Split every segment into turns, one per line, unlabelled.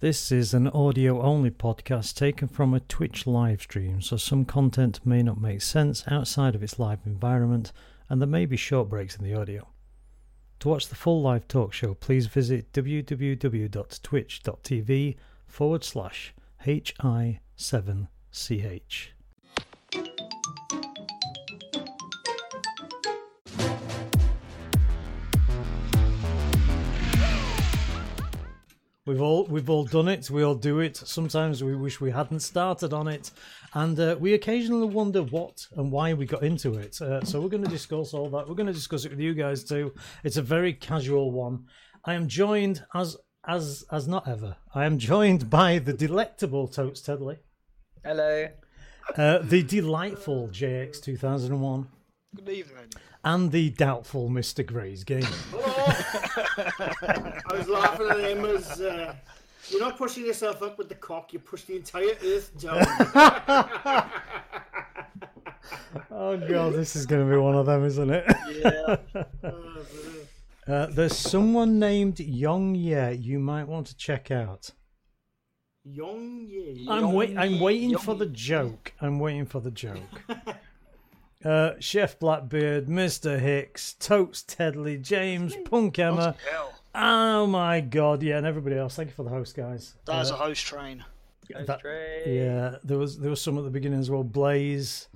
This is an audio only podcast taken from a Twitch live stream, so some content may not make sense outside of its live environment, and there may be short breaks in the audio. To watch the full live talk show, please visit www.twitch.tv forward slash HI7CH. We've all we've all done it. We all do it. Sometimes we wish we hadn't started on it, and uh, we occasionally wonder what and why we got into it. Uh, so we're going to discuss all that. We're going to discuss it with you guys too. It's a very casual one. I am joined as as as not ever. I am joined by the delectable Totes Tedley,
Hello.
uh, the delightful JX two thousand and one,
Good evening.
and the doubtful Mister Gray's game.
I was laughing at him as uh, you're not pushing yourself up with the cock, you push the entire earth down.
Oh god, this is going to be one of them, isn't it? Uh, there's someone named Yong Ye you might want to check out.
Young Ye.
I'm
Yong
wait. I'm
Ye,
waiting
Yong
for the
Ye.
joke. I'm waiting for the joke. uh, Chef Blackbeard, Mr. Hicks, Totes Tedley, James, Punk Emma.
Hell,
Oh my God! Yeah, and everybody else. Thank you for the host, guys.
that is
Uh,
a host train.
that- yeah, there was there was some at the beginning as well. Blaze,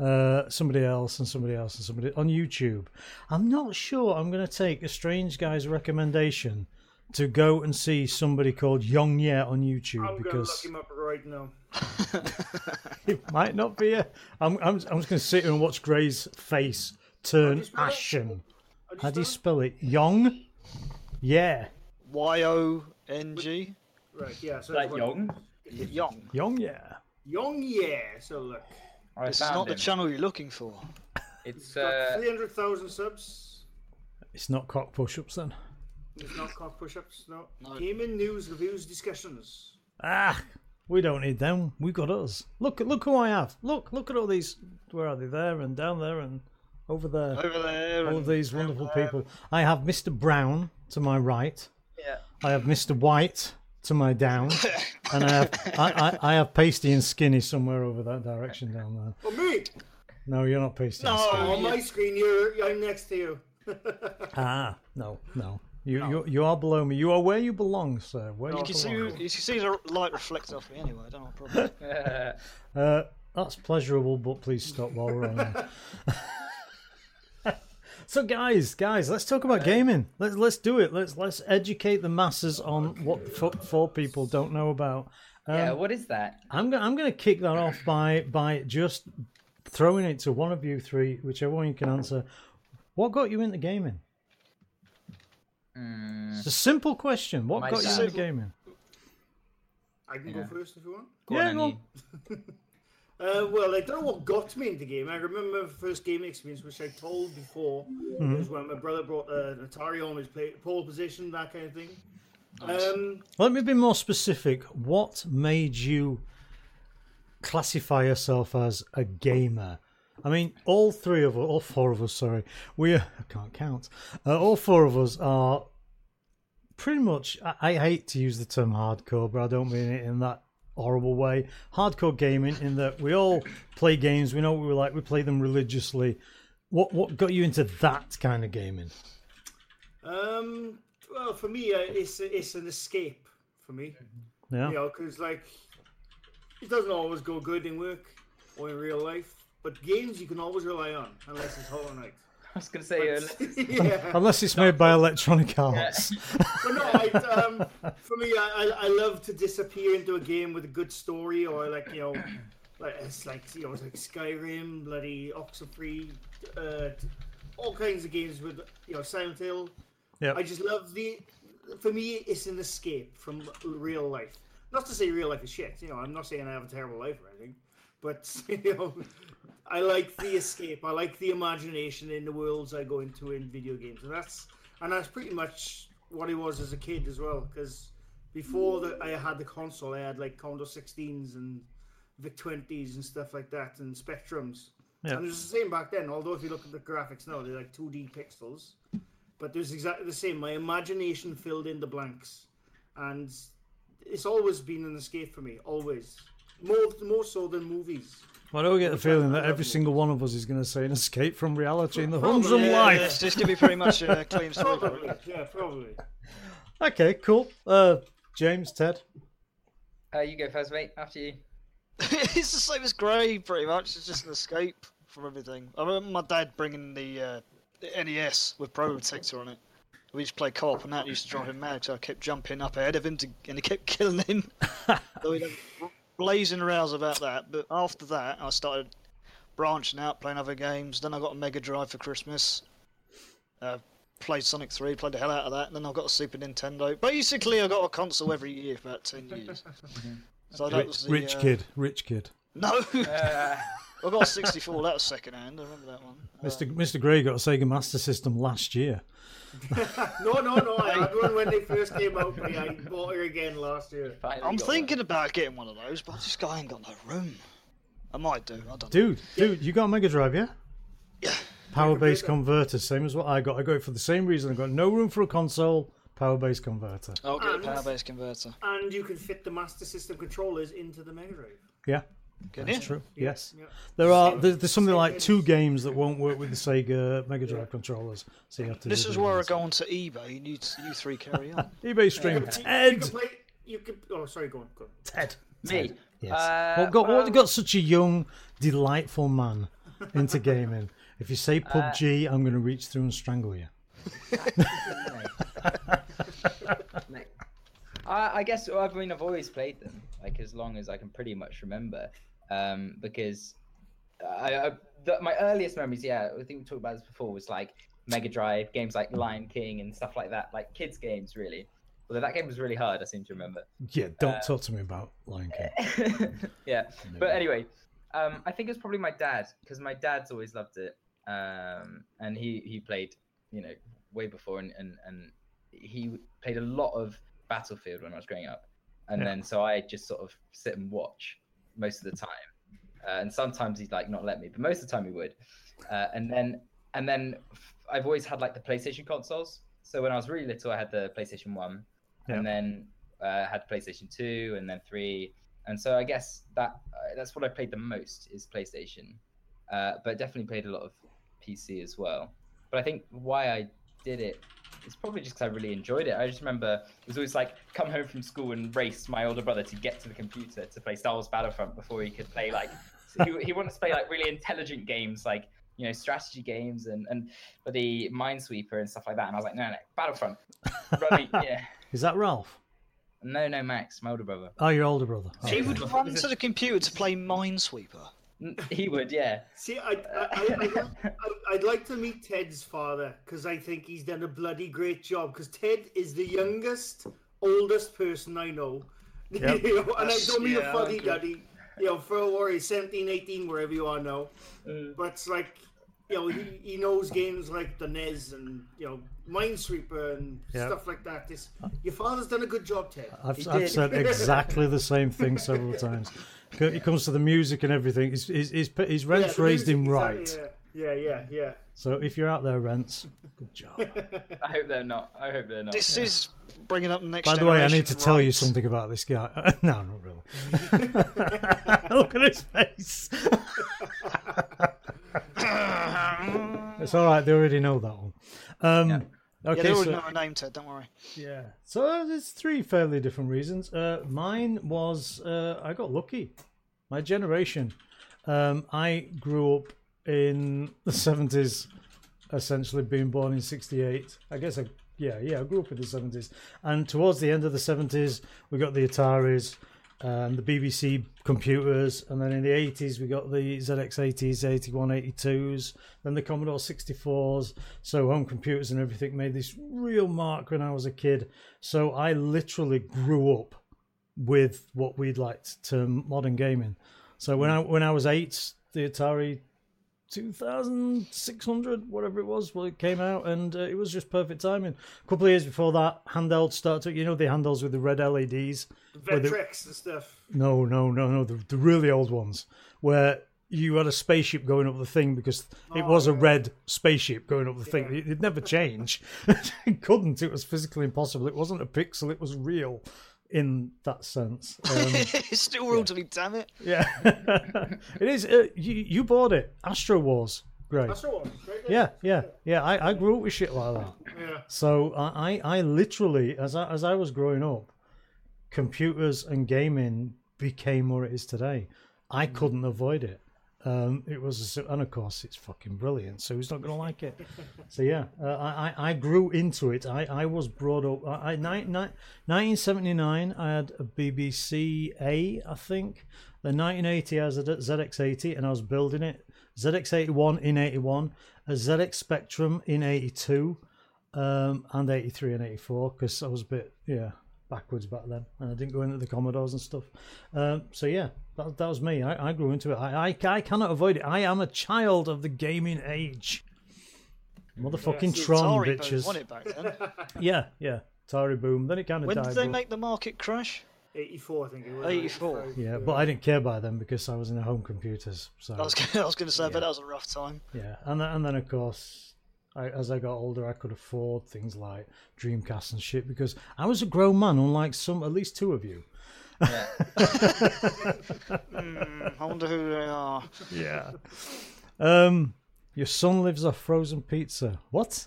uh, somebody else, and somebody else, and somebody on YouTube. I'm not sure. I'm going to take a strange guy's recommendation to go and see somebody called Young Ye on YouTube
I'm going to look
because
him up right now.
it might not be. A, I'm I'm I'm just going to sit here and watch Gray's face turn
spell it?
ashen.
How'd
How do you
spell
spell it? Young. Yeah,
Y O N G.
it? Right, yeah. So
Like
it's-
young.
Young.
Young Yeah.
Young Ye. So look,
I
This is not
found
the
him.
channel you're looking for.
it's
got
uh,
300,000 subs.
It's not cock push-ups then.
There's not cock push-ups. No. Gaming news, reviews, discussions.
Ah, we don't need them. We got us. Look, look who I have. Look, look at all these. Where are they? There and down there and over there.
Over there.
All
And,
these wonderful people. I have Mr. Brown to my right.
yeah.
I have Mr. White to my down, and I have I, I, I have Pasty and Skinny somewhere over that direction down there.
Oh, me!
No, you're not Pasty. and
No.
Skinny.
On my screen, you're, I'm next to you.
Ah, no, no. You you you are below me. You are where you belong, sir. Where
you
you
can see
belong.
you can see the light reflects off me anyway. I don't know what problem. is.
Uh, that's pleasurable, but please stop while we're on it. so, guys, guys, let's talk about gaming. Let's let's do it. Let's let's educate the masses on what the fuck four people don't know about.
yeah.
Um,
What is that?
I'm gonna I'm gonna kick that off by by just throwing it to one of you three, whichever one you can answer. What got you into gaming? It's a simple question. What
Mm. My
got
dad.
you into gaming?
I can
Yeah.
go first if you want.
Go
Yeah,
on,
go on.
Annie.
Uh, well, I don't know what got me into gaming. I remember my first gaming experience, which I told before, was when my brother brought uh, an Atari home, his play, pole position, that kind of thing. Um,
Let me be more specific. What made you classify yourself as a gamer? I mean, all three of us, all four of us, sorry, we I can't count. Uh, all four of us are pretty much. I, I hate to use the term hardcore, but I don't mean it in that horrible way. Hardcore gaming, in that we all play games. We know what we like. We play them religiously. What what got you into that kind of gaming?
um, well, for me, uh, it's it's an escape for me,
Yeah.
you know, because like it doesn't always go good in work or in real life, but games you can always rely on, unless it's Hollow Knight.
I was gonna say. Uh,
yeah.
Unless it's made by Electronic Arts.
But no, I, um, for me, I, I, I love to disappear into a game with a good story, or like you know, like it's like you know, it's like Skyrim, bloody Oxenfree, uh, all kinds of games with you know Silent Hill.
Yeah.
I just love the. For me, it's an escape from real life. Not to say real life is shit. You know, I'm not saying I have a terrible life or anything, but you know, I like the escape. I like the imagination in the worlds I go into in video games, and that's and that's pretty much what it was as a kid as well. Because before the, I had the console, I had like Commodore 16s and Vic 20s and stuff like that, and Spectrums.
Yeah.
And it was the same back then. Although if you look at the graphics now, they're like 2D pixels but it was exactly the same. My imagination filled in the blanks, and it's always been an escape for me. Always, more more so than movies.
I don't get the feeling that every single one of us is going to say an escape from reality in the homes of
Probably, yeah,
life.
It's just gonna be pretty much a clean story.
Probably, yeah, probably.
Okay, cool. Uh, James, Ted.
Uh, you go first, mate. After you.
it's the same as Grey, pretty much. It's just an escape from everything. I remember my dad bringing the, uh, the NES with Pro Protector on it. We used to play co-op, and that used to drive him mad. So I kept jumping up ahead of him, to, and he kept killing him. so we blazing rows about that. But after that, I started branching out, playing other games. Then I got a Mega Drive for Christmas. Uh, played Sonic 3, played the hell out of that. And then I got a Super Nintendo. Basically, I got a console every year for about 10 years. So that
Rich,
was the,
rich
uh,
kid, rich kid.
no,
Uh,
I got a 64. That was second hand. I remember that one. Uh,
Mr. Mr. Gray got a Sega Master System last year.
No, no, no. I had one when they first came out, but I bought her again last year.
finally
Uh, I'm
got
thinking about getting one of those, but I just got, I ain't got no room. I might do. I don't. know.
Dude, dude, you got a Mega Drive, yeah?
Yeah.
Power based converter, same as what I got. I got it for the same reason. I got no room for a console. Power based converter.
I'll get a
And-
power base converter.
And you can fit the Master System controllers into the Mega Drive.
Yeah,
Can
that's
you?
true. Yes,
Yeah.
there are. There's, there's something
Same
like
games.
two games that won't work with the Sega Mega Drive controllers. So you have to.
This
do
is
the
where I
ones.
go on to eBay. You, need you three carry on.
eBay stream.
You
Ted,
can play. You can. Oh, sorry. Go on. Go on.
Ted.
Me.
Yes.
Uh,
what got
well-
what got such a young, delightful man into gaming? If you say PUBG, I'm going to reach through and strangle you.
No. I, I guess well, I mean I've always played them like as long as I can pretty much remember, um, because I, I the, my earliest memories, yeah, I think we talked about this before, was like Mega Drive games like Lion King and stuff like that, like kids games really. Although that game was really hard, I seem to remember.
Yeah, don't talk to me about Lion King.
yeah, but anyway, um, I think it's probably my dad because my dad's always loved it, um, and he he played you know way before and and and he played a lot of Battlefield when I was growing up, and then so I just sort of sit and watch most of the time, uh, and sometimes he'd like not let me, but most of the time he would, uh, and then and then f- I've always had like the PlayStation consoles. So when I was really little, I had the PlayStation One,
Yeah.
and then uh, had PlayStation Two, and then Three, and so I guess that uh, that's what I played the most is PlayStation, uh, but definitely played a lot of PC as well. But I think why I did it is probably just because I really enjoyed it. I just remember it was always like come home from school and race my older brother to get to the computer to play Star Wars Battlefront before he could play like he, he wanted to play like really intelligent games like you know strategy games and and for the Minesweeper and stuff like that. And I was like no no, no Battlefront, Robbie, yeah.
Is that Ralph?
No, no, Max, my older brother.
Oh, your older brother. Oh,
He
okay.
would run to the computer to play Minesweeper.
N- He would, yeah.
See, I, I, I, I'd like- I, I'd like to meet Ted's father because I think he's done a bloody great job. Because Ted is the youngest, oldest person I know.
Yep.
you know and I
That's-
don't mean
yeah,
a fuddy
okay.
duddy. You know, for a worry, 17, 18, wherever you are now. But it's like, you know, he, he knows games like the NES and, you know, Minesweeper and
Yep. Uh,
stuff like that. This, your father's done a good job, Ted.
I've,
He
I've
did.
said exactly the same thing several times. C- It comes to the music and everything. He's, he's, he's, he's
Yeah,
Rents
the
raised him
music,
right.
exactly, Yeah, yeah, yeah. yeah.
So if you're out there, Rents, good job.
I hope they're not. I hope they're not.
This is bringing up the next.
By the way, I need to
generation
tell you
rights.
something about this guy. no, not really. Look at his face. it's all right. They already know that one. Um,
Yeah,
Okay,
they
so
already know my name, Ted. Don't worry.
yeah, so there's three fairly different reasons. Uh, mine was uh, I got lucky. My generation. Um, I grew up in the seventies, essentially being born in '68. I guess I yeah yeah I grew up in the seventies, and towards the end of the seventies we got the Ataris and the BBC computers, and then in the eighties we got the ZX80s, 81, 82s, then the Commodore 64s. So home computers and everything made this real mark when I was a kid. So I literally grew up with what we'd like to term modern gaming. So when I when I was eight, the Atari 2600, whatever it was, well, it came out, and uh, it was just perfect timing. A couple of years before that, handheld started. You know the handhelds with the red E LEDs. Where they-
Vectrex and stuff.
no, no, no, no. The, the really old ones where you had a spaceship going up the thing because it was a red spaceship going up the thing. It, would never change. it couldn't. It was physically impossible. It wasn't a pixel. It was real. in that sense. Um,
it's still real to me, damn it.
yeah, it is. Uh, you you bought it, Astro Wars, great.
That's all. Right there.
Yeah, yeah, yeah. I, I grew up with shit like that.
Yeah.
So I, I I literally, as I, as I was growing up, computers and gaming became what it is today. I couldn't avoid it. Um, it was, and of course, it's fucking brilliant. So who's not going to like it? So yeah, uh, I, I I grew into it. I, I was brought up. I, I nine, nine, 1979, I had a BBC A, I think. Then 1980, I had a ZX80, and I was building it. ZX81 in 81, a ZX Spectrum in 82 um, and 83 and 84 because I was a bit yeah backwards back then and I didn't go into the Commodores and stuff um, so yeah that, that was me I, I grew into it I, I, I cannot avoid it I am a child of the gaming age motherfucking
Yeah,
Tron
Atari boom
bitches
won it back then.
yeah yeah Atari boom then it kind of
When
died
did they
but-
make the market crash?
84, I think it was.
84.
yeah but I didn't care by then because I was in the home computers so
I was gonna, I was going to say, but that was a rough time.
Yeah, and then, and then of course, I, as I got older, I could afford things like Dreamcast and shit because I was a grown man, unlike some, at least two of you.
I wonder who they are.
Yeah. um, your son lives off frozen pizza. What?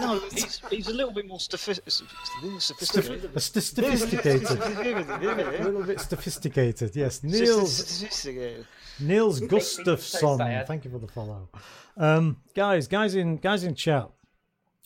No, he's, he's a little bit more sophi- sophi- sophisticated.
St- sophisticated. a little bit sophisticated. Yes, Neil's
Sophisticated.
Niels
Sorry,
Gustafsson.
I-
Thank you for the follow, um, guys. Guys in guys in chat.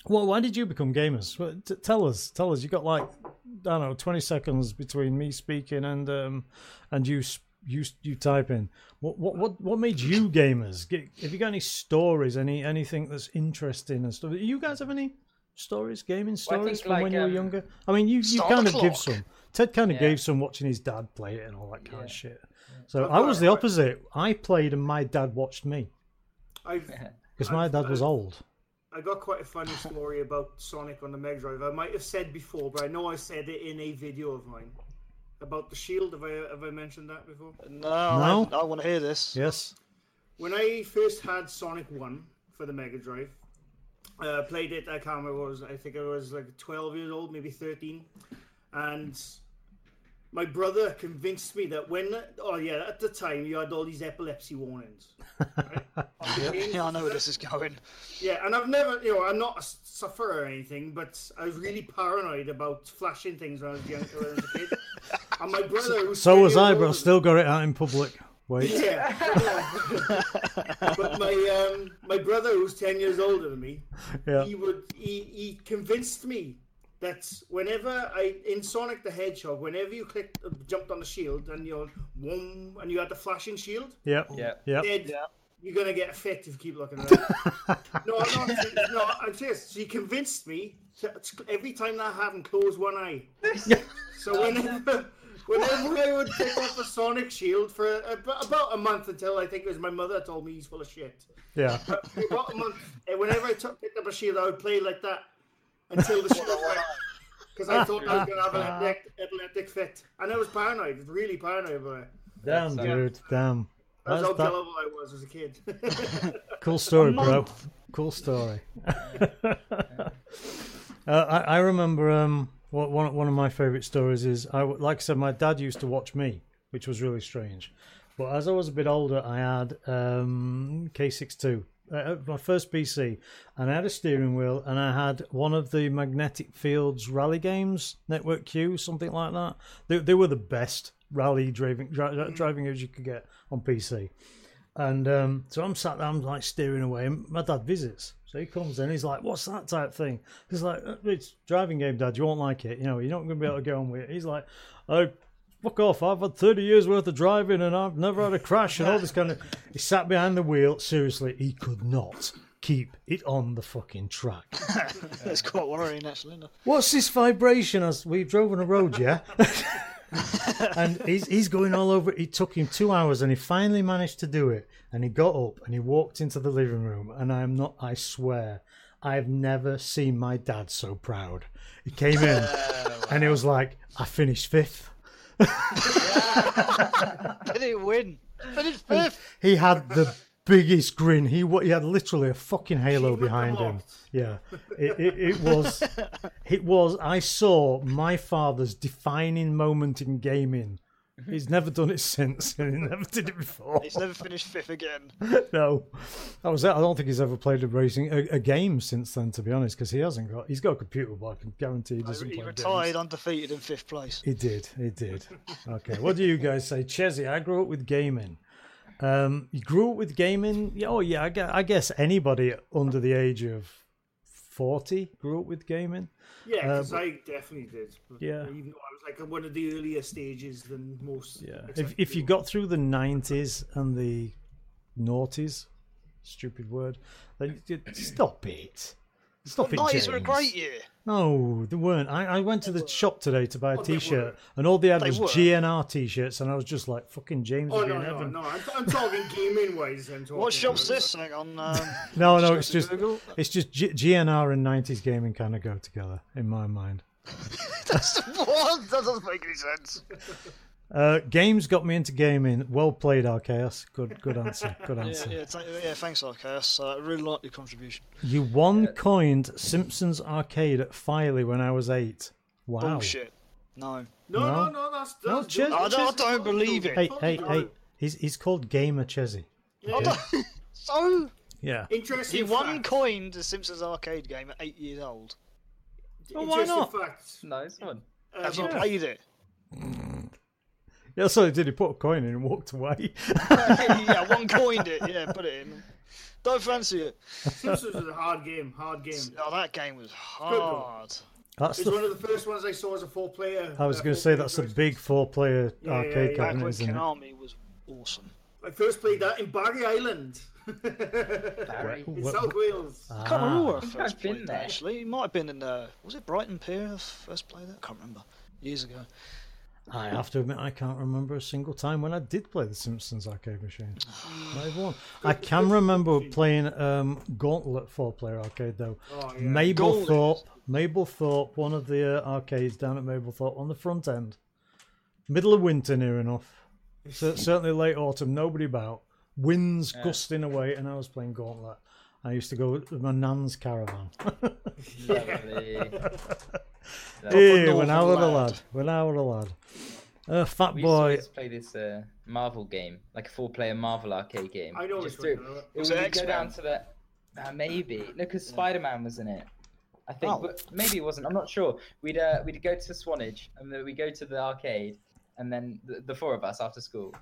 Well, why did you become gamers? Well, t- tell us. Tell us. You got like I don't know, twenty seconds between me speaking and um, and you s- you s- you typing. What what what what made you gamers? G have you got any stories? Any anything that's interesting and stuff? You guys have any stories, gaming
Well, I
stories
think,
from when
like,
you were
um,
younger? I mean, you you
Start
kind
the
of give
clock.
some. Ted kind of
Yeah.
gave some watching his dad play it and all that kind of
Yeah.
shit. So
I've
I
got
was
it
the
right.
opposite. I played and my dad watched me
I've,
because my
I've-
dad was
I've-
old.
I got quite a funny story about Sonic on the Mega Drive. I might have said before, but I know I said it in a video of mine about the shield. Have I have I mentioned that before?
No, I, haven't. I want to hear this.
Yes.
When I first had Sonic One for the Mega Drive, uh, played it. I can't remember. What it was I think I was like 12 years old, maybe 13, and my brother convinced me that when oh yeah, at the time you had all these epilepsy warnings.
Yeah, I know where this is going.
Yeah, and I've never, you know, I'm not a s- sufferer or anything, but I was really paranoid about flashing things when I was young, when I was a kid. And my brother, who's
So
10
was
years
I,
older
but I
than-
still got it out in public. Wait.
Yeah. I know. but my um, my brother, who's ten years older than me,
Yeah.
he would he, he convinced me that whenever I in Sonic the Hedgehog, whenever you clicked uh, jumped on the shield and you're whoom, and you had the flashing shield,
Yeah.
Yeah.
Yeah.
dead.
Yeah.
You're gonna get fit if you keep looking at it. no, I'm not, no, I'm serious. She convinced me to, to- every time that happened, close one eye. so whenever, whenever I would pick up a Sonic Shield for a, ab- about a month until I think it was my mother told me he's full of shit.
Yeah.
But for about a month, and whenever I took, picked up a shield, I would play like that until the shield went. Because I thought I was gonna have an epileptic, epileptic fit, and I was paranoid, really paranoid about it.
Damn,
That's, uh,
dude. Damn.
That's
That's
how
that-
gullible I was as a kid.
Cool story, bro. Cool story. Uh, I, I remember um, one, one one of my favourite stories is I w- like I said, my dad used to watch me, which was really strange. But as I was a bit older, I had um, K62, uh, my first PC, and I had a steering wheel, and I had one of the Magnetic Fields rally games, Network Q, something like that. They, they were the best rally driving dri- driving games you could get on PC. And um, so I'm sat there, I'm like steering away, and my dad visits. So he comes in, he's like, What's that type thing? He's like, "Uh, It's a driving game, dad, you won't like it. You know, you're not going to be able to get on with it. He's like, Oh, fuck off, I've had 30 years worth of driving and I've never had a crash and all this kind of. He sat behind the wheel, seriously, he could not keep it on the fucking track.
That's quite worrying, actually. No.
What's this vibration as we drove on the road, yeah? and he's, he's going all over. It took him two hours and he finally managed to do it. And he got up and he walked into the living room. And I'm not, I swear, I've never seen my dad so proud. He came in and he was like, I finished fifth.
Did he win? Finished fifth.
He had the biggest grin. He wa- he had literally a fucking halo
Achievement
behind him.
unlocked.
Yeah, it, it, it was it was. I saw my father's defining moment in gaming. He's never done it since, and he never did it before.
He's never finished fifth again.
no, I was. I don't think he's ever played a racing a, a game since then. To be honest, because he hasn't got. He's got a computer, but I can guarantee he doesn't.
He
play
retired
Games.
undefeated in fifth place.
He did. He did. Okay. What do you guys say, Chezzy? I grew up with gaming. Um, you grew up with gaming. Yeah, Oh yeah. I guess, I guess anybody under the age of forty grew up with gaming.
Yeah,
Uh,
because I definitely did. But
Yeah.
even though I was like at one of the earlier stages than most.
Yeah. If
except
if you
people.
got through the nineties and the noughties, stupid word, then you- stop it. Stop it.
Nineties were a
James.
great year.
No, they weren't. I, I went to the shop today to buy a
Oh, they
shirt,
were.
and all they had
They
was
were.
GNR t shirts, and I was just like, fucking James
Oh
would be
no,
in
no,
heaven.
no! I'm, I'm talking gaming wise. I'm talking.
What shop's
about.
this thing on? Um,
No, no,
go
it's
to
just
Google?
it's just G- GNR and nineties gaming kind of go together in my mind.
That's what? That doesn't make any sense.
Uh, games got me into gaming. Well played, Archaeus. Good, good answer. Good
Yeah,
answer.
yeah, th- yeah thanks, Arcus. Uh, I really like your contribution.
You won coined Simpsons Arcade at Filey when I was eight. Wow.
Bullshit. No.
No, no,
No.
no, that's
No,
that's-
Chess-
I don't- I don't believe it.
Hey,
Fucking
hey,
no.
hey! He's he's called Gamer Chezzy.
Yeah.
So
Yeah.
Interesting.
he won
fact.
coined the Simpsons arcade game at eight years old.
Oh, why
Interesting
not?
Fact.
No, it's not.
Uh,
Have you
but-
played it?
Yeah. So he did. He put a coin in and walked away.
yeah, one coined it. Yeah, put it in. Don't fancy it.
Simpsons was a hard game. Hard game.
Oh, that game was hard.
That's
It's
the
one of the first ones I saw as a four-player.
I was
uh,
going to say
four-player
that's a
version.
big four-player
Yeah, yeah,
arcade
yeah.
Back
cabinet,
when
isn't it?
Konami was awesome.
I first played that in Barry Island. Barry. in
Wha-
South Wales.
Uh, Ah.
I can't remember where I
I think
first
I've been
played
there.
that. Actually, it might have been in uh, was it Brighton Pier? I first played that. I can't remember. Years ago.
I have to admit, I can't remember a single time when I did play the Simpsons arcade machine.
Mm.
Not even one. I can remember playing um, Gauntlet four-player arcade though.
Oh, yeah.
Mablethorpe, Mablethorpe, one of the uh, arcades down at Mablethorpe on the front end. Middle of winter, near enough. So, certainly late autumn, nobody about. Winds gusting away, and I was playing Gauntlet. I used to go with my nan's caravan.
Lovely.
Yeah, when I was
northern
a
lad.
lad. When I was a lad. Uh, fat
We used to
boy.
always play this uh, Marvel game, like a four-player Marvel arcade game.
I know
You
which
do-
one you're on.
It was
it
go
X-Men?
down to the uh, maybe no, because Spider-Man was in it. I think,
Oh.
but maybe it wasn't. I'm not sure. We'd uh, we'd go to Swanage and then we go to the arcade, and then the, the four of us after school,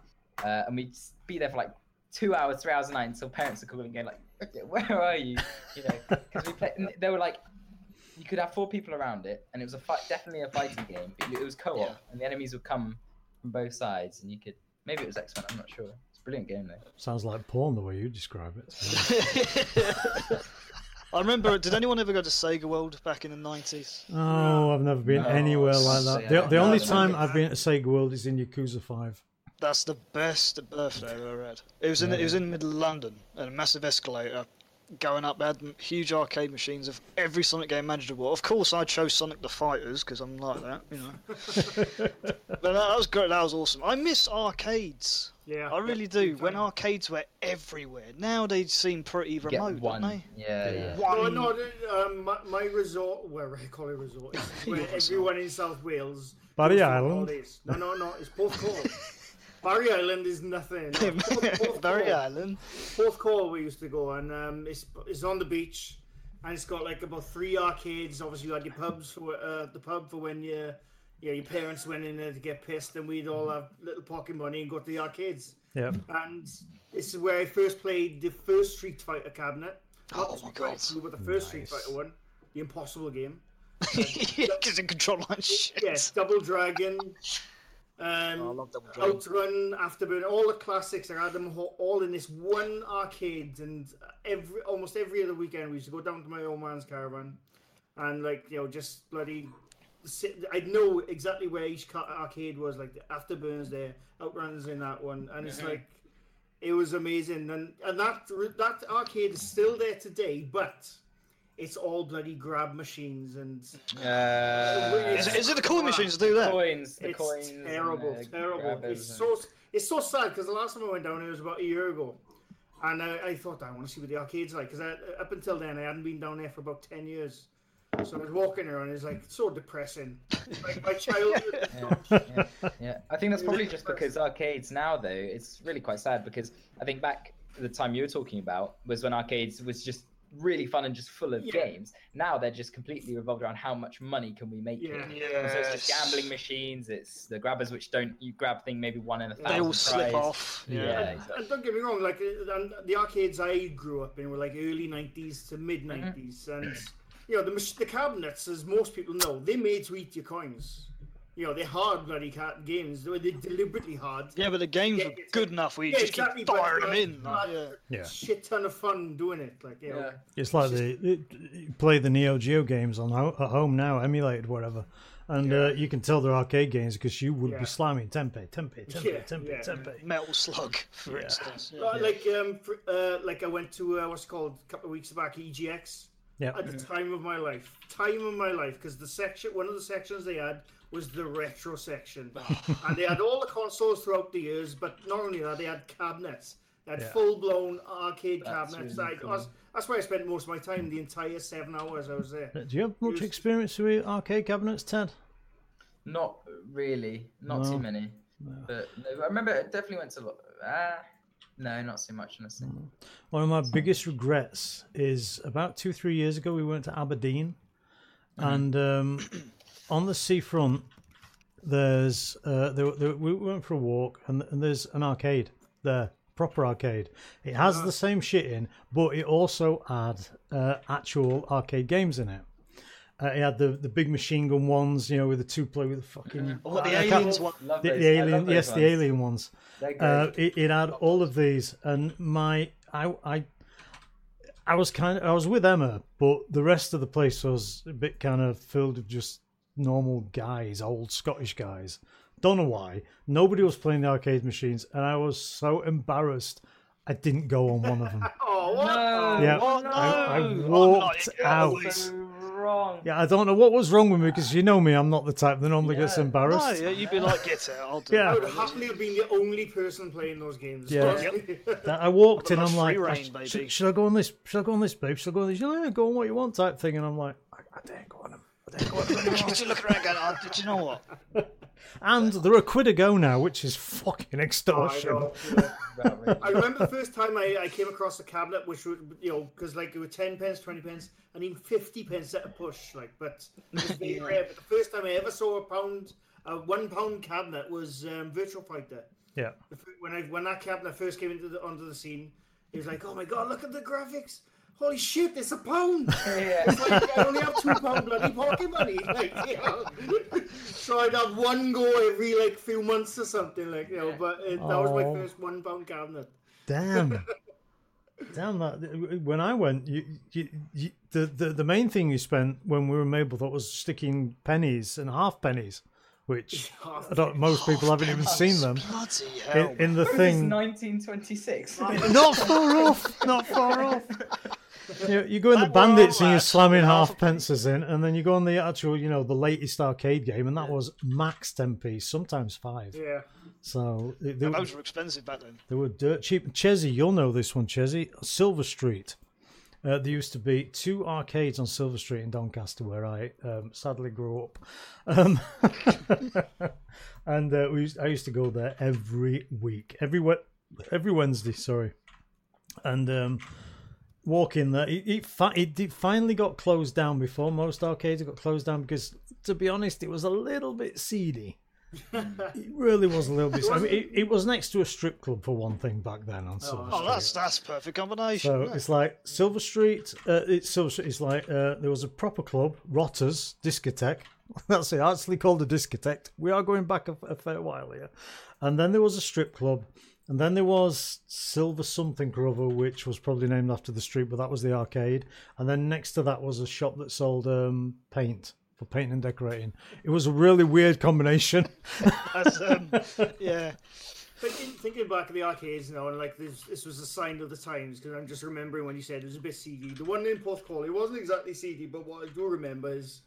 uh, and we'd s- be there for like two hours, three hours a night until parents are calling and going like, "Okay, "Where are you?" You know, because we played. and They were like, you could have four people around it, and it was a fight, definitely a fighting game. But it was co-op,
Yeah.
and the enemies would come from both sides, and you could maybe it was X Men. I'm not sure. It's a brilliant game though.
Sounds like porn the way you describe it.
I remember. Did anyone ever go to Sega World back in the nineties?
Oh, I've never been anywhere like that. The,
yeah,
the
no,
only
no,
time
no.
I've been at Sega World is in Yakuza 5.
That's the best birthday I've ever had. It was in it was in middle London, and a massive escalator going up. They had m- huge arcade machines of every Sonic game imaginable. Of course, I chose Sonic the Fighters because I'm like that, you know. but that, that was great. That was awesome. I miss arcades.
Yeah.
I really do. When arcades were everywhere, now they seem pretty
Get
remote,
one.
don't they?
Yeah, yeah.
No,
One.
no, the- um, my, my resort, where I call it resort, is where everyone in South Wales.
Barry
goes on
Island.
holidays. No, no, no, it's Porthcawl. Barry Island is nothing. No, Porth- Porthcawl.
Barry Island.
Porthcawl we used to go, and um, it's, it's on the beach, and it's got like about three arcades. Obviously, you had your pubs for uh, the pub for when you, yeah, your parents went in there to get pissed, and we'd all have little pocket money and go to the arcades.
Yeah.
and this is where I first played the first Street Fighter cabinet. Not
Oh
the Street
my
Fighter
God.
two, but the first Street
Nice.
Fighter one, the Impossible game.
Because in control line shit.
Yes, Double Dragon,
Oh, I
um,
love Double Dragon.
Outrun, Afterburn, all the classics. I had them ho- all in this one arcade, and every almost every other weekend we used to go down to my old man's caravan, and like you know just bloody. Sit, I'd know exactly where each ca- arcade was. Like the Afterburns there, Outruns in that one, and it's like it was amazing. And and that that arcade is still there today, but it's all bloody grab machines and.
Uh,
Is, it- is it the coin machines that do that?
coins, the
it's
coins. and,
terrible,
uh,
terrible.
grabbers
It's
and-
so it's so sad because the last time I went down there was about a year ago, And I, I thought, I want to see what the arcade's like. Because up until then, I hadn't been down there for about 10 years. So I was walking around, and it's like so depressing. Like my childhood.
yeah, yeah, yeah. I think that's probably just because arcades now, though, it's really quite sad because I think back to the time you were talking about was when arcades was just really fun and just full of
Yeah.
games. Now they're just completely revolved around how much money can we make.
Yeah.
here.
Yeah.
So it's just gambling machines. It's the grabbers, which don't you grab thing maybe one in a thousand.
They all slip
tries.
off. Yeah.
Yeah.
And-
exactly.
and don't get me wrong, like uh, and the arcades I grew up in were like early '90s to
Mm-hmm.
mid '90s, and you know the mach- the cabinets, as most people know, they made to eat your coins. You know they're hard bloody ca- games. They were- They're deliberately hard.
Yeah, but the games
Yeah,
were
it's-
good enough where you
yeah,
just
exactly,
keep
but,
firing them
like,
in. Like,
uh,
yeah.
Yeah.
Shit ton of fun doing it. Like you know,
Yeah.
It's like the it, you play the Neo Geo games on ho- at home now, emulated whatever, and uh, you can tell they're arcade games because you would
Yeah.
be slamming tempe, tempe, tempe,
Yeah,
tempe,
yeah.
tempe.
Metal Slug, for instance. Yeah.
Uh, like um, for, uh, like I went to uh, what's it called a couple of weeks back EGX.
Yeah,
at the time of my life. Time of my life, because the section, one of the sections they had was the retro section, and they had all the consoles throughout the years. But not only that, they had cabinets. They had
Yeah.
full-blown arcade
That's
cabinets.
really
I, that's, that's where I spent most of my time. The entire seven hours I was there.
Uh, Do you have much experience with arcade cabinets, Ted?
Not really. Not
No.
too many. But no, I remember I definitely went to. lo- Ah, no, not so much honestly.
One of my biggest regrets is about two, three years ago, we went to Aberdeen, and um, on the seafront, there's uh, there, there, we went for a walk, and, and there's an arcade there, proper arcade. It has the same shit in, but it also had uh, actual arcade games in it. Uh, it had the, the big machine gun ones, you know, with the two play with the fucking
Or the
I can't-
aliens one.
Love
the,
those-
the
I love
alien,
those
yes, the
ones.
alien ones.
They're great.
Uh, it, it had all of these, and my I I I was kind of I was with Emma, but the rest of the place was a bit kind of filled with just normal guys, old Scottish guys. Don't know why. Nobody was playing the arcade machines, and I was so embarrassed. I didn't go on one of them.
Oh, what?
no,
Yeah,
Oh, no!
I,
I'm
I
not
walked
in
out.
your
so wrong.
Yeah, I don't know what was wrong with me because you know me, I'm not the type that normally gets
Yeah.
No,
embarrassed.
yeah, you'd be like, get out. I'll do
Yeah.
I
it.
would happily have been the only person playing those games.
Yeah.
honestly.
That I walked in,
Well,
I'm like,
that's
I
free
sh-
reign,
sh-
baby.
should I go on this? Should I go on this, babe? Should I go on this? You know, go on what you want type thing. And I'm like, I, I dare go on them. I dare go on 'em."
Just look around going, oh, did you know what?
and they're a quid a go now, which is fucking
Oh, I
extortion.
know, yeah.
Right,
I
right.
remember the first time I, I came across a cabinet, which was, you know, because like it were 10 pence, 20 pence, and even 50 pence at a push. Like, but it's very rare. But the first time I ever saw a pound, a one pound cabinet was um, Virtual Fighter.
yeah.
The fir- When I when that cabinet first came into the onto the scene, it was like, oh my god, look at the graphics! Holy shit, it's a pound!
Yeah.
It's like I only have two pound bloody pocket money. Like, you know. so I'd have one go every like few months or something, like you know. But it, that was my
Aw.
first one pound cabinet.
Damn. Damn that! When I went, you, you, you, the, the the main thing you spent when we were in Mablethorpe was sticking pennies and half pennies, which I don't, most people haven't even seen them
Bloody hell.
in, in the
This is
thing.
1926.
not far off. Not far off. You, you go in the
That were all
bandits and you're
lads.
slamming half pences in, and then you go on the actual, you know, the latest arcade game, and that was max ten piece, sometimes five.
Yeah.
So they, they,
And
were,
Those were expensive back then.
they were dirt cheap. Chesy, you'll know this one, Chesy. Silver Street. Uh, there used to be two arcades on Silver Street in Doncaster, where I um, sadly grew up, um, and uh, we used, I used to go there every week, every Wed- every Wednesday. Sorry, and um, walk in there. It, it, fi- it, it finally got closed down before most arcades got closed down because, to be honest, it was a little bit seedy. it really was a little bit. I mean, it, it was next to a strip club for one thing back then on Silver
Oh,
Street.
that's that's perfect combination.
So
yeah.
it's like Silver Street. Uh, it's Silver Street. It's like uh, there was a proper club, Rotters Discotheque. That's it. Actually called a discotheque. We are going back a, a fair while here. And then there was a strip club, and then there was Silver something or other, which was probably named after the street, but that was the arcade. And then next to that was a shop that sold um, paint for painting and decorating. It was a really weird combination.
That's, um, yeah.
Thinking, thinking back of the arcades now, and like this, this was a sign of the times because I'm just remembering when you said it was a bit seedy. The one in Porthcawl, it wasn't exactly seedy, but what I do remember is,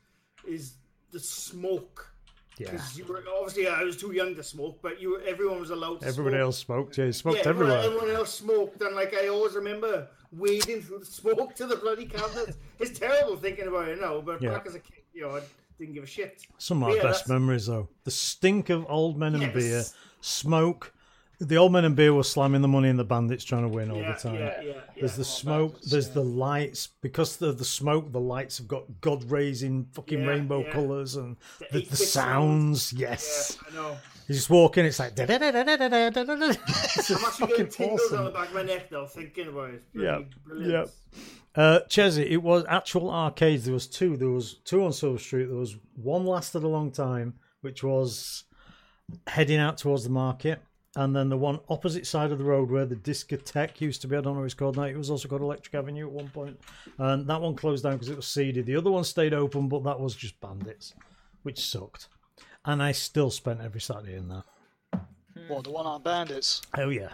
is the smoke
Yeah.
because you were obviously I was too young to smoke, but you were, everyone was allowed. to
Everybody
smoke.
else smoked. Yeah, he smoked
yeah, everyone-
everywhere.
Everyone else smoked, and like I always remember wading through the smoke to the bloody cabinets. it's terrible thinking about it now, but
Yeah.
back as a kid, you know, I didn't give a shit.
Some of my
Yeah,
best
that's-
memories, though. The stink of old men and
Yes.
beer, smoke. The old men and beer were slamming the money in the bandits trying to win all
Yeah,
the time.
yeah, yeah,
There's the smoke. There's the lights. Because of the smoke, the lights have got God rays in fucking
Yeah,
rainbow
yeah.
colours and
The
the, the,
8-bit
sounds.
yeah,
Yes.
I know.
You just walk in, it's like. da-da-da-da-da-da-da-da. It's
I'm actually
fucking
getting tingles on the
awesome.
back of my neck though, thinking about it.
Yeah,
Brilliant.
yeah. Uh, Chesney, it was actual arcades. There was two. There was two on Silver Street. There was one lasted a long time, which was heading out towards the market, and then the one opposite side of the road where the discotheque used to be. I don't know what it's called now. It was also called Electric Avenue at one point, and that one closed down because it was seeded. The other one stayed open, but that was just bandits, which sucked. And I still spent every Saturday in there.
What the one-armed bandits?
Oh yeah.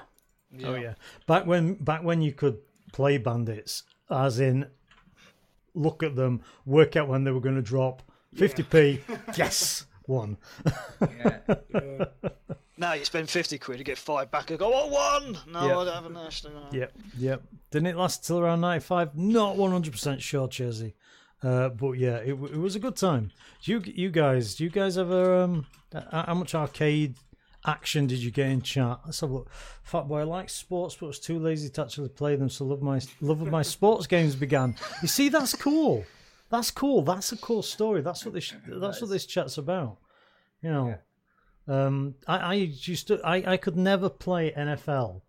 Oh yeah. Back when back when you could play bandits, as in look at them, work out when they were gonna drop, fifty P, yes, one.
Yeah.
Now you spend fifty quid to get five back. I go, what one? No,
Yeah.
I don't have a national. no.
Yep, yep. Didn't it last till around ninety five? Not one hundred percent sure, Chesney. Uh, but yeah, it, w- it was a good time. You you guys, you guys ever um, h- how much arcade action did you get in chat? Let's have a look. Fat boy likes sports, but was too lazy to actually play them. So love my love of my sports games began. You see, that's cool. That's cool. That's a cool story. That's what this that's what this chat's about. You know, um, I, I used to I, I could never play NFL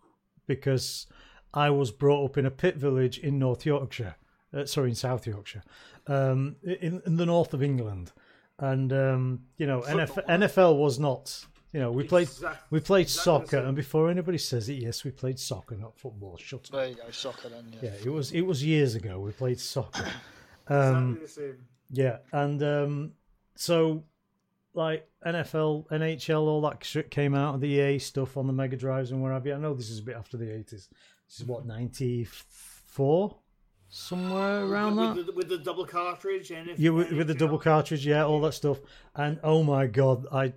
because I was brought up in a pit village in North Yorkshire, uh, sorry, in South Yorkshire, um, in, in the north of England, and um, you know, NF, NFL was not. You know, we played
Exact-
we played
exactly the
soccer,
same.
and before anybody says it, yes, we played soccer, not football. Shut up.
There you go, soccer then. Yeah.
Yeah, it was it was years ago. We played soccer. Um,
Exactly the same.
Yeah, and um, so like NFL, NHL, all that shit came out of the EA stuff on the Mega Drives and where have you. I know this is a bit after the eighties. This is what ninety four, somewhere around
with,
that.
the, with the double cartridge and if
Yeah, with, with the double cartridge, yeah, all that stuff. And oh my god, I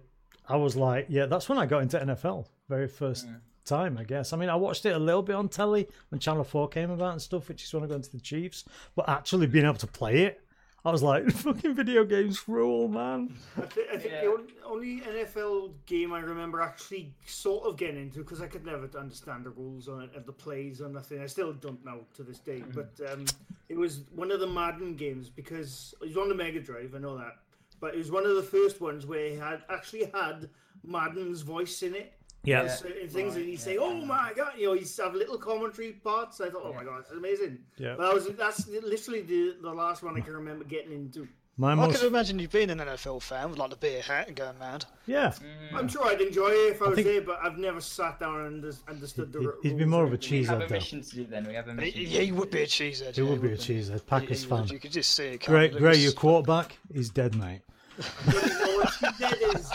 I was like, yeah, that's when I got into NFL very first time, I guess. I mean, I watched it a little bit on telly when Channel Four came about and stuff, which is when I got into the Chiefs. But actually being able to play it, I was like, fucking video games rule, man.
I, thi- I think
Yeah.
the only, only NFL game I remember actually sort of getting into because I could never understand the rules on it and the plays or nothing. I still don't know to this day.
Mm-hmm.
But um, it was one of the Madden games because it was on the Mega Drive. I know that, but it was one of the first ones where it had actually had Madden's voice in it.
Yeah,
And certain things
right,
and you
yeah,
say,
I
"Oh
know.
my god!" You know, you have little commentary parts. I thought, "Oh my god, it's amazing."
Yeah.
but that was that's literally the, the last one I can remember getting into.
my
I
most
could imagine you being an NFL fan with like the beer hat and going mad.
yeah.
I'm sure I'd enjoy it if I was
think-
there, but I've never sat down and under- understood the.
He'd-
ru-
He'd be
rules
more
or
of a
anything.
We
cheese
have
head
a
though.
mission to do then. We have a
Yeah,
mission.
you would be a cheesehead.
He
yeah,
would be a
wouldn't
cheese head.
You,
Packers
you
fan.
would- you could just see it.
Gray,
coming. It
Gray,
was-
your quarterback, he's dead, mate.
You know what dead is.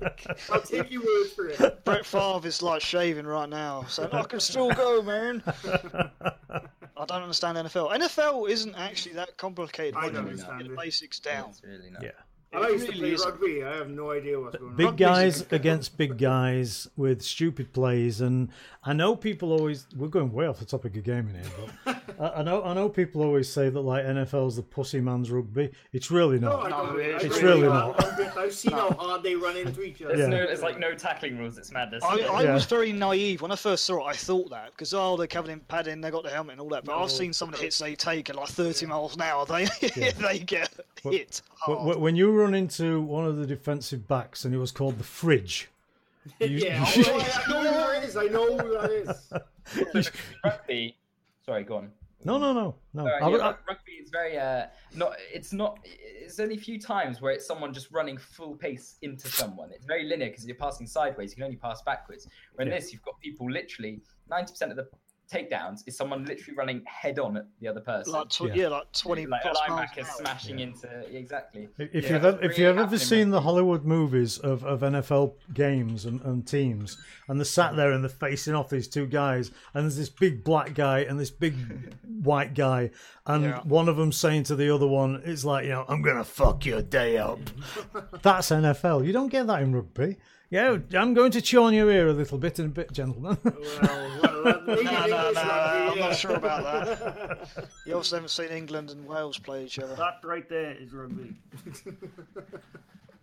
I'll take your word for it.
Brett Favre is like shaving right now, saying, I can still go, man. I don't understand NFL. NFL isn't actually that complicated.
I
once
don't
you
understand
get
it.
The basics down.
It's really not.
Yeah.
I
It
used to
really
play
isn't.
rugby. I have no idea what's going
big
on.
guys against big guys with stupid plays and i know people always we're going way off the topic of gaming here but I, I know i know people always say that like nfl's the pussy man's rugby it's really
No, I
not
don't.
it's
I don't
really
know.
not.
I've- I've seen how hard they run into each other.
It's,
Yeah.
no, it's like no tackling rules. It's madness.
I, I
Yeah.
was very naive when I first saw it. I thought that because oh, they're covered in padding, they got the helmet and all that. But I've seen some of the hits they take at like 30 miles an hour. They they get hit.
Wh-
hard.
wh- when you run into one of the defensive backs and he was called the fridge you,
Yeah,
you-
oh, I I know who that is. I know who that is.
rugby. Sorry, go on.
no no no no
Sorry,
Oh, I, would-
Uh, yeah,
I-
rugby is very uh, not. It's not. It's only a few times where it's someone just running full pace into someone. It's very linear because you're passing sideways. You can only pass backwards. Where in
Yeah.
this, you've got people literally ninety percent of the takedowns is someone literally running head on at the other person.
Like tw-
Yeah.
yeah. like twenty
like a
plus miles an
linebacker
hour.
smashing
Yeah.
into yeah, exactly.
If
Yeah,
you've ever,
that's
if
really
you've ever
happening,
seen
man.
the Hollywood movies of, of NFL games and, and teams, and they're sat there and they're facing off these two guys, and there's this big black guy and this big white guy, and
Yeah.
one of them saying to the other one, "It's like you know, I'm gonna fuck your day up." That's NFL. You don't get that in rugby. Yeah, I'm going to chew on your ear a little bit in a bit, gentlemen.
Well, well, that- maybe
No,
it
no,
is
no,
rugby,
I'm
yeah.
not sure about that. You obviously haven't seen England and Wales play each other.
That right there is rugby.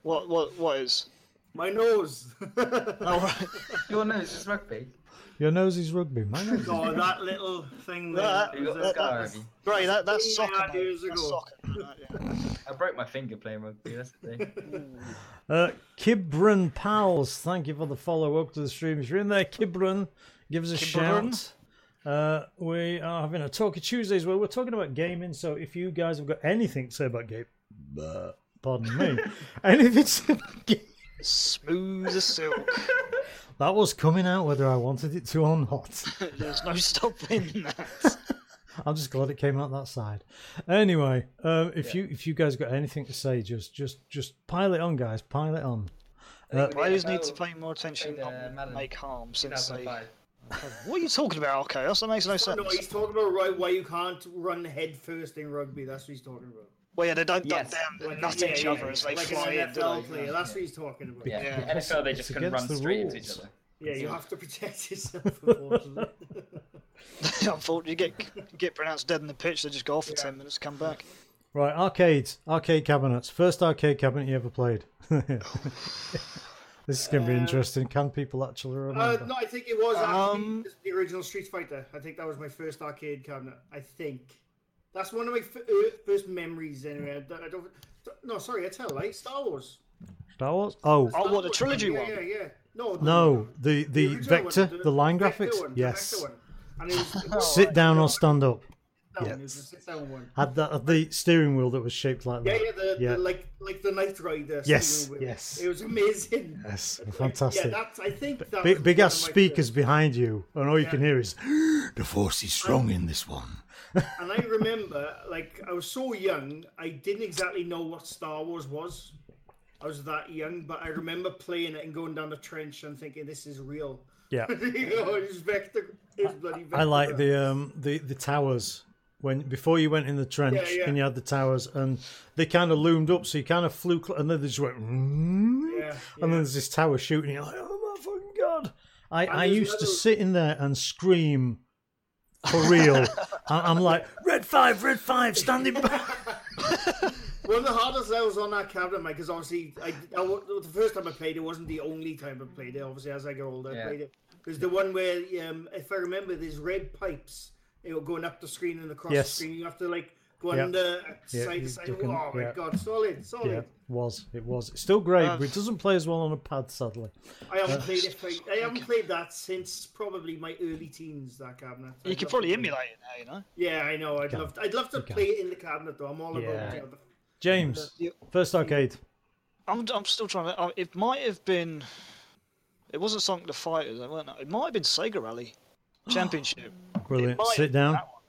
What? What? What is?
My nose.
Oh, right.
Your nose is rugby.
Your nose is rugby. My nose. Is...
Oh, that little thing there.
That-
that
You got
was
the
that-
it.
scar
that's-
over you.
Great, that, that's
29
soccer. mate.
years
That's
ago.
soccer. Right, yeah.
I broke my finger playing rugby. That's the thing.
Uh, Kibran Pals, thank you for the follow up to the stream. If you're in there, Kibran, give us a shout. Uh, we are having a talk of Tuesdays where we're talking about gaming. So if you guys have got anything to say about game, Bleh. pardon me, anything to say about game,
Smooth as silk.
that was coming out whether I wanted it to or not.
There's no stopping that.
I'm just glad it came out that side. Anyway, um, if you if you guys got anything to say, just just just pile it on, guys, pile it on. Uh,
Players need to
play
pay more attention
Played, uh,
not
Madden.
make harm since they.
2005.
What are you talking about? Okay, that makes no sense.
Oh, no, he's talking about right why you can't run head first in rugby. That's what he's talking about.
Well, yeah, they don't
Yes.
duck down
Like,
and nut
yeah,
each
yeah,
other as they
like
fly
an
in. do
NFL
they?
player. That's what he's talking about.
Yeah,
Yeah.
the NFL they
It's
just couldn't
against
run
the
straight into
rules.
each other.
Yeah, you have to protect yourself. Unfortunately.
Unfortunately, you get you get pronounced dead in the pitch. They just go off for ten minutes, come back.
Right, arcades, arcade cabinets. First arcade cabinet you ever played. this is going to be interesting. Can people actually
uh,
remember?
no, I think it was actually
Um,
the original Street Fighter. I think that was my first arcade cabinet. I think that's one of my f- uh, first memories. Anyway, I don't- I don't. No, sorry, I tell a lie. Star Wars.
Star Wars? Oh,
Oh, what the
Wars.
trilogy
yeah,
one?
Yeah, yeah. No,
no, the the
original
vector,
one,
the line
vector
graphics.
one, the
yes.
vector Oh, one. And it was, it was
Sit down or stand up.
down,
yeah.
it was a sit-down one.
Had the had the steering wheel that was shaped like
Yeah,
that.
yeah, the,
Yeah.
the like like the Knight Rider.
Yes,
steering wheel.
yes.
It was amazing.
Yes,
Like,
fantastic.
Yeah, that's, I think that was
big big
one
ass
of my
speakers behind you, and all you
Yeah.
can hear is the force is strong in this one.
first. And I remember, like, I was so young, I didn't exactly know what Star Wars was. I was that young, but I remember playing it and going down the trench and thinking, "This is real."
Yeah.
you know, it's vector. It's bloody vector.
I like the um the the towers when before you went in the trench
Yeah, yeah.
and you had the towers and they kind of loomed up, so you kind of flew cl- and then they just went "Mm,"
Yeah,
and then
yeah.
there's this tower shooting. You're like, oh my fucking god! I, I
there's
used to
another-
sit in there and scream for real. I- I'm like red five, red five, standing back.
One of the hardest levels on that cabinet, mate, because obviously, I, I wa- the first time I played it wasn't the only time I played it. Obviously, as I got older, I
Yeah.
played it. There's the one where, um, if I remember, there's red pipes you know, going up the screen and across
Yes.
the screen. You have to like go
Yeah.
under
Yeah,
side
you
to side.
duck and-
oh my
yeah.
god, solid,
yeah,
solid.
it was it was it's still great,
Uh,
but it doesn't play as well on a pad, sadly.
I haven't played it. For, I haven't played that since probably my early teens. That cabinet.
You
I'd
could
love
probably
to play it.
emulate it now, you know.
Yeah, I know. I'd
can.
love. I'd love to
You can.
play it in the cabinet though. I'm all
Yeah.
about. You know, the,
James,
Yeah.
first arcade.
I'm, I'm still trying to. I- It might have been. It wasn't something to fighters. It weren't. It might have been Sega Rally Championship.
Brilliant.
might
Sit
have been
down.
that one.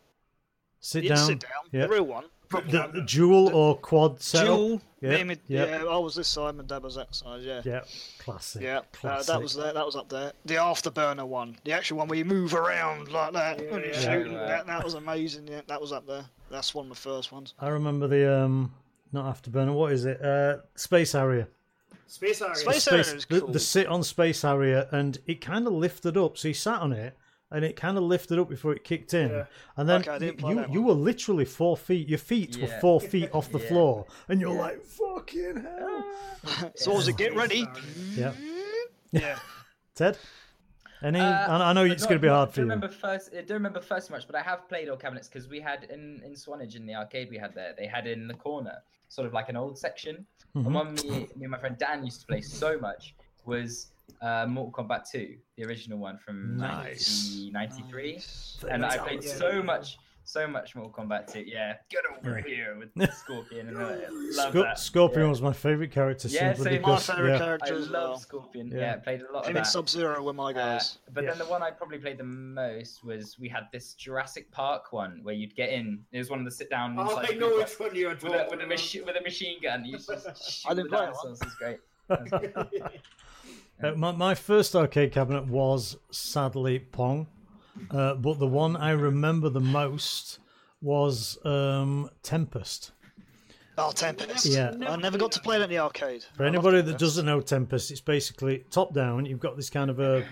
Sit
Yeah,
down.
sit down.
Yeah.
The real one. proper
the,
one.
the dual or quad setup.
Dual.
Yeah,
me and my-
yeah.
yeah, I was this side, my dad was that side. Yeah.
Yeah, classic.
Yeah, uh,
classic.
that was there. That was up there. The afterburner one, the actual one where you move around like that. when you
Yeah.
shoot,
Yeah.
That, that was amazing. Yeah, that was up there. That's one of the first ones.
I remember the um, not afterburner. What is it? Uh, space area.
space area.
Space area
Space.
is
The,
cool.
the sit on space area, and it kind of lifted up. So you sat on it, and it kind of lifted up before it kicked in.
Yeah.
And then
Okay, I didn't
you
play
you,
that
you were literally four feet. Your feet were
Yeah.
four feet off the
Yeah. Ah.
floor, and you're like, "Fucking hell!"
so was it get
Space
ready?
area.
Yeah,
Yeah.
Ted. Any?
Uh,
I, I know
I
it's
don't-
going to be hard for
I
you.
don't remember first. I don't remember first much, but I have played all cabinets because we had in in Swanage in the arcade we had there. They had in the corner, sort of like an old section.
Mm-hmm.
And one me, me and my friend Dan used to play so much was uh, Mortal Kombat 2, the original one from
Nice.
1993.
Nice.
And I played
Nice.
so much. So much Mortal Kombat 2. Yeah, get over
Yeah.
here with the Scorpion and all that. Love
Sco-
that.
Scorpion
Yeah.
was my favourite character
Yeah,
simply
same.
My
because
favourite
yeah,
I
character as
love
well.
Scorpion.
Yeah.
Yeah. played a lot of
Him and
that.
Sub Zero were my
Uh,
guys.
but
Yeah.
then the one I probably played the most was we had this Jurassic Park one where you'd get in. It was one of the sit down.
Oh, I know which one you're
With
talking
a, with, a
about.
machi- with a machine gun, you just shoot
I didn't
the
play that
dinosaurs. It's great.
Uh, my, my first arcade cabinet was sadly Pong, uh, but the one I remember the most was um, Tempest.
Oh, Tempest.
Yeah.
I never got to play it at the arcade.
For
I love
anybody that
Oh, Tempest.
doesn't know Tempest, it's basically top down. You've got this kind of a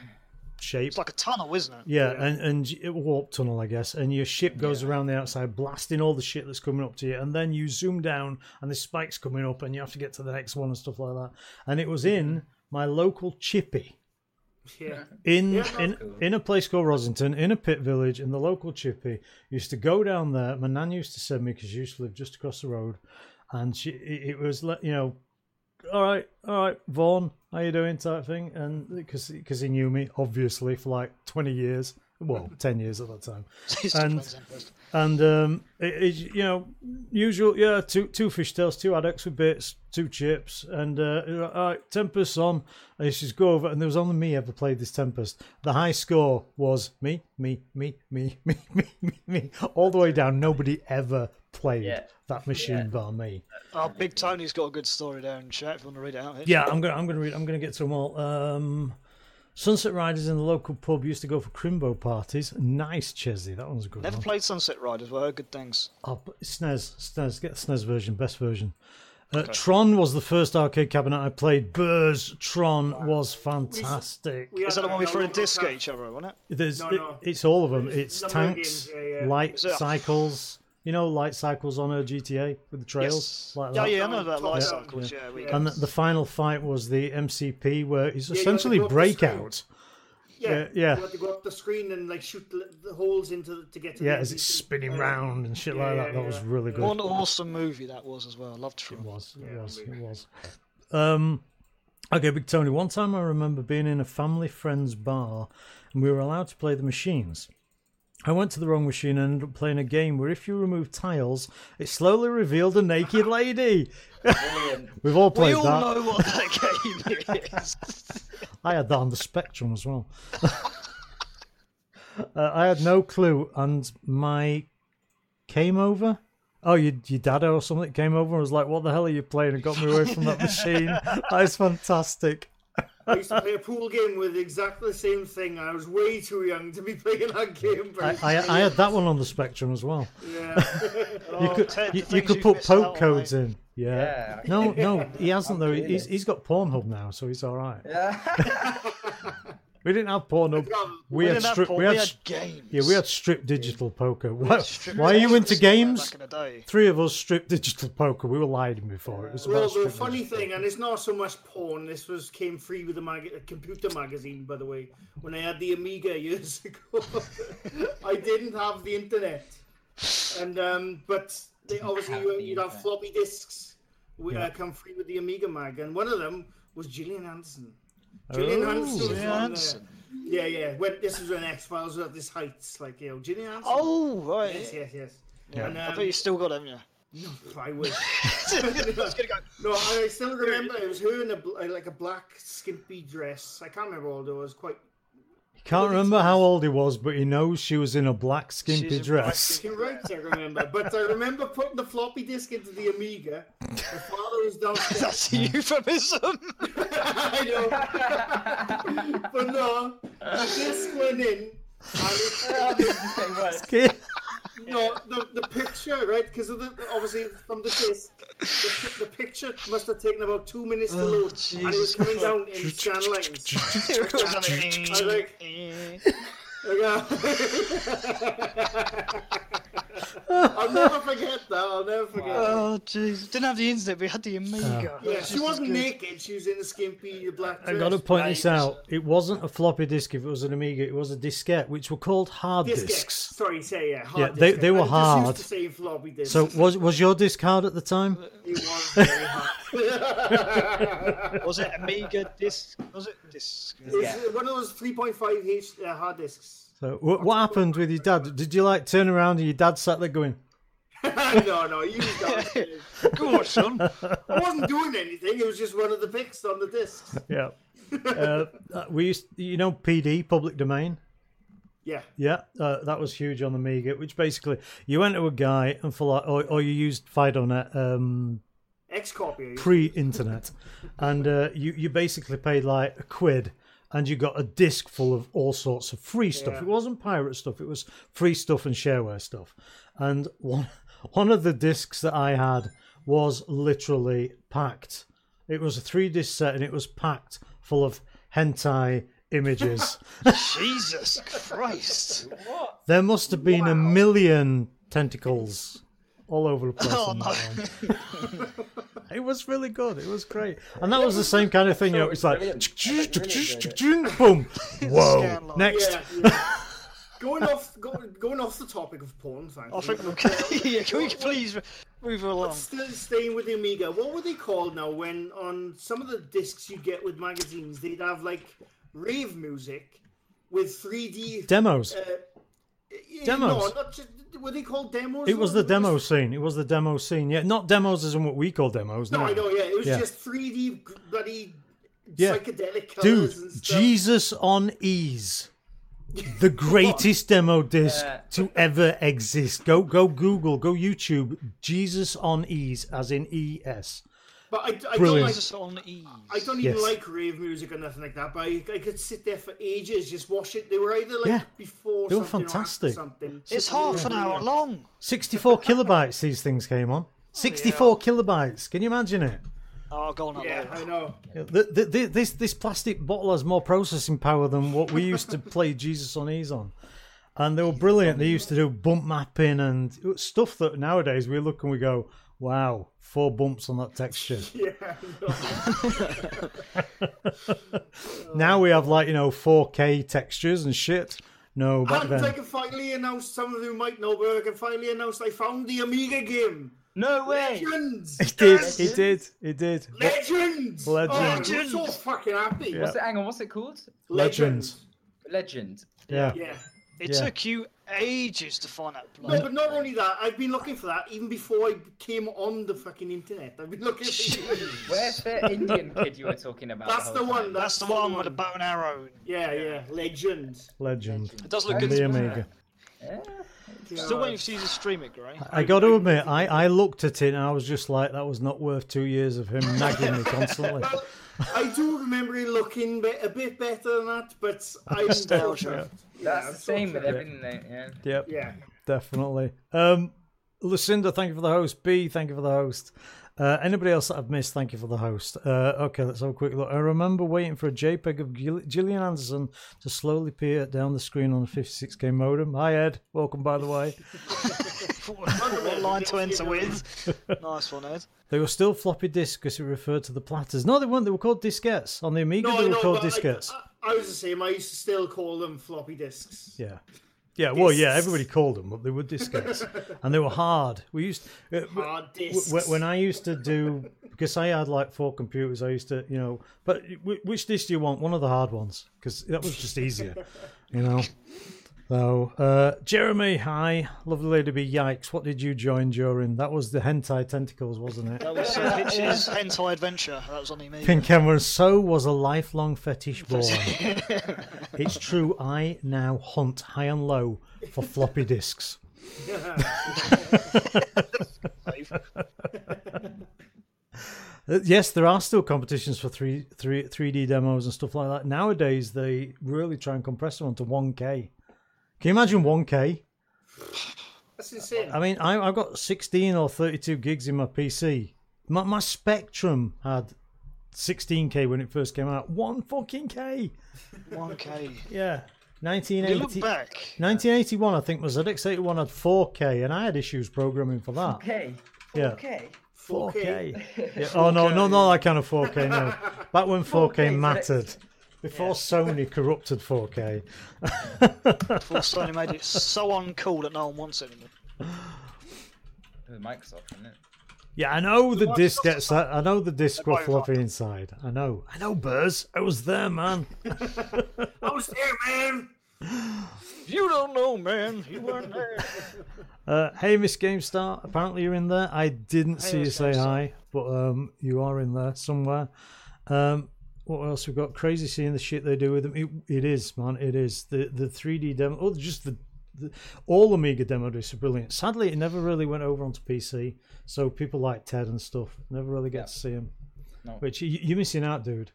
shape.
It's like a tunnel, isn't it?
Yeah,
Yeah.
and and y- a warp tunnel, I guess. And your ship goes around the outside, blasting all the shit that's coming up to you, and then you zoom down, and the spikes coming up, and you have to get to the next one and stuff like that. And it was
Mm-hmm.
in my local chippy,
yeah.
in
Yeah,
in,
cool.
in a place called Rosington, in a pit village, in the local chippy. Used to go down there. My nan used to send me because she used to live just across the road, and she it it was like you know. All right, all right, Vaughn, how you doing? Type thing, and because because he knew me obviously for like twenty years, well, ten years at that time,
He still
And-
plays Tempest.
and um, it, it, you know, usual, yeah, two two fish tails, two addicts with bits, two chips, and uh, you know, all right, tempest on. I used to just go over, and there was only me ever played this tempest. The high score was me, me, me, me, me, me, me, me, all the way down. Nobody ever played
Yeah.
that machine
Yeah.
bar me.
Oh, Big Tony's got a good story there in chat. If you want to read it out, here.
Yeah, I'm gonna I'm gonna read I'm gonna get to them all. Um, Sunset Riders in the local pub used to go for crimbo parties. Nice, Chesney. That one's a good
Never
one.
played Sunset Riders. Well, good things.
Oh, but SNES, SNES, get the SNES version, best version. Uh, Tron was the first arcade cabinet I played. Burrs Tron was fantastic.
We
Is
had
that the one we
a
threw a
local
disc at
cafe-
each other, wasn't it?
There's,
No, no.
it- it's all of them. It's
Number of
tanks,
games, yeah, yeah.
light
Is it-
cycles. You know, light cycles on a GTA with the trails.
Yes.
Like
yeah,
that.
yeah, I know about
Top
life
down.
cycles. Yeah, we
Yeah.
And
got-
the, the final fight was the MCP, where it's
you
essentially
had to go up the screen.
breakout.
Yeah,
yeah.
You had to go up the screen and like shoot the, the holes into the, to get to.
Yeah,
the
as it's
NPC.
spinning
Yeah.
round and shit
Yeah,
like that.
yeah,
that was
yeah.
really good.
What an awesome movie that was as well. I loved
It
Tron.
was. It
Yeah,
was. It
maybe.
was. Um, okay, Big Tony. One time I remember being in a family friend's bar and we were allowed to play the machines. I went to the wrong machine and ended up playing a game where if you remove tiles, it slowly revealed a naked lady.
Brilliant.
We've all
We
played
all
that.
know what that game is.
I had that on the Spectrum as well. uh, I had no clue, and my came over. Oh, your, your dad or something came over and was like, "What the hell are you playing?" and got me away from that machine. that is fantastic.
I used to play a pool game with exactly the same thing. I was way too young to be playing that game.
I, I, I had that one on the Spectrum as well.
yeah.
You
Oh,
could
Ted, the
you, you
things
could
you've
put
missed out
poke
on,
codes
mate.
in. Yeah.
Yeah.
No, no, he hasn't though.
Absolutely.
He's he's got Pornhub now, so he's all right.
Yeah.
We didn't have Pornhub. We,
We,
had
didn't have
strip.
porn,
We had. stri-
games.
yeah, we had strip digital poker.
We
Why,
had strip
why are you
games
into games?
Back in the day.
three of us stripped digital poker. We were lying before. It was about
Well, the
stripped
funny
digital
thing, and it's not so much porn. This was came free with a mag- a computer magazine, by the way. When I had the Amiga years ago, I didn't have the internet, and um, but they, obviously
have
you,
the
you'd have
internet.
floppy disks. We
Yeah.
uh, come free with the Amiga mag, and one of them was Gillian Anderson.
poker.
Gillian
Oh,
Anderson was
Gillian
on there.
Anderson.
Yeah, yeah. When this was when X Files was at this height, like you know, Gillian Anderson.
Oh, right.
yes, yes, yes.
Yeah.
And,
I
um,
bet you still got them, yeah.
I wish.
I was gonna go,
No, I still remember it was her in a bl- uh, like a black skimpy dress. I can't remember although it was quite.
Can't remember how old he was, but he knows she was in a black skimpy
She's in
dress.
You're right, I remember, but I remember putting the floppy disk into the Amiga. My father was downstairs.
That's a euphemism.
I know, but no, the disk went in. And it, no, the, the picture, right? Because of the obviously from the disc, the, the picture must have taken about two minutes to
Oh,
load, and it was
Jesus
coming down in scan lines.
It was on
I
the-
like, Yeah. I'll never forget that. I'll never forget. that.
Oh, jeez. Didn't have the internet, we had the Amiga.
Yeah, she wasn't naked. She was in a skimpy black
I
dress.
got to point this
Nice.
out. It wasn't a floppy disk. If it was an Amiga, it was a diskette, which were called hard
Disc, yeah.
disks.
Sorry, say yeah. Hard
Yeah, they-
disc.
they were
I just
hard.
Used to say floppy disc.
So was was your disc hard at the time?
it was very hard.
Was it Amiga disc? Was it disc?
Yeah.
It's one of those 3.5 H uh, hard discs.
So, what, what happened with your dad? Did you like turn around and your dad sat there going,
no, no, you don't.
Go on, son.
I wasn't doing anything. It was just one of the pics on the discs.
"Yeah"? Uh, uh, we used, you know, PD, public domain.
Yeah.
Yeah, uh, that was huge on the Amiga, which basically you went to a guy and for like, or, or you used FidoNet um,
X copy.
pre-internet, and uh, you you basically paid like a quid, and you got a disc full of all sorts of free stuff.
Yeah.
It wasn't pirate stuff; it was free stuff and shareware stuff. And one one of the discs that I had was literally packed. It was a three disc set, and it was packed full of hentai images.
Jesus Christ.
There must have been a million tentacles all over the place.
Oh,
on
no.
that one. it was really good. It was great, and that was the same kind of thing. You know, it's like
Brilliant.
boom,
Scan
whoa,
line.
next.
Yeah. yeah. going off, go, going off the topic of porn. Thank
I
you.
think we'll. yeah, can we please move along?
Still staying with the Amiga, what were they called now? When on some of the discs you get with magazines, they'd have like rave music with 3D
Demos.
Yeah,
Demos.
No, not just, were they called demos?
It was
or
the demo scene. It was the demo scene. Yeah, not demos as in what we call demos.
No,
now.
I know. Yeah, it was
Yeah.
just 3D g- bloody
Yeah.
psychedelic colors and
Dude,
stuff.
Jesus on Ease. The greatest demo disc
Yeah.
to ever exist. Go go Google, go YouTube, Jesus on Ease, as in E ES.
But I, I don't
Brilliant.
like.
Jesus on ease.
I don't even
Yes.
like rave music or nothing like that. But I, I could sit there for ages, just watch it. They were either like
Yeah.
before
They were
something or after
fantastic.
something.
It's half an hour long.
64 kilobytes these things came on. 64 kilobytes. Can you imagine it?
Oh, I'll go on that
Yeah,
later.
I know.
Yeah, th th th this this plastic bottle has more processing power than what we used to play Jesus on Ease on, and they were brilliant. They used to do bump mapping and stuff that nowadays we look and we go, "Wow, four bumps on that texture."
Yeah, I know.
now we have like you know 4K textures and shit. No, back
and I
then.
can finally announce. Some of you might know, but I can finally announce I found the Amiga game.
No way.
Legends.
It did,
Yes!
it did, it did.
Legends.
Legends.
Oh, I'm so fucking happy.
What's it, hang on, what's it called?
Legends.
Legend.
Yeah,
Yeah.
It
Yeah.
took you ages to find that
No,
blood.
but not only that, I've been looking for that even before I came on the fucking internet. I've been looking for
Where's the Indian kid you were talking about?
That's
whole
the one.
time?
That's the one with the bow and arrow.
Yeah, yeah. Legend.
legend.
It does look
On
good.
the
to
Amiga.
Still waiting for you to stream it, Gray.
I got to admit, I, I looked at it and I was just like, that was not worth two years of him nagging me constantly.
I do remember it looking be- a bit better than that, but I'm still
Nostalgia.
That's
yeah,
the same with
yeah.
everything. though, Yeah.
Yep.
Yeah.
definitely. Um, Lucinda, thank you for the host. B, thank you for the host. Uh, anybody else that I've missed, thank you for the host. Uh, okay, let's have a quick look. I remember waiting for a JPEG of Gil- Gillian Anderson to slowly peer down the screen on a 56k modem. Hi, Ed. Welcome, by the way.
what line to enter with? Nice one, Ed.
They were still floppy disks because it referred to the platters. No, they weren't. They were called diskettes. On the Amiga,
No,
they
I
were
know.
called
but I,
diskettes.
I, I was the same. I used to still call them floppy disks.
Yeah. Yeah, well, yeah,
Discs.
everybody called them, but they were diskettes. and they were hard. We used uh,
Hard disks.
Wh- when I used to do because I had like four computers, I used to you know. But wh- which disk do you want? One of the hard ones because that was just easier, you know. So uh, Jeremy, hi, lovely lady, be yikes. What did you join during? That was the hentai tentacles, wasn't it?
That was uh, Hitch's Hentai Adventure. That was on E the Amiga.
Pink Cameron, so was a lifelong fetish born. it's true, I now hunt high and low for floppy disks. Uh, Yes, there are still competitions for three, three, 3D demos and stuff like that. Nowadays, they really try and compress them onto 1K. Can you imagine 1K?
That's insane.
I mean, I, I've got 16 or 32 gigs in my PC. My, my Spectrum had 16K when it first came out. One fucking K.
1K.
Yeah.
You look
1980,
back.
1981, I think, my ZX81 had 4K, and I had issues programming for that.
Okay.
Yeah.
Okay.
4K.
Yeah, Oh no, no, not that kind of 4K. No, back when 4K,
4K,
mattered, before Sony corrupted 4K.
Before Sony made it so uncool that no one wants it anymore.
It was Microsoft, isn't it?
Yeah, I know the
Well,
disc
that's
gets that. I know the disc
That's
were
why we got
floppy inside. I know. I know, Burz. I was there, man.
I was there, man.
You don't know, man. You weren't there.
Uh, hey, Miss GameStar. Apparently you're in there. I didn't see you
Miss
say
GameStar.
hi, but um, you are in there somewhere. Um, what else we've got? Crazy seeing the shit they do with them. It, it is, man. It is the the 3D demo. Oh, just the, the all Amiga demo discs are brilliant. Sadly, it never really went over onto PC, so people like Ted and stuff never really get
Yeah.
to see him.
No.
Which you, you're missing out, dude.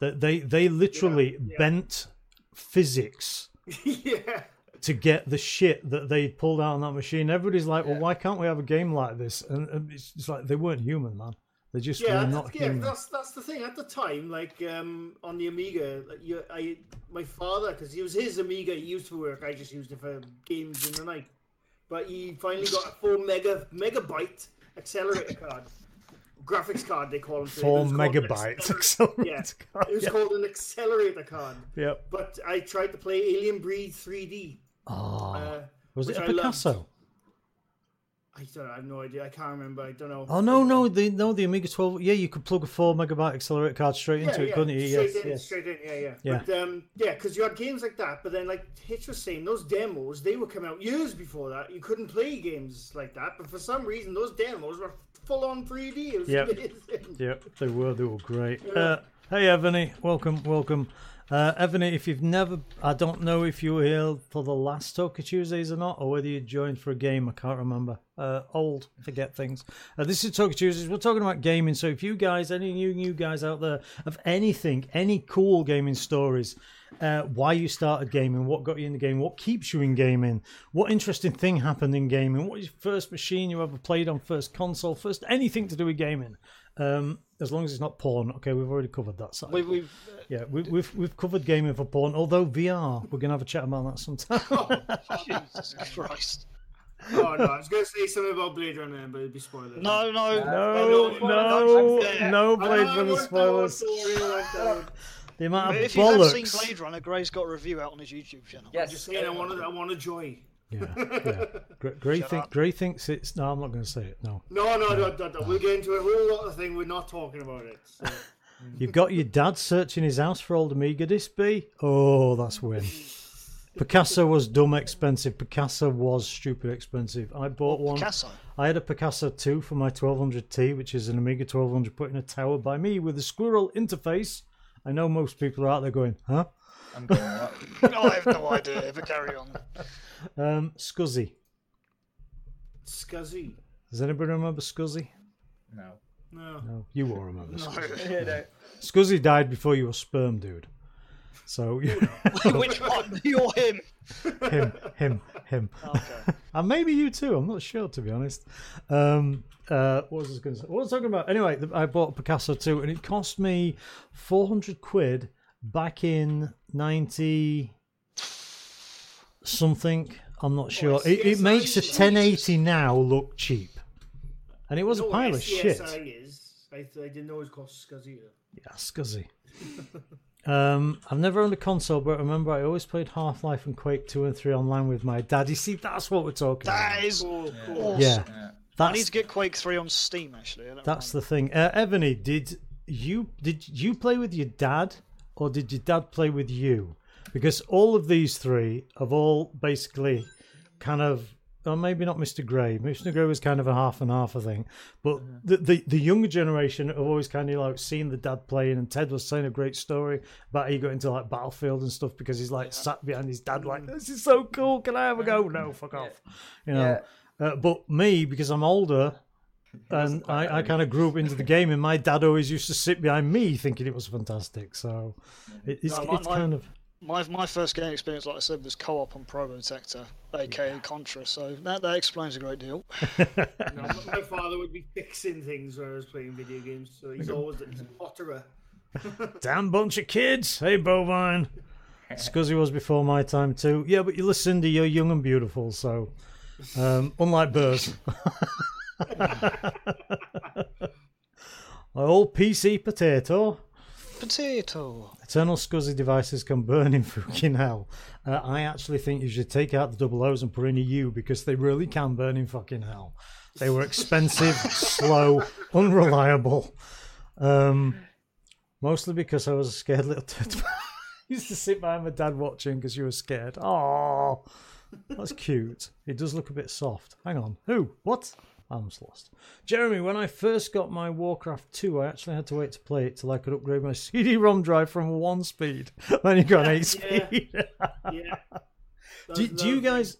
They they, they literally bent physics
yeah.
to get the shit that they pulled out on that machine. Everybody's like, well,
Yeah.
why can't we have a game like this? And, and it's, it's like they weren't human, man. They just
Yeah,
were
that's-
not
yeah,
human.
that's that's the thing. At the time, like um, on the Amiga, like, you, I my father, because it was his Amiga he used for work. I just used it for games in the night. But he finally got a four mega megabyte accelerator card, graphics card they call them. today,
Four
but it's called an
megabytes.
accelerator- Yeah,
accelerated card.
it was
Yeah.
called an accelerator card.
Yep.
But I tried to play Alien Breed 3D.
Oh,
Uh,
was it
which
a
I loved.
Picasso?
I don't. I have no idea. I can't remember. I don't know.
Oh no, no, the no, the Amiga 12. Yeah, you could plug a four megabyte accelerator card straight into it, couldn't you?
Straight
Yes,
in,
yes.
straight in, yeah, yeah.
Yeah.
But um, yeah, because you had games like that, but then like Hitch was saying, those demos they were coming out years before that. You couldn't play games like that, but for some reason those demos were full on 3D. It was
Yep.
amazing.
Yep, they were. They were great. Uh, hey, Ebony, welcome, welcome. Uh, Ebony, if you've never, I don't know if you were here for the last Talker Tuesdays or not, or whether you joined for a game. I can't remember. Uh, old, forget things. Uh, this is Talker Tuesdays. We're talking about gaming. So if you guys, any new new guys out there, have anything, any cool gaming stories, uh, why you started gaming, what got you into gaming, what keeps you in gaming, what interesting thing happened in gaming, what was your first machine you ever played on, first console, first anything to do with gaming. Um, as long as it's not porn, okay, we've already covered that side.
We, we've
yeah, we, we've we've covered gaming for porn. Although VR, we're gonna have a chat about that sometime.
Oh, uh, Jesus Christ.
Oh no, I was gonna say something about Blade Runner, but it'd be spoilers.
No, no,
no, no, no Blade Runner spoilers. The amount of
Um, If you have seen
bollocks.
Blade Runner, Gray's got a review out on his YouTube channel.
I'm just
Yes.
saying, I want, I want a joy.
Yeah, yeah. Gray, Gray,
Shut
think,
up.
Gray thinks it's. No, I'm not gonna say it. No,
No, no, no, no, no. We'll get into a whole lot of thing. We're not talking about it. So.
You've got your dad searching his house for old Amiga disc B. Oh, that's win. Picasso was dumb expensive. Picasso was stupid expensive. I bought one.
Picasso.
I had a Picasso 2 for my 1200T, which is an Amiga 1200 put in a tower by me with a squirrel interface. I know most people are out there going, huh?
I'm going up.
I have no idea. But carry on.
Um, Scuzzy.
Scuzzy.
Does anybody remember Scuzzy?
No.
No.
No, you all remember.
No.
Scuzzy. Scuzzy died before you were sperm, dude. So
Which one? You or him?
him, him, him.
Okay.
and maybe you too. I'm not sure to be honest. Um, uh, what was I going to say? What was I talking about? Anyway, th- I bought a Picasso too, and it cost me 400 quid back in 90 something. I'm not sure. It, it
CSI
makes a
shit.
1080 now look cheap, and it was a
No,
pile of shit.
SCSI is. I, I didn't know it was called Scuzzy. though.
Yeah, scuzzy. um, I've never owned a console, but remember I always played Half Life and Quake Two and Three online with my dad. You see, that's what we're talking
That
about.
is.
Cool, Oh, cool.
awesome.
Yeah,
Yeah.
I need
that's
to get Quake 3 on Steam, actually. I don't
That's the thing. Uh, Ebony, did you did you play with your dad, or did your dad play with you? Because all of these three have all basically kind of, or maybe not Mr. Grey. Mr. Grey was kind of a half and half, I think. But the, the the younger generation have always kind of like seen the dad playing, and Ted was telling a great story about he got into like Battlefield and stuff because he's like sat behind his dad like, this is so cool. Can I have a go? No, fuck off. You know.
Yeah.
Uh, but me, because I'm older, and I, I kind of grew up into the game, and my dad always used to sit behind me thinking it was fantastic. So it, it's,
No, my-
it's
my-
kind of
My, my first game experience, like I said, was co op on Probotector, aka Contra, so that, that explains a great deal.
No, my- my father would be fixing things when I was playing video games, so he's always he's a potterer.
damn bunch of kids. Hey, Bovine. Scuzzy was before my time too. Yeah, but you listen to you're young and beautiful, so um, unlike Burrs. My old PC potato.
Potato.
Eternal Scuzzy devices can burn in fucking hell. Uh, I actually think you should take out the double O's and put in a U because they really can burn in fucking hell. They were expensive, slow, unreliable. Um, mostly because I was a scared little turd. I used to sit by my dad watching because you were scared. Oh, that's cute. It does look a bit soft. Hang on. Who? What? I'm just lost. Jeremy, when I first got my Warcraft 2, I actually had to wait to play it till I could upgrade my CD ROM drive from one speed. Then you got an eight
Yeah.
speed.
Yeah.
do,
Those
do you
lovely-
guys,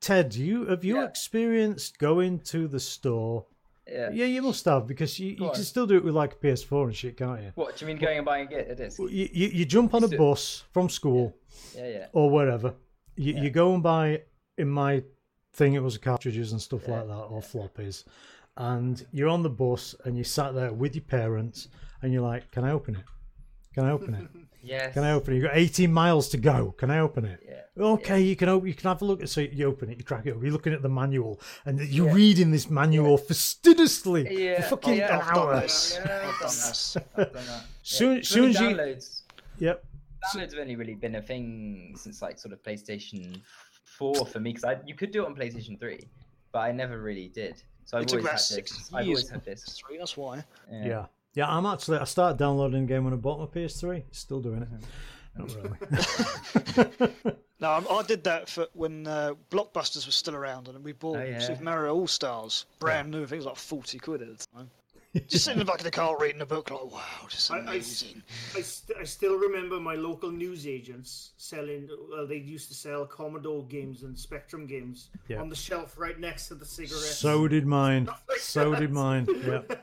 Ted, do you have you
Yeah.
experienced going to the store?
Yeah.
Yeah, you must have because you, you
Go
can
on.
still do it with like a PS4 and shit, can't you?
What do you mean going and buying a, a disc?
Well, You, you, you jump on a
Still-
bus from school
Yeah, yeah.
or wherever. You, you go and buy, in my thing, it was cartridges and stuff like that, or floppies. And you're on the bus and you sat there with your parents and you're like, Can I open it? Can I open it?
Yes.
Can I open it? You've got 18 miles to go. Can I open it?
Yeah.
Okay, you can open. You can have a look at. So you open it, you crack it. up, You're looking at the manual, and you're reading this manual fastidiously
Yeah. Oh,
for fucking
Yeah.
an hour.
I've done this.
Yeah, I've
I've
done
done
that.
this.
I've done that.
Soon,
It's
soon
really
as you,
downloads.
yep.
Downloads have only really been a thing since like sort of PlayStation 4 for me because you could do it on PlayStation 3, but I never really did. So I've
It took
always
about
had
six
this. I've always
years.
had this.
Three, that's why.
Yeah. yeah. I'm actually. I started downloading the game when I bought my PS3. Still doing it. Not really.
No, I'm- I did that for when uh, Blockbusters was still around, and we bought
Oh, yeah.
Super Mario All Stars, brand new. I think it was like forty quid at the time. Just sitting in the back of the car reading a book, like wow, this is
I- I s-
amazing.
I, st- I still remember my local news agents selling. Well, they used to sell Commodore games and Spectrum games
Yeah.
on the shelf right next to the cigarettes.
so did mine. So did mine. Yeah.
and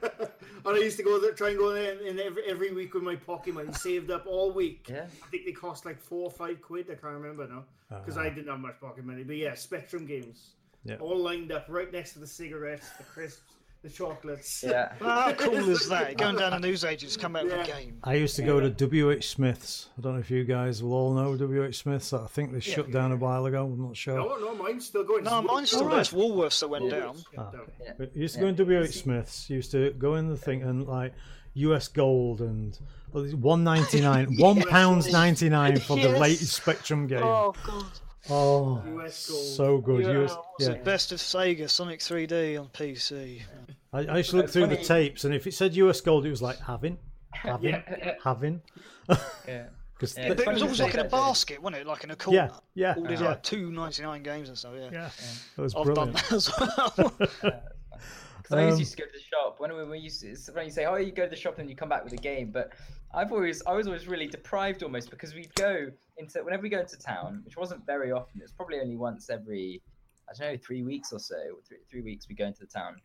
I used to go there, try and go there, and every, every week with my pocket money, saved up all week.
Yeah.
I think they cost like four or five quid. I can't remember now because I didn't have much pocket money. But yeah, Spectrum games,
Uh-huh. Yeah.
all lined up right next to the cigarettes, the crisps, the chocolates.
Yeah.
Well, how cool is that? Going down to newsagents, come out
Yeah.
with a game.
I used to go to WH Smith's. I don't know if you guys will all know WH Smith's. I think they shut down a while ago. I'm not sure.
No, no, mine's still going.
No, mine's still
Alright.
there. It's Woolworths that went down.
Ah, But you used to go in WH Smith's, you used to go in the thing and like US gold and oh, one ninety nine, one pounds ninety nine for the
Yes.
latest Spectrum game. Oh,
Oh god!
US gold.
so good.
Yeah,
US,
what's
yeah.
it? Best of Sega Sonic 3D on PC.
I, I used to look through the tapes, and if it said US gold, it was like having, having, having,
Yeah.
because
Yeah.
But it
Funny
was
you
always
say
like in a
that, Dave.
basket, wasn't it? Like in a corner.
yeah, yeah,
All these
yeah,
like two ninety nine games and stuff. Yeah.
yeah. That was
I've done
brilliant.
that as well.
Because I always
Um,
used to go to the shop. When we, we used to, it's when you say, "Oh, you go to the shop and you come back with a game," but I've always, I was always really deprived almost because we'd go into whenever we go into town, which wasn't very often. It was probably only once every, I don't know, three weeks or so. Three, three weeks we go into the town,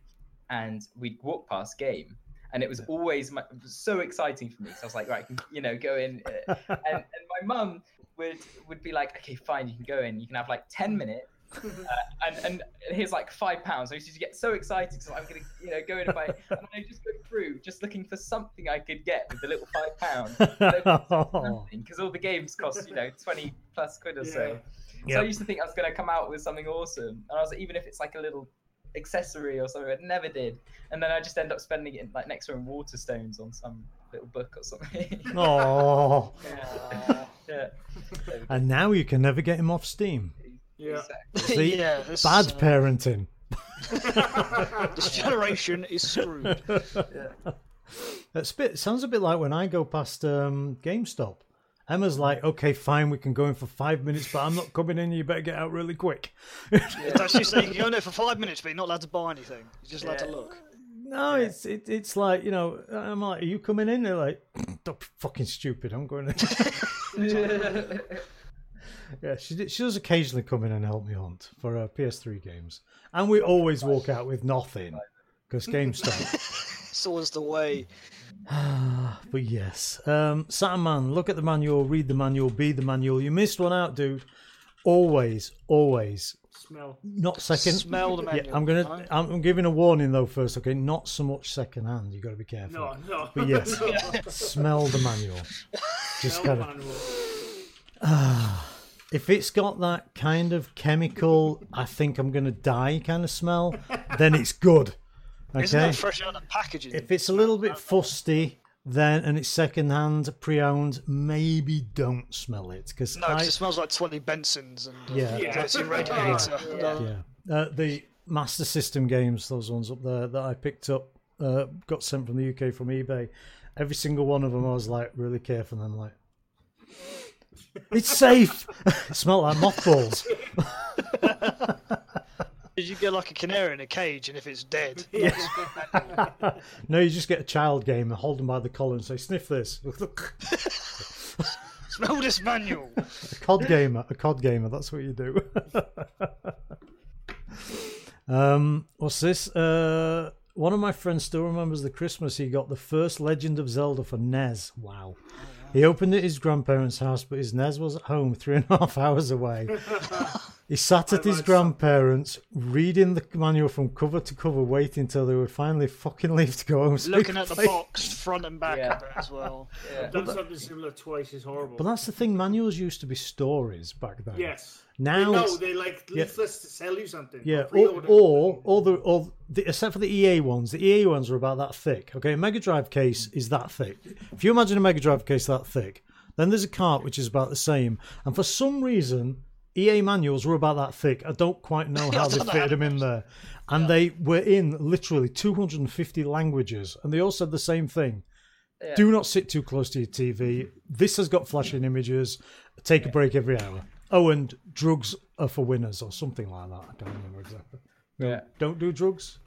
and we'd walk past game, and it was always my, it was so exciting for me. So I was like, right, you know, go in, uh, and, and my mum would would be like, okay, fine, you can go in, you can have like ten minutes Uh, and, and and here's like five pounds. I used to get so excited, so I'm gonna you know go in and buy it. and I just go through just looking for something I could get with the little five pound
Oh.
because all the games cost you know twenty plus quid or so. So I
Yeah.
used to think I was gonna come out with something awesome, and I was like, even if it's like a little accessory or something, I never did. And then I just end up spending it in, like next to in Waterstones on some little book or something.
Oh,
yeah. yeah.
and now you can never get him off Steam.
Yeah.
See?
yeah. This,
Bad
uh,
parenting.
This generation is screwed.
That's a bit, sounds a bit like when I go past um, GameStop. Emma's like, okay, fine, we can go in for five minutes, but I'm not coming in. You better get out really quick.
That's just saying you can go in there for five minutes, but you're not allowed to buy anything. You're just allowed to
Yeah.
look.
No, it's it, it's like you know. I'm like, are you coming in? They're like, don't be fucking stupid. I'm going. In. yeah, she did- she does occasionally come in and help me hunt for uh, PS3 games, and we always walk out with nothing because GameStop.
It's always the way.
But yes, um, Satman, look at the manual, read the manual, be the manual. You missed one out, dude. Always, always,
Smell.
not second.
Smell the manual.
yeah, I'm
no?
gonna. I'm I'm giving a warning though first. Okay, not so much second hand. You got to be careful.
No, no.
But yes, smell the manual. Just
Smell
kind of.
manual.
If it's got that kind of chemical, I think I'm gonna die kind of smell, then it's good. Okay.
Isn't that fresh out of packaging?
If it's a little bit fusty, then and it's secondhand, pre-owned. Maybe don't smell it because
No, because it smells like 20 Bensons and uh,
Yeah.
yeah.
Yeah.
dirty radiator. No.
yeah. Uh, the Master System games, those ones up there that I picked up, uh, got sent from the UK from eBay. Every single one of them, I was like really careful. And I'm like, it's safe. it smelled like mothballs.
You get like a canary in a cage, and if it's dead,
no, you just get a child game and hold them by the collar and say, "Sniff this." a
smell this manual.
cod gamer, a cod gamer. That's what you do. um, what's this? Uh, one of my friends still remembers the Christmas he got the first Legend of Zelda for NES. Wow. He opened it at his grandparents' house, but his NES was at home three and a half hours away. he sat at his grandparents, reading the manual from cover to cover, waiting till they would finally fucking leave to go home. so he
Looking
could
at the
play.
box front and back
Yeah.
of it as well.
Yeah.
Done something similar twice is horrible.
But that's the thing, manuals used to be stories back then.
yes.
Now
no,
it's-
they like leaflets to sell you something.
Yeah, or,
pre-order.
or all the all the, except for the EA ones, the EA ones are about that thick. Okay, a Mega Drive case is that thick. If you imagine a Mega Drive case that thick, then there's a cart which is about the same. And for some reason, EA manuals were about that thick. I don't quite know how they
don't know
fitted
how
them in there. And they were in literally 250 languages, and they all said the same thing.
Yeah.
Do not sit too close to your TV. This has got flashing images. Take a break every hour. Oh, and drugs are for winners or something like that. I can't remember exactly.
Yeah.
Don't do drugs.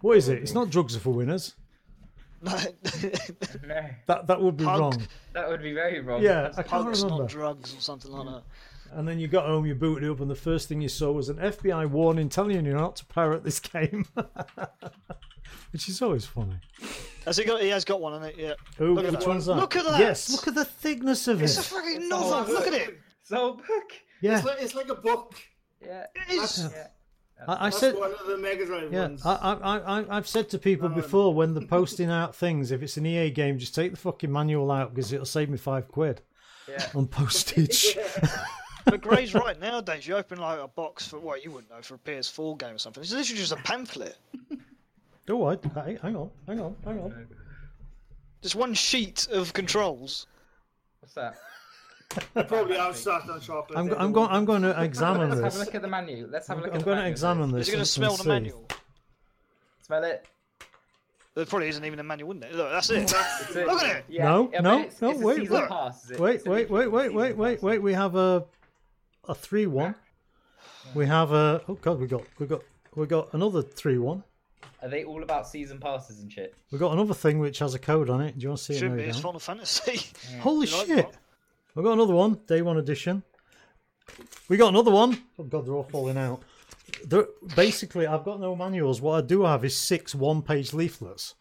What is it? It's not drugs are for winners.
No,
That that would be
Punk.
wrong.
that would be very wrong.
Yeah, I can't
Punk's
remember.
not drugs or something like that.
And then you got home, you booted it up, and the first thing you saw was an FBI warning telling you not to pirate this game, which is always funny.
Has he got? He has got one on it. Yeah.
Oh,
Look at
which
that.
one's that?
Look at that.
Yes, look at the thickness of
It's a
it.
fucking novel. Look at it.
So book.
Yeah,
It's like, it's like a book.
Yeah.
It is.
Yeah.
I, I
That's
said
one of the Mega Drive
Yeah,
ones.
I, I, I- I, I've said to people
No,
before when they're posting out things, if it's an EA game, just take the fucking manual out because it'll save me five quid
Yeah.
on postage.
But Gray's right. Nowadays, you open like a box for what you wouldn't know for a PS4 game or something. It's literally just a pamphlet.
oh, I, I, hang on, hang on, hang on.
Just one sheet of controls.
What's that?
I probably have started on chocolate.
I'm,
there,
I'm
but-
going. I'm going to examine
Let's have a
this.
look at the menu. Let's have a look
I'm
at the
going to
menu.
examine
Is
this.
it going
and-
to smell
and
the
see.
manual?
Smell it.
There probably isn't even a manual, wouldn't it? Look, that's it.
It's
Look at it.
Yeah.
No,
yeah, but
no,
it's,
no,
It's a
wait,
season
look.
pass, is it?
Wait,
It's a
wait, wait, wait,
season
wait, wait,
pass.
wait. We have a a three one. We have a. Oh God, we got we got we got another three one.
Are they all about season passes and shit?
We got another thing which has a code on it. Do you want to see it?
Should
No,
be.
you
It's
don't.
Final Fantasy.
Holy
You like
shit!
that?
We've got another one, day one edition. We got another one. Oh god, they're all falling out. They're, basically, I've got no manuals. What I do have is six one-page leaflets.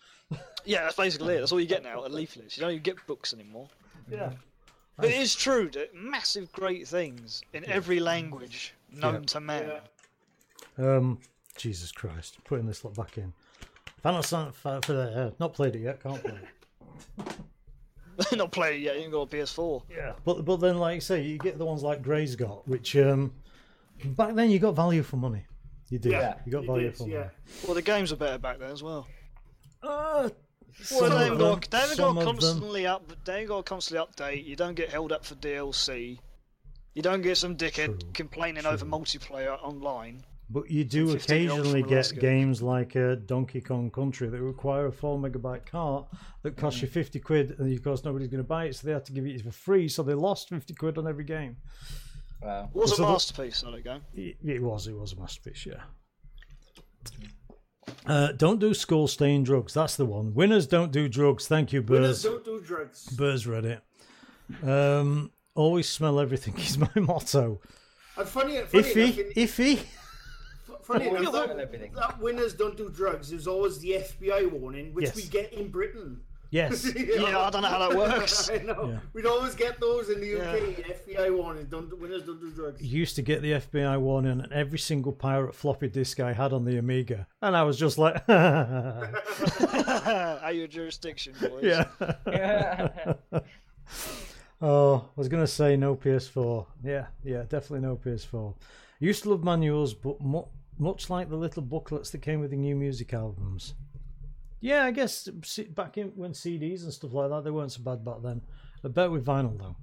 yeah, that's basically it. That's all you get now. Are leaflets. You don't even get books anymore.
Yeah.
But it is true that massive, great things in every language known to man.
Um, Jesus Christ, putting this lot back in. Final San- for for the uh, not played it yet. Can't play. It.
Not play it yet. You ain't got a PS4.
Yeah. But but then, like you say, you get the ones like Gray's got, which um, back then you got value for money. You did.
Yeah,
you got
it
value
is,
for
yeah.
money.
Well, the games were better back then as well.
Uh,
Ah, Well,
some
they
of
haven't
them,
got, they haven't
some
got
of
to
them-
constantly up. They haven't got to constantly update. You don't get held up for DLC. You don't get some dickhead
True,
complaining over multiplayer online.
But you do
15-year-old
occasionally
from
get
Alaska.
games like uh, Donkey Kong Country that require a four megabyte cart that costs you fifty quid, and of course nobody's going to buy it, so they had to give it for free. So they lost fifty quid on every game.
Wow.
It was
So
a
the-
masterpiece, though, that game.
It, it was, it was a masterpiece, yeah. Uh, don't do school staying drugs. That's the one. Winners don't do drugs. Thank you,
Winners
Burrs.
don't do drugs.
Burrs read it. Um, always smell everything is my motto.
And funny, funny enough,
Iffy, iffy.
in- funny
Well,
enough,
you
that,
learn everything.
that winners don't do drugs is always the FBI warning, which
Yes.
we get in Britain.
Yes.
You
Yeah, I don't know how that works.
I know.
Yeah.
We'd always get those in the UK. FBI warning: don't do- winners don't do drugs.
used to get the FBI warning on every single pirate floppy disk I had on the Amiga, and I was just like, yeah,
Out your jurisdiction, boys.
oh, I was gonna say no PS4. Yeah, yeah, definitely no PS4. Used to love manuals, but mu- much like the little booklets that came with the new music albums. Yeah, I guess c- back in when CDs and stuff like that, they weren't so bad back then. I bet with vinyl though.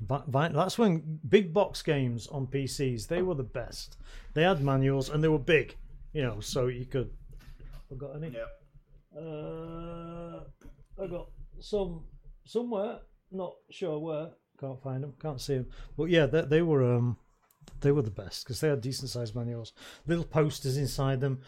Vi- vi- that's when big box games on PCs they were the best. They had manuals and they were big, you know, so you could. I got any?
Yeah.
Uh, I got some somewhere. Not sure where. Can't find them. Can't see them. But yeah, they, they were um, they were the best because they had decent sized manuals. Little posters inside them.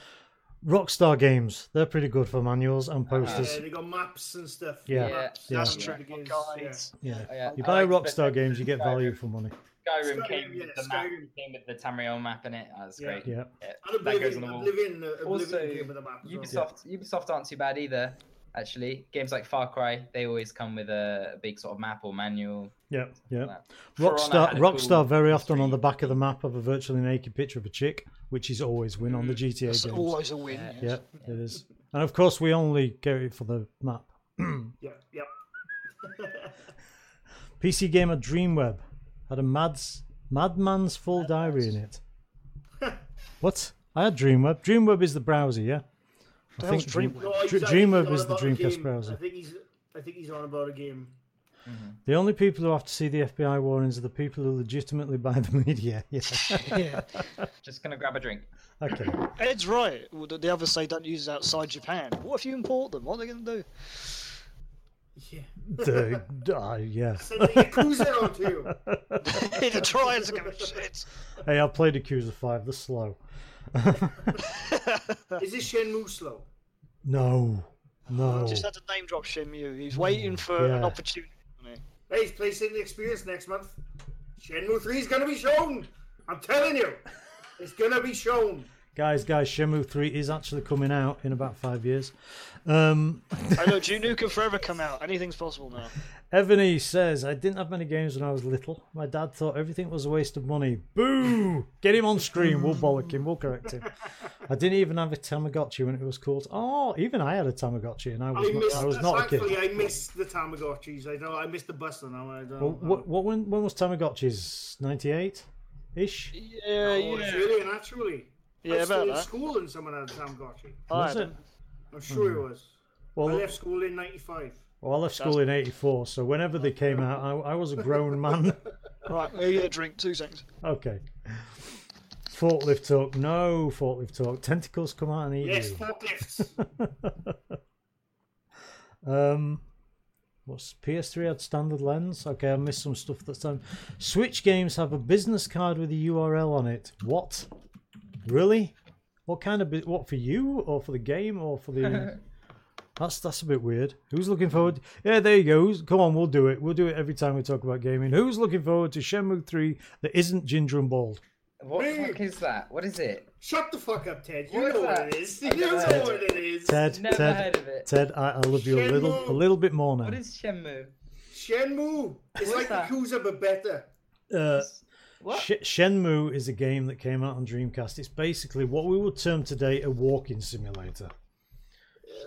Rockstar Games. They're pretty good for manuals and posters.
Uh,
Yeah, they got maps and stuff.
Yeah.
Maps,
Yeah.
That's
Yeah.
yeah.
true.
Guides,
Guys.
yeah.
Oh, yeah.
You
I
buy
like the-
Rockstar games, you get value for money.
Skyrim,
Skyrim,
came,
yeah,
with the map,
Skyrim.
came with the Tamriel map in it. That was
Yeah.
great.
Yeah.
And
That goes on
Oblivion,
the wall.
Oblivion, uh, Oblivion
Also,
came with a map as well.
Ubisoft, Ubisoft aren't too bad either. Actually, games like Far Cry, they always come with a big sort of map or manual.
Yeah. Yeah.
Like, For Honor
Rockstar
had a
Rockstar
cool
very often
history.
on the back of the map of a virtually naked picture of a chick, which is always win on the
Mm-hmm.
GTA
That's
games.
always a win.
Yeah.
Yeah, it is. And of course, we only get it for the map.
Yeah, yeah.
PC gamer Dreamweb had a Mad's Madman's Full Diary in it. what? I had Dreamweb. Dreamweb is the browser, yeah.
The hell's
Dream-
Dreamweb?
No, I- I
Dr-
think
Dreamweb
he's on
is the
about a
Dreamcast
game.
browser.
I think he's, I think he's on about a game.
The only people who have to see the FBI warnings are the people who legitimately buy the media. Yeah.
Yeah.
Just gonna grab a drink.
okay.
Ed's right. Well, The the others say don't use it outside Japan. What if you import them? What are they going to do?
Yeah.
The, uh, yeah.
Send the Yakuza on too.
the trials are going to shit.
Hey, I played Accuser 5. They're slow.
Is this Shenmue slow?
No. No.
Just had to name drop Shenmue. He's waiting for an
Oh. Yeah.
opportunity. isn't
Hey, he's placing the experience next month. Shenmue 3 is going to be shown. I'm telling you. It's going to be shown.
Guys, guys, Shenmue 3 is actually coming out in about five years. Um,
he? I know. Duke Nukem Forever come out. Anything's possible now.
Ebony says, I didn't have many games when I was little. My dad thought everything was a waste of money. Boo! Get him on stream. We'll bollock him. We'll correct him. I didn't even have a Tamagotchi when it was called. Oh, even I had a Tamagotchi and I was,
I
not, I was
Oh, missed.
not a kid.
Thankfully, I missed the Tamagotchis. I know I missed the bus on that one. I don't.
Well, what, what, when, when was Tamagotchis? 98 ish?
Yeah,
Oh, it's
yeah.
really and actually. I
Yeah,
was still
about
in
that.
school and someone had a Tamagotchi.
Oh, I
Was
had
it?
them.
I'm sure
Hmm.
it was. I
Well,
left school in '95.
well, I left school in 84, so whenever they came out, I, I was a grown man.
Right, we'll get a drink. Two seconds.
Okay. Forklift talk. No forklift talk. Tentacles come out and eat
Yes,
you.
forklifts.
Um, what's PS3 had standard lens? Okay, I missed some stuff that's time. Switch games have a business card with a URL on it. What? Really? What kind of bu- what for you or for the game or for the? that's that's a bit weird. Who's looking forward? Yeah, there you go. Who's- Come on, we'll do it. We'll do it every time we talk about gaming. Who's looking forward to Shenmue Three that isn't Ginger and Bald?
What the
Me.
fuck is that? What is it?
Shut the fuck up, Ted. You
What is
know what
that?
it is.
I
You know
never heard
what
of
it is.
Ted,
Never
Ted,
heard of it.
Ted, I, I love you a little a little bit more now.
What is Shenmue?
Shenmue. It's
What
like
is that?
Yakuza but better.
uh,
What?
Sh- Shenmue is a game that came out on Dreamcast. It's basically what we would term today a walking simulator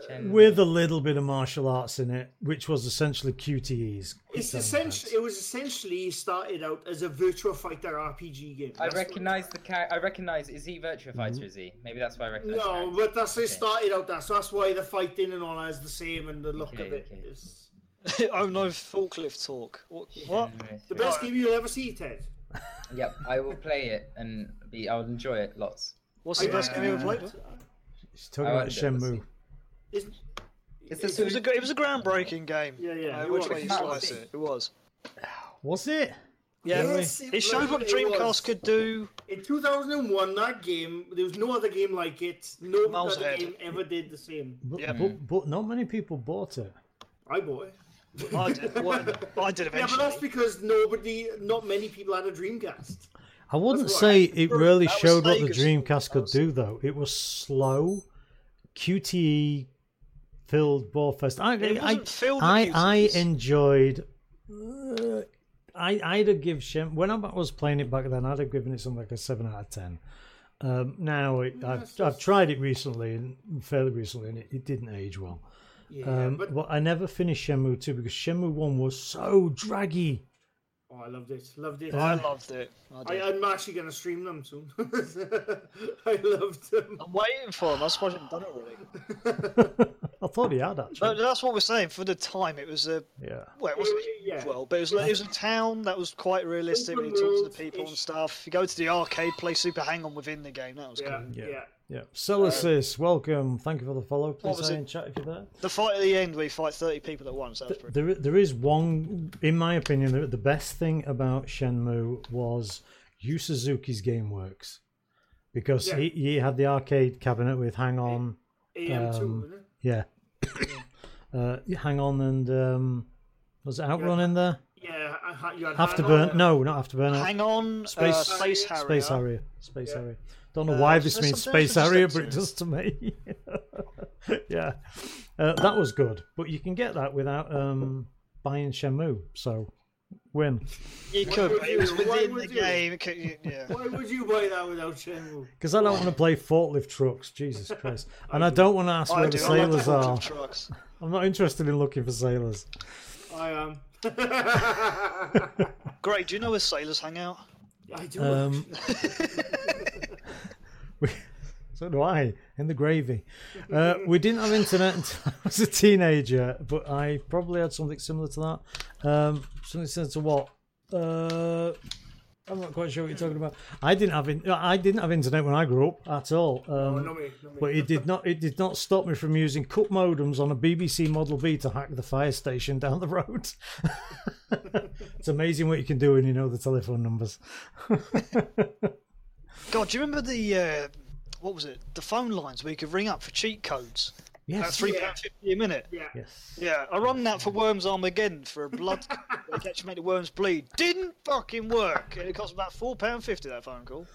Shenmue.
with a little bit of martial arts in it, which was essentially QTEs.
It's
Quick time
essentially.
events.
It was essentially started out as a Virtua Fighter RPG game.
I
That's what-
recognize the character. I recognize. Is he Virtua Fighter? Is he? Maybe that's why I recognize.
No, but that's it started out that, so that's why the fighting and all is the same and the look
Okay,
of it
okay.
is
oh no, forklift talk. What? what?
the best game you'll ever see, Ted.
Yep, I will play it and be. I'll enjoy it lots.
What's the
I-
best game you ever played?
Uh,
She's talking
I
about
liked it, let's
Shenmue.
see.
Isn't,
It's the
It was a gr- it was a groundbreaking game.
Yeah, yeah,
Uh,
it
which
was.
way you
That
slice
was
it, it was.
Was it?
Yeah,
Really?
Yes,
it showed what the Dreamcast
was.
could do.
In 2001, that game, there was no other game like it. No
Mouse
other
head.
game ever did the same.
But,
Yeah.
but, but not many people bought it.
I bought it.
I did. What, I did
Yeah, but
eventually.
that's because nobody, not many people had a Dreamcast.
I wouldn't
what
say it really
That was
showed what the
Sega's-
Dreamcast
that
could
was-
do, though. It was slow, QTE filled ballfest. I,
It
I,
wasn't filled with
I, I
QTEs.
enjoyed. uh, I, I'd have give Shem when I was playing it back then. I'd have given it something like a seven out of ten. Um, now it, I've, I've tried it recently and fairly recently, and it, it didn't age well.
Yeah,
Um,
but
well, I never finished Shenmue two because Shenmue one was so draggy.
oh, I loved it. Loved it.
I
I,
loved it. I did.
I, am actually going to stream them soon. I loved them.
I'm waiting for him. I suppose I've done it already.
I thought he had actually.
But that's what we're saying. For the time, it was a
Yeah.
well, it wasn't
Yeah.
well, but it was, it was a town that was quite realistic. when You talk to the people and stuff. You go to the arcade, play Super Hang On within the game. That was
Yeah,
cool.
Yeah.
yeah.
Yeah. Celesis, welcome. Thank you for the follow. Please
was
say
it?
in chat if you're there.
The fight at the end where you fight thirty people at once. That was pretty.
There, there is one, in my opinion, the, the best thing about Shenmue was Yu Suzuki's GameWorks because
Yeah.
he, he had the arcade cabinet with Hang On,
AM2,
Um,
wasn't it?
yeah, uh, Hang On, and um, was it Outrun in there?
Yeah, I- I- you had
Afterburn?
Hang On.
No, not Afterburn. uh,
Hang on, space,
Space-
uh, space Harrier.
Space Harrier. Space
Yeah.
Harrier. Don't know
Uh,
why
is
this
there
means
something else
Space
that
Harrier,
sticks
but it
in?
does to me. yeah, uh, that was good, but you can get that without um, buying Shamu. So, win.
You could,
would
but
you-
it was
why
within the
would you?
game. it could- you- yeah.
Why would you buy that without Shenmue?
Because I don't want to play forklift trucks, Jesus Christ. And I don't want to ask
Oh, I
where
do,
the
I like
sailors
the
are.
forklift trucks.
I'm not interested in looking for sailors.
I am. I
Great. Do you know where sailors hang out?
do.
Um, we- so do I, in the gravy. Uh, we didn't have internet until I was a teenager, but I probably had something similar to that. Um, something similar to what? Uh, I'm not quite sure what you're talking about. I didn't have in- I didn't have internet when I grew up at all. Um,
oh, not me, not me.
But it did not. It did not stop me from using cut modems on a BBC Model B to hack the fire station down the road. it's amazing what you can do when you know the telephone numbers.
God, do you remember the uh, what was it? The phone lines where you could ring up for cheat codes at
Yes.
three pound fifty a minute.
yeah.
Yes.
Yeah, I run that for Worms Armageddon for a blood. they catch make the worms bleed. Didn't fucking work. And it cost about four pound fifty that phone call.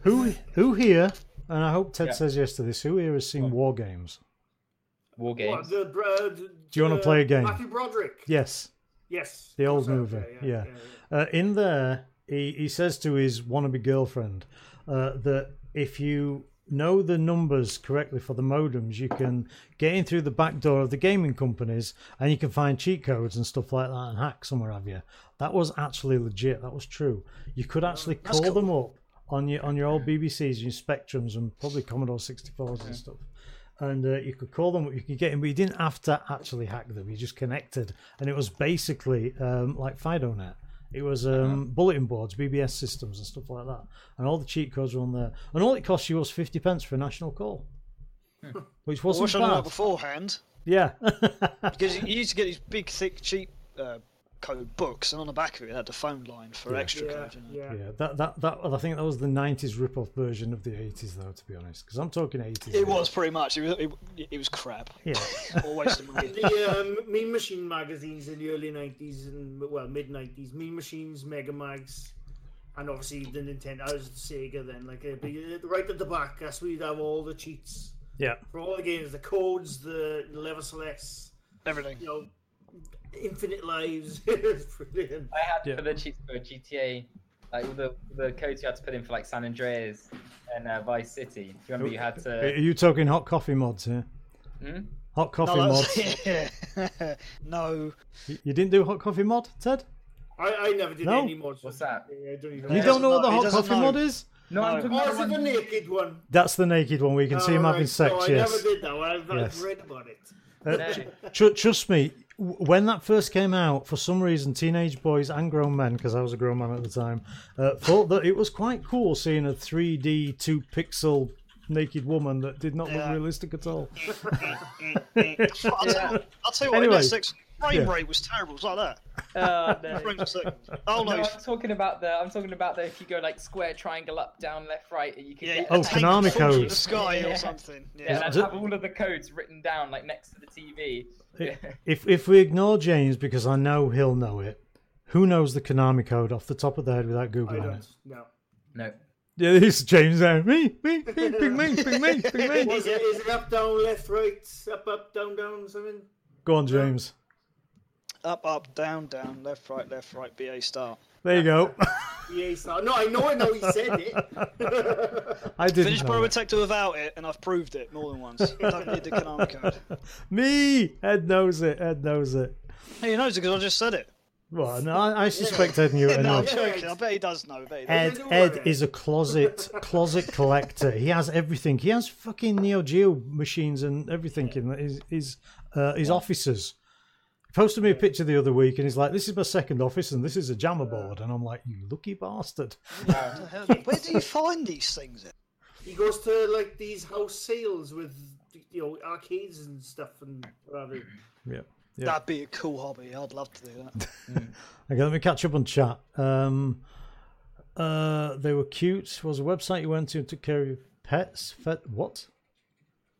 Who who here? And I hope Ted
Yeah.
says yes to this. Who here has seen War Games?
War
What,
games.
the, uh, do
you wanna play a game?
Matthew Broderick.
Yes,
Yes.
the old
Okay,
movie. Yeah. Uh, in there, he, he says to his wannabe girlfriend uh, that if you know the numbers correctly for the modems, you can get in through the back door of the gaming companies and you can find cheat codes and stuff like that and hack somewhere have you. That was actually legit. That was true. You could actually call
cool.
them up on your on your old BBCs, your Spectrums, and probably Commodore 64s and stuff. And uh, you could call them, you could get in, but you didn't have to actually hack them. You just connected, and it was basically um, like FidoNet. It was um, bulletin boards, BBS systems, and stuff like that. And all the cheat codes were on there. And all it cost you was fifty pence for a national call, which
I
wasn't
wish I knew that
bad.
beforehand
Yeah,
because you used to get these big, thick, cheap uh, code books, and on the back of it had the phone line for extra
Yeah.
code. You know?
Yeah.
yeah. That that that. I think that was the '90s rip-off version of the '80s, though. To be honest, because I'm talking '80s.
It
now.
was pretty much. It was, it, it was crap.
Yeah.
All waste of money.
The um, Mean Machine magazines in the early 90s and, well, mid 90s. Mean Machines, Mega Mags, and obviously the Nintendo, I was Sega then. Like, uh, but you- right at the back, that's where you'd have all the cheats
Yeah.
for all the games the codes, the lever selects,
Everything.
you know, infinite lives. it's brilliant.
I had
Yeah.
for the cheats for GTA, like all the the codes you had to put in for like San Andreas and uh, Vice City. Do you remember you had
Are
to?
you talking hot coffee mods here?
Hmm?
Hot coffee
No,
mods.
that's- yeah. no.
You- You didn't do hot coffee mod, Ted?
I, I never did
No?
any mods.
What's that?
Yeah, I don't even
You
He
don't
doesn't
know what the
know-
hot
he doesn't
coffee
know.
mod is?
No, I'm talking
No.
Oh,
about
is it
one-
the naked one?
That's the naked one where you can see him
Oh,
having
right.
sex,
No, I
yes.
never did that. one. I've,
Yes.
I've read about it.
No.
Tru- trust me, w- when that first came out, for some reason, teenage boys and grown men, because I was a grown man at the time, uh, thought that it was quite cool seeing a 3D, two pixel naked woman that did not look
Yeah.
realistic at all.
I'll, tell, you- I'll tell you what.
Anyway.
Anyway. Six, frame
Yeah.
rate was terrible. It was like that.
Oh, no.
Frames a second. Oh
No,
no.
I'm talking about the. I'm talking about the. If you go like square, triangle, up, down, left, right, you can.
Yeah,
get
Oh,
a tank
Konami
that falls through The
codes.
sky
Yeah.
or something. Yeah.
Yeah, and I'd
Ju-
have all of the codes written down like next to the TV.
If if we ignore James, because I know he'll know it, who knows the Konami code off the top of their head without
I
Googling it?
don't. No.
no.
Yeah, it's James there. Me, me, me, ping me, ping me, ping me.
Is it, is it up, down, left, right, up, up, down, down, something?
Go on, James.
Up, up, down, down, left, right, left, right, BA star.
There you go.
EA star. No, I know it now. He said it.
I didn't
Finished
know.
Pro
it.
Protector without it, and I've proved it more than once. Don't need the Konami code.
Me, Ed knows it. Ed knows it.
Hey, you know, because I just said it.
Well, no, I, I suspect Ed knew it
no, I'm
enough.
joking. I bet he does know. I bet he does.
Ed
don't
Ed
worry.
is a closet closet collector. He has everything. He has fucking Neo Geo machines and everything in his his uh, his offices. He posted me a picture the other week, and he's like, "This is my second office, and this is a jammer board." And I'm like, "You lucky bastard!"
What the hell? Where do you find these things? Then?
He goes to like these house sales with you know arcades and stuff and whatever.
Yeah. Yeah.
That'd be a cool hobby. I'd love to do that.
Okay, let me catch up on chat. Um, uh, they were cute. Was a website you went to and took care of your pets? Fet what?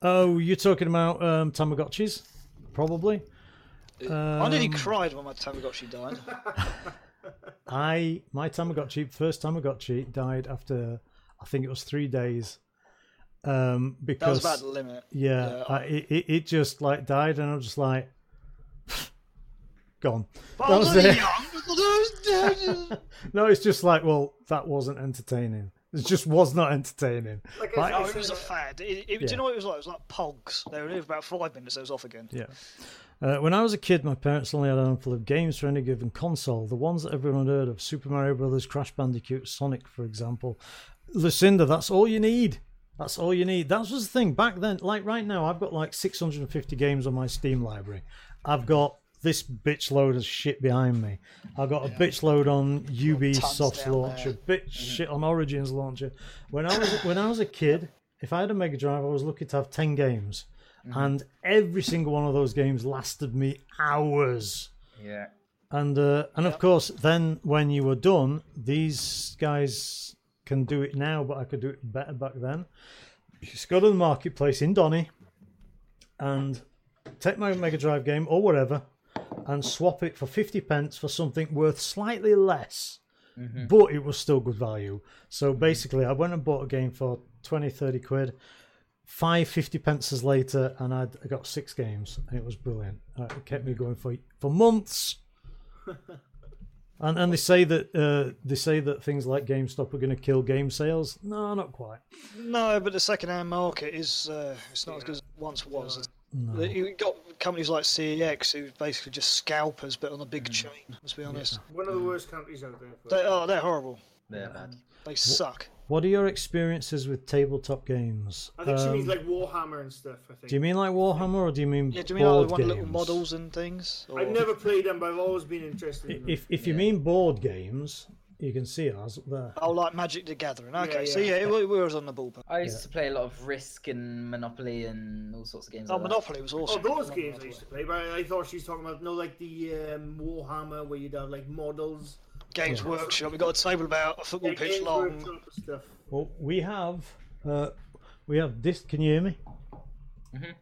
Oh, you're talking about um, Tamagotchis, probably. Um,
I nearly cried when my Tamagotchi died.
I my Tamagotchi first Tamagotchi died after I think it was three days. Um,
That
because
was about the limit.
yeah, I, it, it it just like died, and I'm just like gone.
But
That
I
was
was only
it.
young.
No, it's just like well, that wasn't entertaining. It just was not entertaining.
Like
Right.
I
No,
said,
it was a fad. It, it, Do
Yeah.
you know what it was like? It was like Pogs. They were in about five minutes. They was off again.
Yeah. Uh, when I was a kid, my parents only had a handful of games for any given console. The ones that everyone had heard of Super Mario Brothers, Crash Bandicoot, Sonic, for example. Lucinda, that's all you need. That's all you need. That was the thing back then. Like right now, I've got like 650 games on my Steam library. I've got this bitch load of shit behind me. I've got a bitch load on Ubisoft's
down
launcher, bitch shit on Origin's launcher. When I was when I was a kid, if I had a Mega Drive, I was lucky to have 10 games and every single one of those games lasted me hours.
Yeah.
And uh, and of course, then when you were done, these guys can do it now, but I could do it better back then. Just go to the marketplace in Donny and take my Mega Drive game or whatever and swap it for 50 pence for something worth slightly less, but it was still good value. So basically, I went and bought a game for 20, 30 quid. Five fifty pences later, and I'd, I got six games, and it was brilliant. Uh, It kept me going for for months. And and they say that uh, they say that things like GameStop are going to kill game sales. No, not quite.
No, but the second-hand market is uh, it's not as good as it once was. The- You got companies like CEX who basically just scalpers, but on a big chain. Let's be honest.
one of the worst countries out there.
They, oh, they're horrible.
They're bad.
They suck.
What are your experiences with tabletop games?
I think she
Um,
means like Warhammer and stuff. I think.
do you mean like Warhammer, or do you mean
Yeah, do you mean
board
like the one little
games?
models and things? Or...
I've never played them, but I've always been interested. in them.
If if you mean board games, you can see ours up there.
Oh, like Magic the Gathering. Okay, so
yeah.
yeah, it, we we was on the ball. but-
I used to play a lot of Risk and Monopoly and all sorts of games.
Oh,
like that.
Monopoly was
Oh,
awesome.
those games I used to play, but I I thought she was talking about no, like the um, Warhammer where you'd have like models,
Games Workshop. We got a table about a football
like,
pitch
Games
long.
Workshop stuff.
Well, we have uh, we have disc. Can you hear me?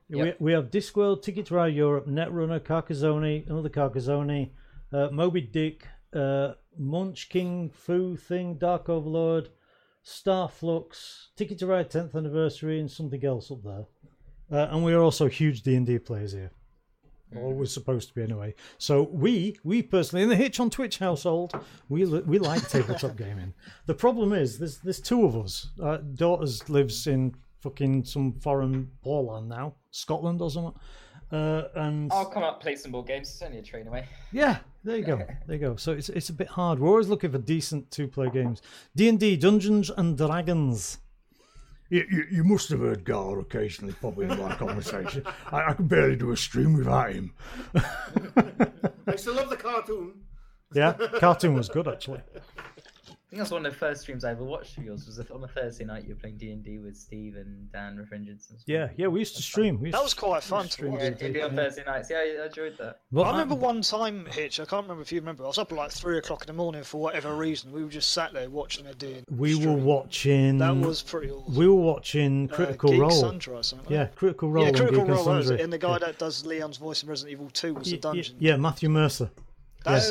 Yep.
We, we have Discworld, Ticket to Ride Europe, Netrunner, Carcassonne, another Carcassonne, uh, Moby Dick, uh, Munch King, Foo Thing, Dark Overlord, Starflux, Ticket to Ride 10th Anniversary, and something else up there. Uh, and we are also huge D and D players here, or we're supposed to be anyway. So we, we personally, in the Hitch on Twitch household, we li- we like tabletop gaming. The problem is there's there's two of us. Our daughters lives in fucking some foreign borderland now, Scotland or something. Uh, and
I'll come up play some more games. It's only a train away.
yeah, there you go, there you go. So it's it's a bit hard. We're always looking for decent two player games. D and D, Dungeons and Dragons.
You, you, you must have heard Gar occasionally pop in my conversation. I, I can barely do a stream without him.
I still love the cartoon.
Yeah, cartoon was good actually.
I think that's one of the first streams I ever watched of yours. Was on a Thursday night. You're playing D and D with Steve and Dan Refringence.
Yeah, yeah, we used to stream. We used
That
to
was quite fun to watch.
Yeah, D&D on Thursday nights. Yeah, I I enjoyed that.
Well,
I remember one time, Hitch. I can't remember if you remember. I was up at like three o'clock in the morning for whatever reason. We were just sat there watching a D.
we were watching.
That was pretty awesome.
we were watching
Uh,
Critical
Geek
Role.
Sundry or something.
Yeah,
wasn't
Critical
it?
Role.
yeah, Critical
and Geek
Role.
and
was
Sundry.
it? And the guy that does Leon's voice in Resident Evil Two was
yeah.
the dungeon.
Yeah, Matthew Mercer.
That's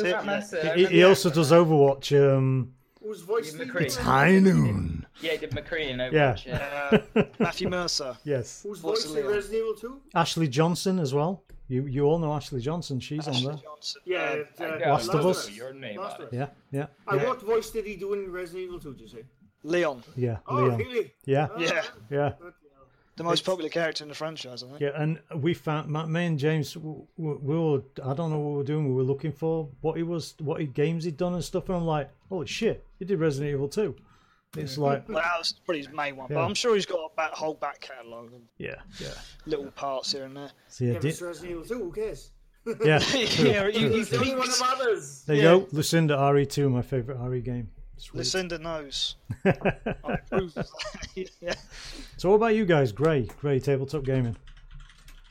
Oh,
it.
that
yeah.
Mercer, I
He,
remember
he
that.
also does Overwatch. Um,
Who's voice?
Ian McCree.
Steve-
High noon.
Yeah, he did McCree in
Yeah.
Overwatch. Yeah.
Uh, Matthew Mercer.
yes,
Who's
What's
voice
the
in
Leon?
Resident Evil 2?
Ashley Johnson as well. You you all know Ashley Johnson. She's on
Ashley
there.
Johnson.
Yeah,
Uh,
uh,
Last of Us.
Your name
Last
on
of Us.
Yeah, yeah,
Uh, what voice did he do in Resident Evil 2, did you say?
Leon.
yeah.
Oh,
Leon.
really? Oh,
Yeah,
Yeah.
yeah.
Bloody hell.
The most popular character in the franchise, I think.
Yeah, and we found my- me and James. w- w- We were I don't know what we were doing. We were looking for what he was, what he, games he'd done and stuff. And I'm like, holy shit, he did Resident Evil 2. It's like,
Well, that was probably his main one, but
Yeah.
I'm sure he's got a back, whole back catalogue and
yeah, yeah.
little parts here and there.
So yeah,
Yeah, but
did,
it's Resident Evil 2, who cares?
yeah, true,
yeah, you,
true.
you
It's only one of
think
others.
There you
yeah.
go, Lucinda RE2, my favorite RE game. Sweet.
Lucinda knows. I approve of that. yeah.
So what about you guys? Grey, Grey tabletop gaming.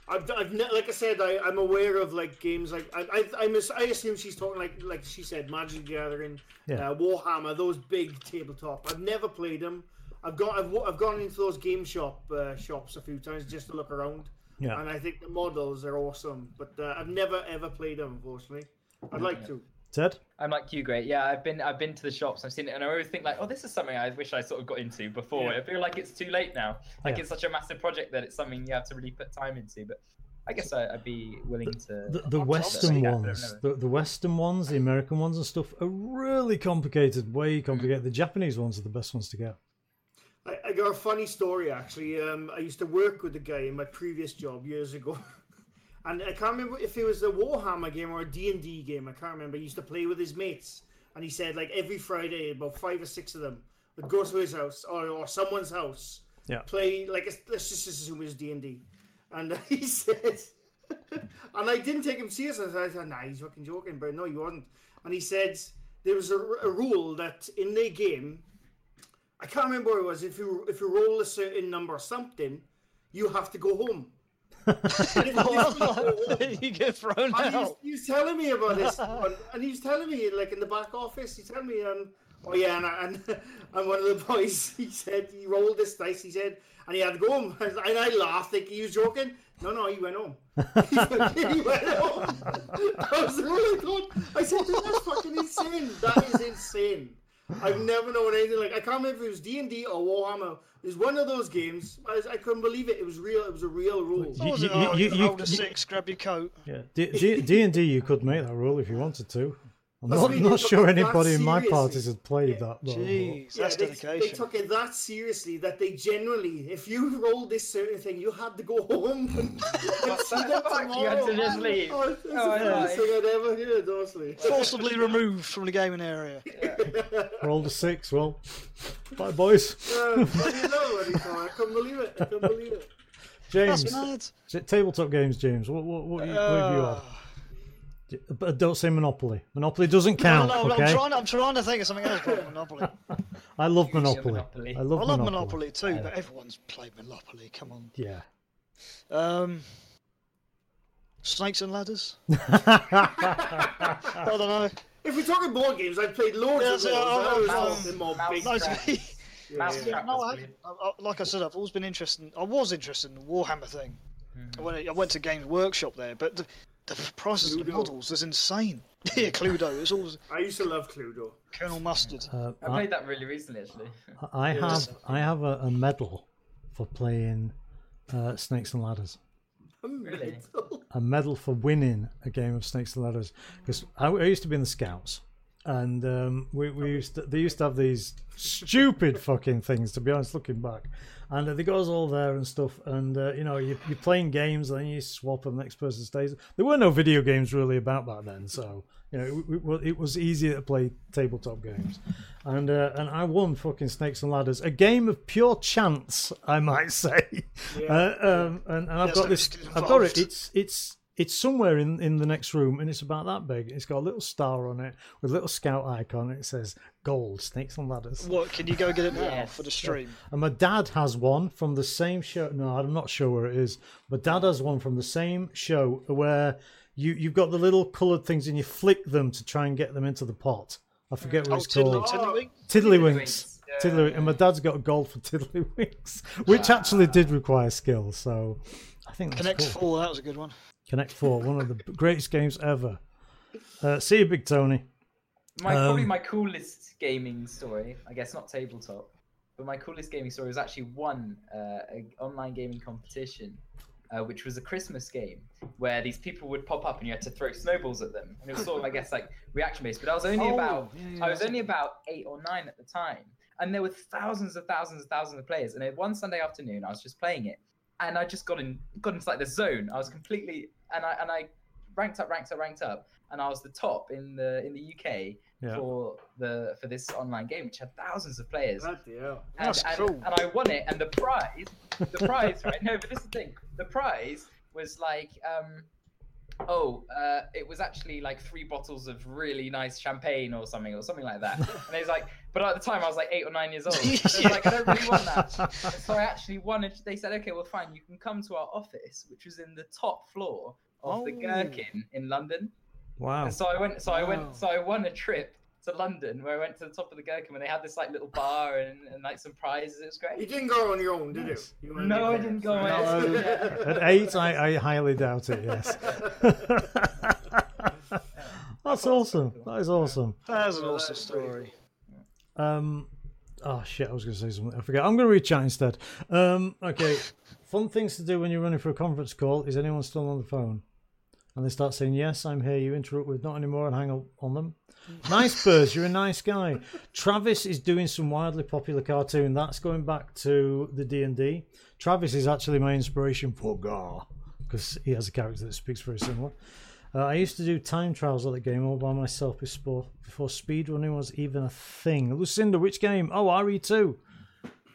I've, I've ne- like I said, I, I'm aware of like games like I I, I, miss, I assume she's talking like like she said, Magic the Gathering,
Yeah.
uh, Warhammer, those big tabletop. I've never played them. I've got I've, wa- I've gone into those game shop uh, shops a few times just to look around,
Yeah.
and I think the models are awesome, but uh, I've never ever played them. Unfortunately, I'd like to.
Ted.
I'm like you, great. Yeah, I've been I've been to the shops. I've seen it, and I always think like, oh, this is something I wish I sort of got into before. I feel like it's too late now. Like
Yeah.
it's such a massive project that it's something you have to really put time into. But I guess I, I'd be willing to.
The, the
I'll
Western
check that, but I don't
ones,
know.
the, the Western ones, the American ones and stuff are really complicated, way complicated. The Japanese ones are the best ones to get.
I, I got a funny story actually. Um, I used to work with a guy in my previous job years ago, and I can't remember if it was a Warhammer game or a D and D game. I can't remember. He used to play with his mates, and he said like every Friday, about five or six of them would go to his house or, or someone's house,
Yeah.
play like it's- let's just assume it's D and D, and he said, and I didn't take him seriously. I thought, nah, he's fucking joking, but no, he wasn't. And he said there was a, r- a rule that in their game I can't remember what it was. If you if you roll a certain number or something, you have to go home. And it was-
you get thrown
and he, was,
out.
he was telling me about this, one, and he was telling me like in the back office. He telling me, um, oh yeah, and, I- and and one of the boys, he said he rolled this dice. He said, and he had to go home, and I laughed like he was joking. No, no, he went home. he went home. That was the rule I thought. I said, that's fucking insane. That is insane. I've never known anything like. I can't remember if it was D and D or Warhammer. It was one of those games. I, I couldn't believe it. It was real. It was a real rule.
You-
What was
you-
it? Oh,
you-
you,
you-
rolled a
you-
six, grab your coat.
Yeah, D D D and D, you could make that rule if you wanted to. I'm
That's
not,
really
not
not
sure
that
anybody in my parties
seriously.
had played that. that rule.
Jeez, that's
they, they
dedication.
took it that seriously that they generally, if you rolled this certain thing, you had to go home. and see
the
them
fuck? You had to
tomorrow.
just leave.
Oh, it's the
Oh, I
funniest
know.
thing I'd ever heard, honestly.
Forcibly removed from the gaming area.
Rolled a six. Well, bye, boys.
Uh, but you know what he thought. I couldn't believe it. I couldn't believe it.
James,
That's mad.
is it tabletop games. James, what what what, you, what have you had?
Uh,
D- But don't say Monopoly. Monopoly doesn't
I
count.
don't know,
okay,
I'm, trying, I'm trying to think of something else called Monopoly.
I love Monopoly.
Monopoly.
I
I
love,
love
Monopoly.
Monopoly too, but everyone's played Monopoly. Come on.
Yeah.
Um, snakes and ladders. I don't know.
If we're talking board games, I've played loads
Yeah,
of
so,
those.
oh,
I was
oh,
talking more
mouse
big.
No,
Yeah,
to
Right.
me,
Mouse
yeah.
trap
no,
was
I,
brilliant.
I, I- like I said, I've always been interested. In, I was interested in the Warhammer thing. When I, I went to Games Workshop there, but the, the prices of the
Cluedo.
models is insane. yeah, Cluedo. It's always
I used to love Cluedo.
Colonel Mustard.
Uh,
I played that really recently, actually.
I have I have a, a medal for playing uh, Snakes and Ladders.
Really?
a medal for winning a game of Snakes and Ladders because I, I used to be in the Scouts, and um, we,
Oh.
we used to, they used to have these stupid fucking things. To be honest, looking back, and uh, they got us all there and stuff. And uh, you know, you, you're playing games, and then you swap, and the next person stays. There were no video games really about back then, so you know, it- it, wa- it was easier to play tabletop games. And uh, and I won fucking Snakes and Ladders, a game of pure chance, I might say. Uh, um, and, and I've
Yes,
got
that
this.
was
I've got it.
involved.
It's it's it's somewhere in in the next room, and it's about that big. It's got a little star on it with a little scout icon. And it says "Gold Snakes and Ladders."
What? Can you go get it now
Yes.
for the stream?
And my dad has one from the same show. No, I'm not sure where it is. My dad has one from the same show where you you've got the little coloured things and you flick them to try and get them into the pot. I forget what
Oh,
it's called.
Tiddly, Tiddlywink.
Tiddlywinks.
Tiddlywinks,
Tiddlywinks. And my dad's got a gold for Tiddlywinks, which actually did require skill. So I think that's
Connect
cool.
Four. That was a good one.
Connect Four, one of the greatest games ever. Uh, see you, Big Tony.
My probably
Um,
my coolest gaming story, I guess not tabletop, but my coolest gaming story was actually one uh, a- online gaming competition, uh, which was a Christmas game where these people would pop up and you had to throw snowballs at them, and it was sort of I guess like reaction based. But I was only
Oh,
about
yeah, yeah,
I was
that's-
only about eight or nine at the time, and there were thousands and thousands and thousands of players. And then one Sunday afternoon, I was just playing it, and I just got in got into like the zone. I was completely and I and I ranked up, ranked up, ranked up, and I was the top in the in the UK
Yeah.
for the for this online game, which had thousands of players.
Bloody hell.
And,
That's
and,
cool.
and I won it, and the prize, the prize, right? No, but this is the thing. The prize was like, um, oh, uh, it was actually like three bottles of really nice champagne or something, or something like that. And it was like, but at the time I was like eight or nine years old. So it's like, I don't really want that. So I actually won. it. They said, okay, well, fine, you can come to our office, which was in the top floor of the
Oh.
Gherkin in London.
Wow.
And so I went, so I
Wow.
went, so I won a trip to London where I went to the top of the Gherkin when they had this like little bar and, and like some prizes. It was
You
great.
didn't go on your own, did you?
Nice.
you? went
No, I
with
didn't
parents,
go.
right?
away.
No.
Yeah.
At eight, I, I highly doubt it. Yes. That's awesome. That is awesome.
That's an
Well,
awesome
that's pretty
story.
Um, oh shit, I was going to say something. I forget. I'm going to read chat instead. Um, okay. Fun things to do when you're running for a conference call. Is anyone still on the phone? And they start saying, "Yes, I'm here." You interrupt with, "Not anymore," and hang up on them. Nice birds. You're a nice guy. Travis is doing some wildly popular cartoon. That's going back to the D and D. Travis is actually my inspiration for Gar because he has a character that speaks very similar. Uh, I used to do time trials at the game all by myself before, before speedrunning was even a thing. Lucinda, which game? Oh, RE2.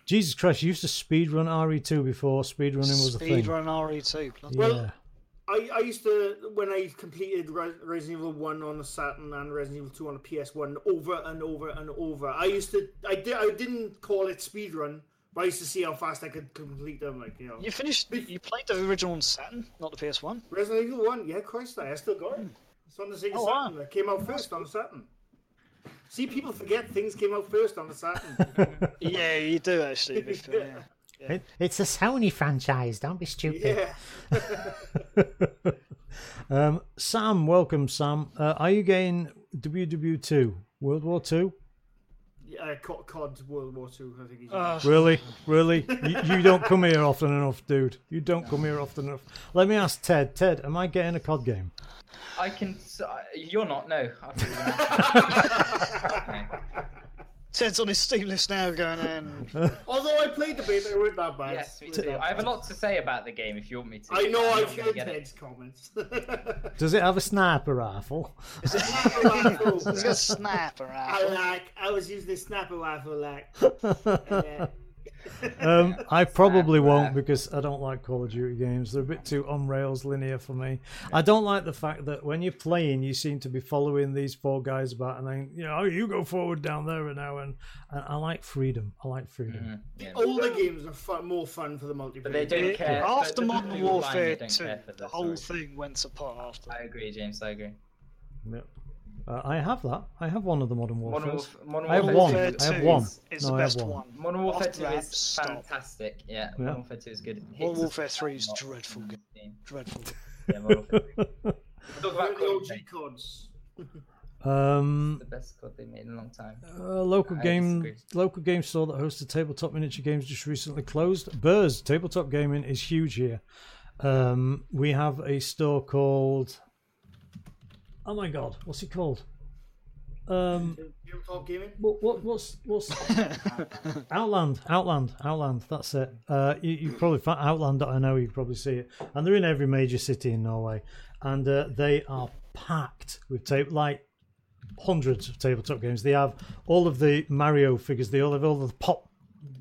Jesus Christ, you used to speedrun RE2 before speedrunning was a thing.
Speedrun RE2. E bloody-
Yeah.
Well- I, I used to when I completed Re- Resident Evil One on the Saturn and Resident Evil Two on the PS One over and over and over. I used to I did I didn't call it speedrun, but I used to see how fast I could complete them. Like you know,
You finished. You played the original on Saturn, not the PS1.
Resident Evil One, yeah, Christ, I still got it. It's on the Sega
Oh, wow.
Saturn. It came out first on the Saturn. See, people forget things came out first on the Saturn.
Yeah, you do actually. to be fair, yeah.
It- it's a Sony franchise. Don't be stupid.
yeah,
um, Sam, welcome, Sam. Uh, are you getting WW2? World War Two?
yeah uh, COD, COD World War Two. I think. he's-
Uh,
Really? Really? You, you don't come here often enough, dude. You don't come here often enough. Let me ask Ted. Ted, am I getting a COD game?
I can. So, I- you're not. No. I thought you were gonna- Uh.
Ted's on his Steam list now, going um, in.
Although I played the beta, it weren't that bad.
yes, me
It weren't
too.
that
I have a
bad.
lot to say about the game if you want me to.
I know
I'm
I've
not gonna
heard
get it.
Ted's comments.
Does it have a sniper rifle?
He's got a snapper
I
out.
like. I was using this snapper rifle like. yeah.
Um, I probably
Sniper.
won't because I don't like Call of Duty games. They're a bit too on rails linear for me. I don't like the fact that when you're playing, you seem to be following these four guys about, and then you know "Oh, you go forward down there and now. And, and I like freedom. I like freedom.
Mm, yeah.
Older games are fun, more fun for the multiplayer.
But they don't care. but
After
the
Modern
people online, they
Warfare
don't
2,
care for
the whole
story.
thing went apart after.
I agree, James. I agree.
Yep. Uh, I have that. I have one of the Modern Warfare.
Modern Warf- Modern
I have
Warfare
one.
two
I
is-
Warfare
have
2
one.
is
No,
the
I have
best
one.
one.
Modern Warfare
After
2
that,
is
stop.
fantastic. Yeah,
Yeah.
Modern Warfare 2 is good.
Modern
Hits
Warfare
us
3 is
not-
dreadful. game. Dreadful.
Yeah, Modern Warfare 3. Talk
They're
about
the
Call of
OG
Duty,
cods.
um,
the best COD they made in a long time.
Uh, local
I
game
disagree.
local game store that hosted tabletop miniature games just recently closed. Burrs tabletop gaming is huge here. Um, we have a store called Oh my god, what's it called? Um,
Tabletop gaming.
what, what what's what's Outland, Outland, Outland. That's it. Uh, you, you probably find Outland. I know you can probably see it, and they're in every major city in Norway, and uh, they are packed with tape like hundreds of tabletop games. They have all of the Mario figures. They all have all of the pop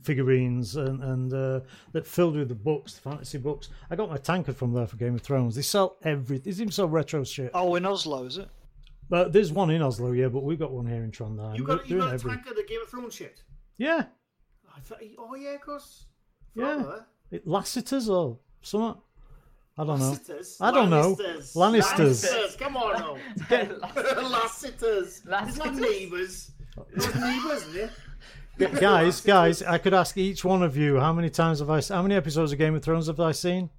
figurines and and uh, that filled with the books, the fantasy books. I got my tankard from there for Game of Thrones. They sell everything. They even sell retro shit.
Oh, in Oslo, is it?
But there's one in Oslo, yeah, but we've got one here in Trondheim.
You got
They're
you
in
got a
every-
tank of the Game of Thrones shit.
Yeah,
I thought, oh yeah, of course.
Yeah. It- Lassiter's or something. I don't know.
Lannisters.
I don't know.
Lannisters.
Lannisters.
Lannisters, Come on, now. Lassiters. It's not
Lassiters.
neighbours. It's not neighbours, isn't it?
Gu- guys, guys, I could ask each one of you how many times have I, how many episodes of Game of Thrones have I seen?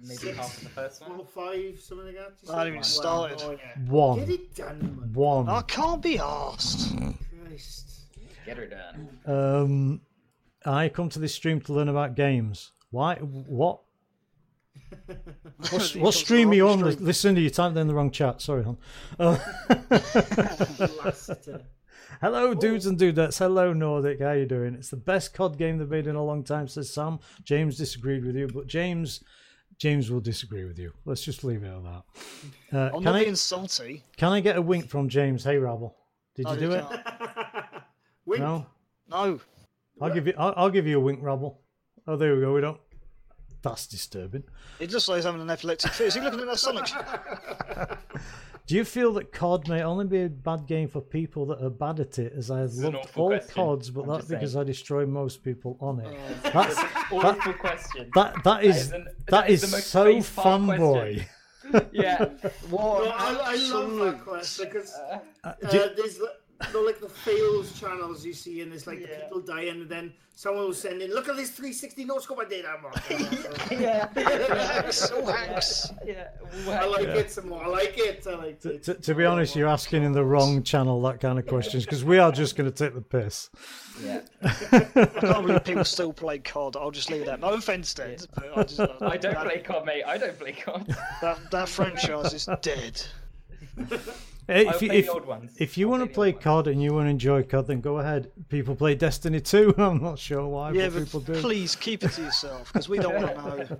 Maybe half of the first one.
Four, five, something like that. You
I haven't
said?
even
Wow.
started.
Oh, yeah. Get
One,
it done,
I
one.
can't be asked.
man. Christ.
Get her done.
Um, I come to this stream to learn about games. Why? What?
What's,
What stream are you on? Listen to you typed in the wrong chat. Sorry, hon. Uh,
Lassiter.
Hello,
Oh.
dudes and dudettes. Hello, Nordic. How you doing? It's the best COD game they've made in a long time, says Sam. James disagreed with you, but James, James will disagree with you. Let's just leave it at that. Uh,
I'm
can
not
I
being salty.
can I get a wink from James? Hey, Rabble, did
No,
you do it?
can't.
Wink.
No,
No.
I'll give you. I'll, I'll give you a wink, Rabble. Oh, there we go. We don't. That's disturbing.
It just like he's having an epileptic fit. Is he looking at that Sonic?
Do you feel that COD may only be a bad game for people that are bad at it? As I have
is an
loved
awful
all
question.
CODs, but
I'm
that's
just saying.
because I destroy most people on it.
Oh.
That's
Awful question.
that. That
is
is
an-
that
that is
is
the most
so
facepalm
fanboy.
Yeah.
What?
No, I, I love
absolute-
that quest because uh,
do-
there's the, the, like the fails channels you see, and it's like the people dying, and then someone will send in, "Look at this 360 no scope I did." I'm like, "Oh,
Yeah.
Hacks, all hacks.
Yeah.
I like
Well,
it some more. I like it. I like
To,
it.
to- to be honest, you're asking in the wrong channel that kind of questions because we are just going to take the piss.
yeah.
I can't believe people still play COD. I'll just leave that. No offense, Dad. But I, just,
I don't
that,
play COD, mate. I don't play COD.
That, that franchise is dead.
Hey,
I'll
If you,
play
if,
the old ones.
if you
I'll
want to
play the
play
old ones.
COD and you want to enjoy COD, then go ahead. People play Destiny 2. I'm not sure why,
Yeah,
but
but
people do.
please keep it to yourself because we don't want to know.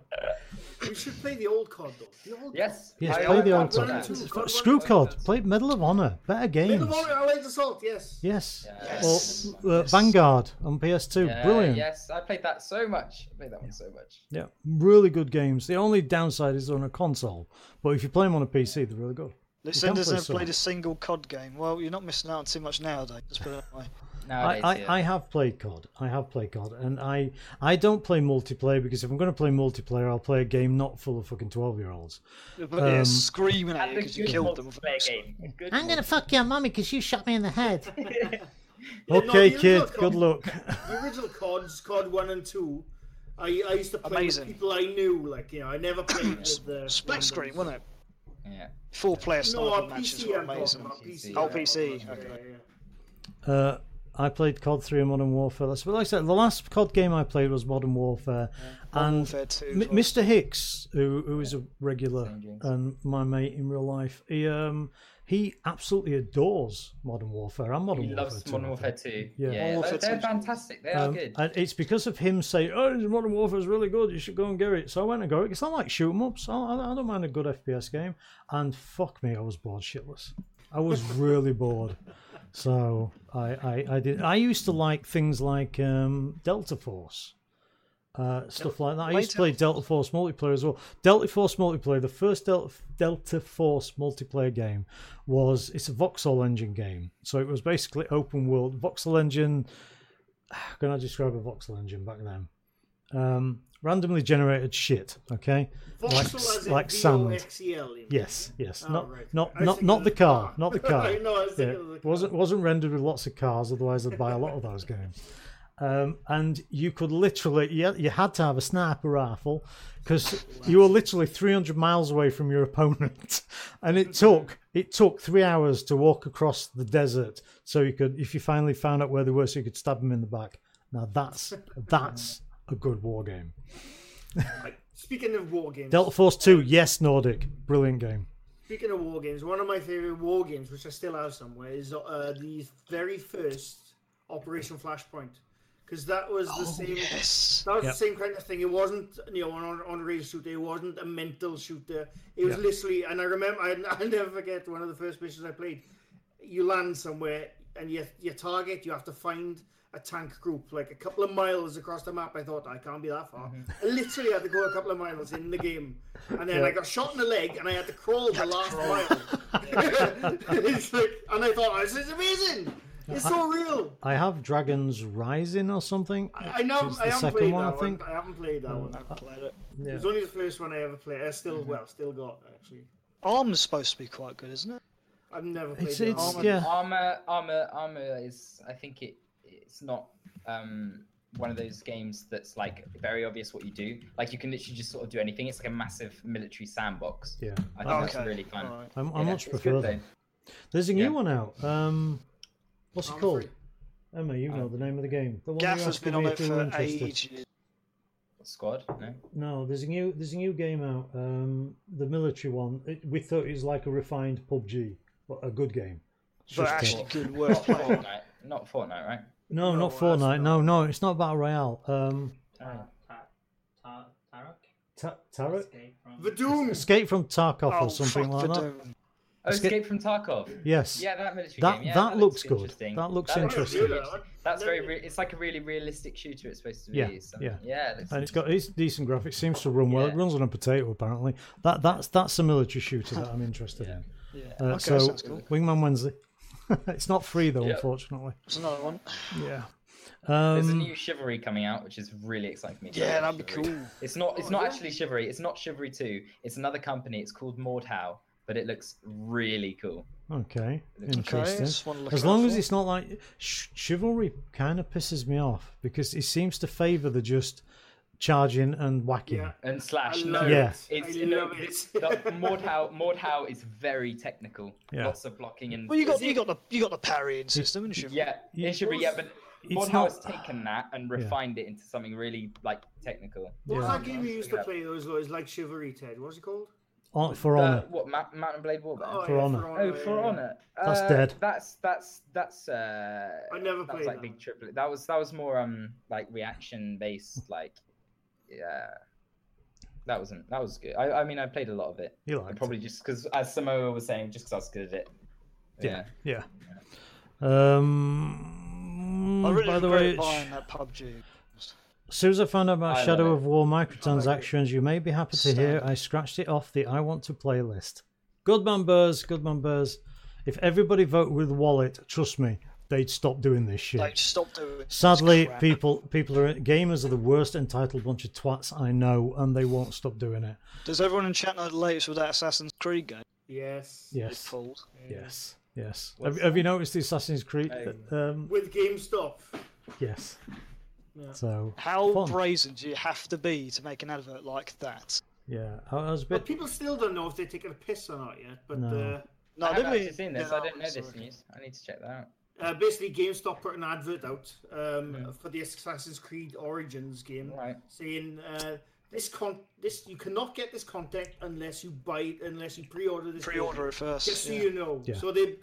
We should play the old COD though. The old
Yes.
Yes,
I-
play
I-
the
I've
old
done
COD.
that.
Two.
F- Screw COD. Play Medal of Honor. Better
Call
games.
of Honor, Allied Assault. Yes.
Yes.
Yes.
Or uh, Vanguard on PS2.
Yeah,
Brilliant.
Yes, I played that so much. I played that one so much.
Yeah. Really good games. The only downside is they're on a console, but if you play them on a PC, they're really good.
Lucinda's
play
never played
solo.
a single COD game. Well, you're not missing out on too much nowadays. Let's put it that way.
I,
Nowadays, yeah.
I, I have played COD. I have played COD, and I I don't play multiplayer because if I'm going to play multiplayer, I'll play a game not full of fucking twelve year olds.
But yeah, screaming at
Um, That's
you
a
because you
good
killed them. with an
multiplayer
axe.
game. A good
I'm going to fuck your mummy because you shot me in the head.
no,
okay,
you're
kid.
welcome.
Good luck.
The original CODs, COD one and two. I, I used to play
Amazing.
with people I knew. Like you know, I never played with uh, the
Split screen, wasn't it?
multiplayer. Yeah.
Four player
No,
sniper
on
matches
PC,
were
I'm talking
amazing.
about PC.
Oh,
I'm talking
PC,
about,
okay.
yeah, yeah.
Uh, I played COD 3 and Modern Warfare. That's, but like I said, the last COD game I played was Modern Warfare. and
Warfare 2
M-
as well.
Mr. Hicks, who, who is a regular and my mate in real life, he, um, he absolutely adores Modern Warfare and Modern
He
Warfare.
loves
2,
Modern
I
Warfare
think.
2.
Yeah.
Yeah,
Modern
Warfare
they're, they're
2's
fantastic. They are
Um,
good.
and it's because of him saying, "Oh, Modern Warfare is really good. You should go and get it." So I went and got it. It's not like shoot 'em ups. I, I I don't mind a good FPS game. And fuck me, I was bored shitless. I was really bored. So I, I, I did. I used to like things like um, Delta Force. Uh, stuff like that. I used to play Delta Force multiplayer as well. Delta Force multiplayer. The first Delta, Delta Force multiplayer game was it's a voxel engine game. So it was basically open world voxel engine how can I describe a voxel engine back then? Um, randomly generated shit. Okay.
Voxel
Like-
as in
like sand.
VOXEL, you mean?
Yes. Yes.
Oh,
not
right. I
not
was
not
thinking
not
of
the
the
car.
car.
Not the car.
I know, I was
Yeah,
thinking of the car.
Wasn't wasn't rendered with lots of cars. Otherwise, I'd buy a lot of those games. Um, and you could literally, you, you had to have a sniper rifle because you were literally 300 miles away from your opponent, and it took it took three hours to walk across the desert so you could, if you finally found out where they were, so you could stab them in the back. Now that's that's a good war game.
Speaking of war games,
Delta Force Two, yes, Nordic, brilliant game.
Speaking of war games, one of my favorite war games, which I still have somewhere, is uh, the very first Operation Flashpoint, because that was the same.
Yes.
That was
Yep.
the same kind of thing. It wasn't, you know, an on rail shooter. It wasn't a mental shooter. It was
Yeah.
literally, and I remember, I, I'll never forget one of the first missions I played. You land somewhere, and your your target, you have to find a tank group like a couple of miles across the map. I thought I can't be that far.
Mm-hmm.
I literally had to go a couple of miles in the game, and then I got shot in the leg, and I had to crawl the last mile. it's like, and I thought this is amazing. It's
Uh-huh.
so real.
I have Dragons Rising or something.
I know.
It's the
I haven't
second
played
one, I
that one.
think.
I haven't played that one.
I've played it.
Yeah. Mm-hmm.
It was only the first one I ever played. I still, well, still got actually.
Arm's supposed to be quite good, isn't it?
I've never played.
It's
the
it's
other one.
yeah.
Armor, armor, armor is. I think it. It's not um, one of those games that's like very obvious what you do. Like you can literally just sort of do anything. It's like a massive military sandbox.
Yeah,
I think
Okay.
Oh, that's really fun.
alright.
I'm, I
Yeah,
much
it's
prefer
good
that.
though.
There's a
Yeah.
new one out. Um, what's it
Armour
called?
Three.
Emma, you know the name of the game. The one you
Gaff has
asked
been
me
on
if
it
we were
for
interested.
ages.
Squad. No.
No, there's a new there's a new game out. Um, the military one. It, we thought it was like a refined PUBG, but a good game. It's
But
just, uh,
actually, good worth playing.
Fortnite, not Fortnite, right?
no,
Oh,
No,
not
that's
Fortnite. No,
not-
no, it's not Battle Royale. Um,
Oh,
Tar- tar- tar- Uh, Tarok?
Ta- Tarot?
Escape from-
Vadoom!
Escape from Tarkov
Oh,
or something
fuck
like that.
Verdun.
Oh,
Escape-
Escape, from Tarkov.
Yes.
Yeah, that military
That-
game. Yeah,
that looks good.
interesting.
That looks
interesting.
really That's
No,
very.
no.
Re- it's like a really realistic shooter. It's supposed to be.
Yeah,
so-
yeah.
Yeah. it looks
And it's got it's decent graphics. Seems to run well. It
Yeah.
runs on a potato, apparently. That that's that's a military shooter that I'm interested in.
Yeah.
Uh,
okay,
so,
sounds cool.
Wingman Wednesday. it's not free though,
Yeah.
unfortunately.
There's another one.
Yeah.
There's a
Um,
new Chivalry coming out, which is really exciting for me.
Yeah, that'd be
Chivalry.
cool.
It's not. It's
Oh,
not
yeah.
actually Chivalry. It's not Chivalry Two. It's another company. It's called Mordhau, but it looks really cool.
okay,
Okay,
interesting.
just wanna look
As
out
long
for
as
it.
it's not like sh- chivalry, kind of pisses me off because it seems to favour the just charging and whacking.
Yeah.
And slash
I
no,
love
Yeah.
it. I
it's you know,
love it.
the- Mordhau. Mordhau is very technical.
Yeah.
Lots of blocking and.
Well, you got
Is it-
you got the you got the parrying system, and shit.
Yeah,
Yeah.
it should be. Yeah, but
It's
Mordhau
not-
has taken that and refined it into something really like technical.
What was
Yeah.
that game we used to play those was like Chivalry Ted? What was it called?
On, for
Uh,
honour.
what Mount, Mountain Blade Warfare?
Oh,
For
yeah,
Honor.
Oh, for
yeah.
honor.
That's
Uh,
dead.
That's that's that's. Uh,
I never
that was
played
like
that.
big triplet. That was that was more um like reaction
Hmm.
based like, yeah. That wasn't that was good. I, I mean I played a lot of it.
You
I
liked it.
probably just because as Samoa was saying, just because I was good at it.
Yeah. Yeah. Um,
I really
by the
regret
way,
buying that PUBG.
as soon as I found out about
I love
Shadow
it.
of War microtransactions, you may be happy to hear
Standard.
I scratched it off the I want to play list. Goodman Burrs, Goodman Burrs. If everybody voted with wallet, trust me, they'd stop doing this shit.
Like, stop doing. it.
Sadly,
It's crap.
people people are gamers are the worst entitled bunch of twats I know, and they won't stop doing it.
Does everyone in chat know the latest with that Assassin's Creed game?
Yes.
It's
Yes,
pulled.
yes, yes. Have, have you noticed the Assassin's Creed? Um,
With GameStop.
yes. So
How
Fun.
brazen do you have to be to make an advert like that?
yeah, I I was a
But
bit.
people still don't know if they're taking a piss or not yet. But
No.
uh,
No,
I haven't
didn't we-
actually seen this.
Yeah,
I didn't know this
sorry.
news. I need to check that out.
uh, basically, GameStop put an advert out um, for the Assassin's Creed Origins game,
Right.
saying uh, this con this you cannot get this content unless you buy it, unless you pre-order this. game.
Pre-order it first.
Just so
yeah.
you know.
Yeah.
So they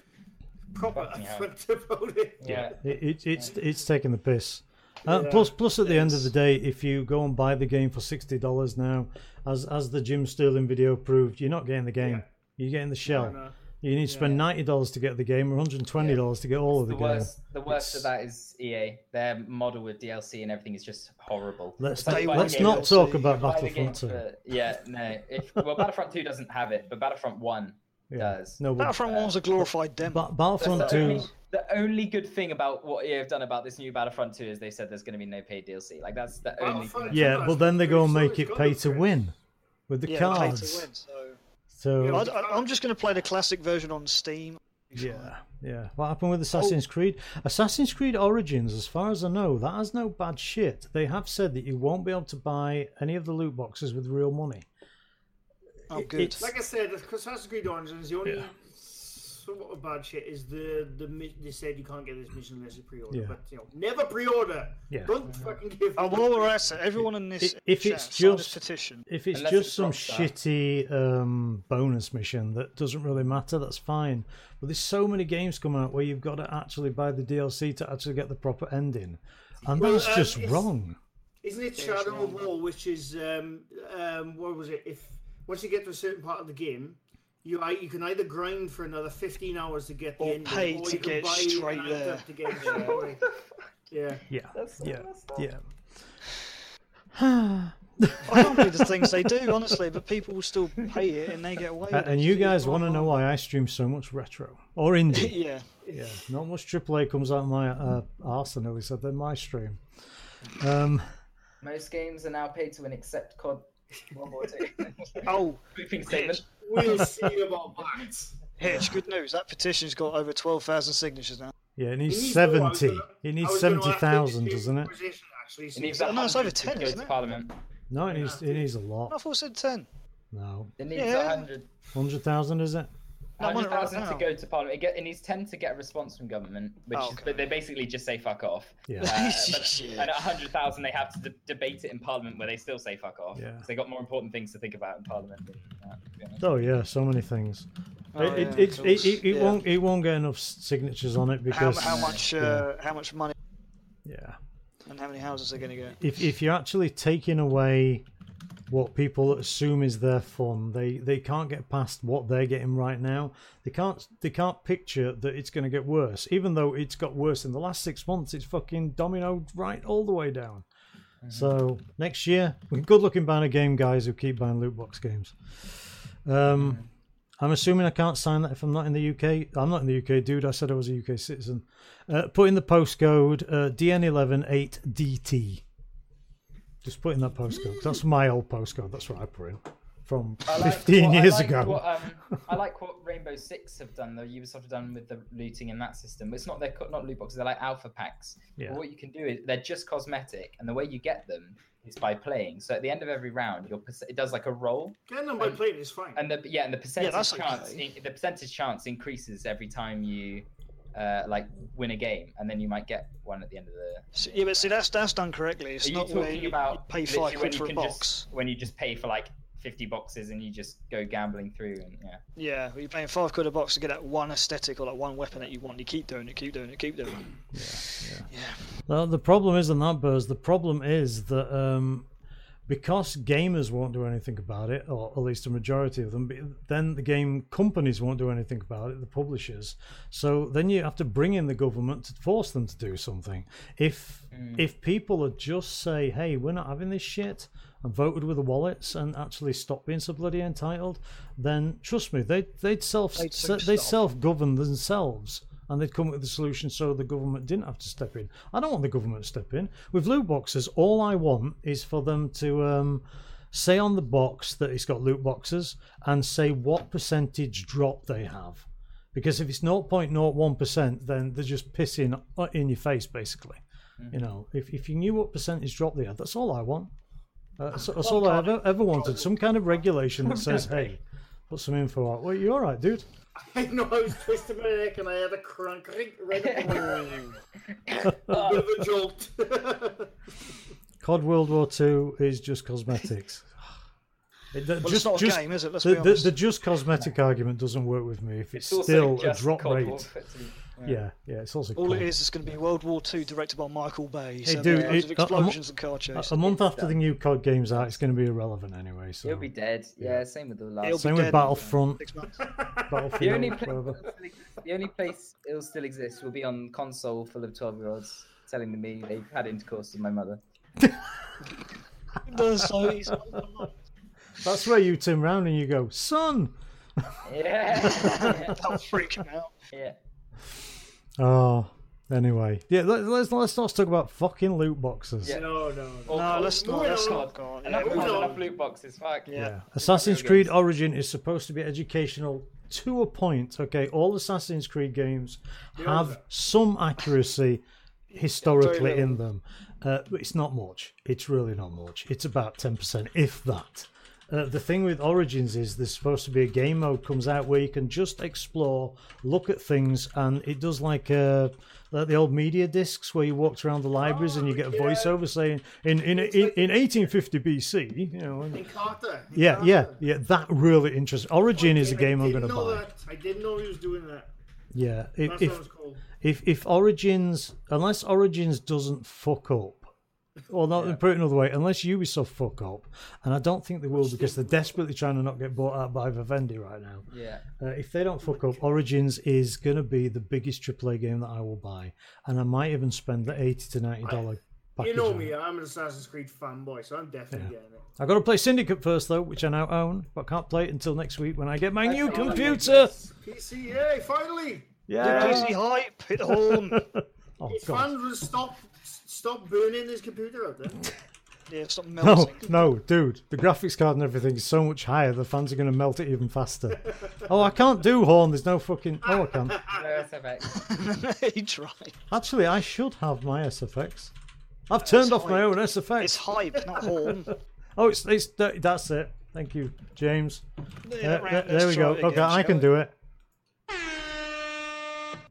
proper
Fucking hell.
upfront about it.
Yeah.
It, it, it's it's taking the piss. Uh,
Yeah,
plus, plus, at the end of the day, if you go and buy the game for sixty dollars now, as as the Jim Sterling video proved, you're not getting the game. You're getting the shell.
no.
You need to spend ninety dollars to get the game, or hundred and twenty dollars to get all of the,
The
game.
worst, the
It's-
worst of that is EA. Their model with DLC and everything is just horrible.
Let's
It's like
They
buying a
let's
game
not
DLC.
talk about
buy the game
Battlefront Two.
for- yeah, no. If, well, Battlefront 2 doesn't have it, but Battlefront 1 does.
No, but
Battlefront One was a glorified demo.
Ba- Battlefront
The only,
Two.
the only good thing about what EA have done about this new Battlefront 2 is they said there's going to be no paid DLC. Like, that's the only thing.
Battlefront
that's-
Yeah,
Two
but
has
then they go and
three
make
solid
it pay to
content.
win with the
yeah, pay to
cards.
win. So
So
I'd- I, am just going to play the classic version on Steam.
yeah, yeah. What happened
Oh.
with Assassin's Creed? Assassin's Creed Origins, as far as I know, that has no bad shit. They have said that you won't be able to buy any of the loot boxes with real money.
Oh,
It-
good.
it's-
Like I said, Assassin's Creed Origins, the only sort of bad shit is the, the mi- they said you can't get this mission unless you pre-order.
Yeah.
But you know, never pre-order.
Yeah.
Don't fucking give.
Oh, well, we're at it. Everyone in this
If- if
chat,
it's
sign this
just-
petition.
If it's
Unless
just
it's
some
Rockstar.
shitty um, bonus mission that doesn't really matter, that's fine. But there's so many games coming out where you've got to actually buy the DLC to actually get the proper ending, and
Well,
that's
um,
just
it's-
wrong.
Isn't it Shadow of War, which is um, um, what was it? If once you get to a certain part of the game, you ei- you can either grind for another fifteen hours to get the
Or
ending,
pay
or
to
you can
get
buy an
straight
item
there.
To get it straight away. yeah.
Yeah, yeah, yeah.
I can't believe the things they do, honestly, but people will still pay it and they get away
Uh,
with it.
and you guys want to know why I stream so much retro or indie?
Yeah.
yeah, not much AAA comes out of my uh, arse, I nearly said, than my stream. Um,
Most games are now paid to win except COD World War 2.
Oh,
Briefing statement.
We'll see about that.
Hitch, good news. That petition's got over 12,000 signatures now.
yeah, it
It
needs
needs more. I was
seventy.
gonna-
it
I
needs
was gonna ask
seventy
if
thousand,
it's
doesn't it?
position, actually,
It
so
needs
it's-
No, it's over
100 to
10,
go
isn't
to
it?
Parliament.
No, it needs it needs a
I
lot.
thought it said 10.
No,
It needs
Yeah.
100.
hundred thousand, is it?
No, I'm on it right
100,000 to
now.
go to Parliament. It, get, it needs 10 to get a response from government, which
Oh,
is,
okay.
but they basically just say fuck off.
Yeah.
Uh, but, and at 100,000, they have to de- debate it in Parliament where they still say fuck off.
Yeah.
So they got more important things to think about in Parliament. Than that, to be honest.
Oh yeah, so many things.
Oh,
it,
yeah,
it,
of
it, it,
course.
it, it
Yeah.
won't it won't get enough s- signatures on it
How,
because
how much? Uh, how much money
yeah.
and how many houses they're going to get?
if if you're actually taking away what people assume is their fun, they they can't get past what they're getting right now. They can't they can't picture that it's going to get worse, even though it's got worse in the last six months. It's fucking dominoed right all the way down. So next year, we're good looking buying a game guys who keep buying loot box games. Um, I'm assuming I can't sign that if I'm not in the UK. I'm not in the UK, dude. I said I was a UK citizen. Uh, put in the postcode uh, DN118DT. Just put in that postcode. That's my old postcode. That's what I put in from
I liked
15
what- I
years
liked
ago.
What, um, I like what Rainbow Six have done, though. Ubisoft have done with the looting in that system. It's not they're co- not loot boxes; they're like alpha packs. But
Yeah.
what you can do is they're just cosmetic, and the way you get them is by playing. So at the end of every round, your perc- it does like a roll,
Getting them by
And-
plane is fine.
and the yeah, and the percentage
that's okay.
chance in, the percentage chance increases every time you uh, like win a game, and then you might get one at the end of the.
So, yeah, but see, that's that's done correctly. It's
Are you
not where
talking
you
about
pay
literally when
five quid
you
for a
can
box.
Just, when you just pay for like fifty boxes and you just go gambling through and yeah.
Yeah, well, you're paying five quid a box to get that one aesthetic or that one weapon that you want. You keep doing it, keep doing it, keep doing it.
Well, the problem isn't that, Buzz. The problem is that um, because gamers won't do anything about it, or at least a majority of them, be- then the game companies won't do anything about it, the publishers. So then you have to bring in the government to force them to do something. If if people would just say, "Hey, we're not having this shit," and voted with the wallets and actually stopped being so bloody entitled, then trust me, they they'd self
They'd
se-
soon
they'd
stop.
self govern themselves and they'd come up with a solution so the government didn't have to step in. I don't want the government to step in. With loot boxes, all I want is for them to um, say on the box that it's got loot boxes and say what percentage drop they have. Because if it's 0.01%, then they're just pissing uh, in your face, basically. You know, if, if you knew what percentage drop they had, that's all I want. Uh, that's, that's all I ever, ever wanted. Some kind of regulation that says, hey, put some info out. Well, you all right, dude?
I know I was twisting my neck and I had a crunk right, right up the A bit of a jolt.
COD World War Two is just cosmetics. It- that-
Well, it's not a game, is it? Let's
the,
be
the-
honest.
the just cosmetic argument doesn't work with me if it's,
It's also
still a
just
drop
Cold
rate.
War footy.
Yeah, yeah, it's also
All it
COD.
is is going to be World War II, directed by Michael Bay. seven
dude,
rounds
it-
of
uh, I'm-
explosions and car chases.
A month after the new COD game's out, it's going to be irrelevant anyway. So
He'll be dead. Yeah, same with the
He'll
last.
be
same with
dead.
Battlefront,
Six months.
Battlefield,
The only, place
whatever.
the only place it'll still exist will be on console full of 12 year olds telling me they've had intercourse with my mother.
Does so he's-
That's where you turn round and you go, son.
Yeah.
That'll freak him out.
yeah.
Oh, anyway, yeah. Let, let's let's not talk about fucking loot boxes.
Yeah.
no, no, no.
No, let's not.
moving
Let's
on.
not. Go on. Yeah,
Enough,
move on.
enough loot boxes. Fuck.
Yeah.
Yeah. Assassin's
Video
Creed
games.
Origin is supposed to be educational to a point. Okay, all Assassin's Creed games have some accuracy historically in them. Uh, but it's not much. It's really not much. It's about 10%, if that. Uh, the thing with Origins is there's supposed to be a game mode comes out where you can just explore, look at things, and it does like uh, like the old media discs where you walked around the libraries and you get a voiceover saying in in in, in 1850 BC, you know, and-
In Carter. in
yeah,
Carter.
yeah, yeah. That really interesting. Origin is a
I
game I'm going
didn't
to
know
buy.
That. I didn't know he was doing that.
Yeah,
That
if, if
sounds cool.
if if Origins, unless Origins doesn't fuck up, well, not put it another way, unless Ubisoft fuck up, and I don't think they will because they're desperately trying to not get bought out by Vivendi right now.
Yeah.
Uh, if they don't fuck up, Origins is going to be the biggest AAA game that I will buy, and I might even spend the eighty to ninety dollar.
You know me, I'm an Assassin's Creed fanboy, so I'm definitely getting it.
I've got to play Syndicate first though, which I now own, but can't play it until next week when I get my new
Oh, my
computer.
PCA, finally!
Yeah.
Crazy hype. Hit the horn.
Oh,
His
God.
fans will stop, stop burning his computer out there.
Yeah, stop
No,
melting.
no, dude. The graphics card and everything is so much higher. The fans are going to melt it even faster. oh, I can't do horn. There's no fucking. Oh, I can.
No SFX.
he tried.
Actually, I should have my SFX. I've turned off my
hype.
own SFX.
It's hype, not horn.
Oh, it's, it's that's it. Thank you, James.
Yeah,
There-
right,
there,
let's
there we
try
go.
it
Okay,
again,
I
shall
can
we?
do it.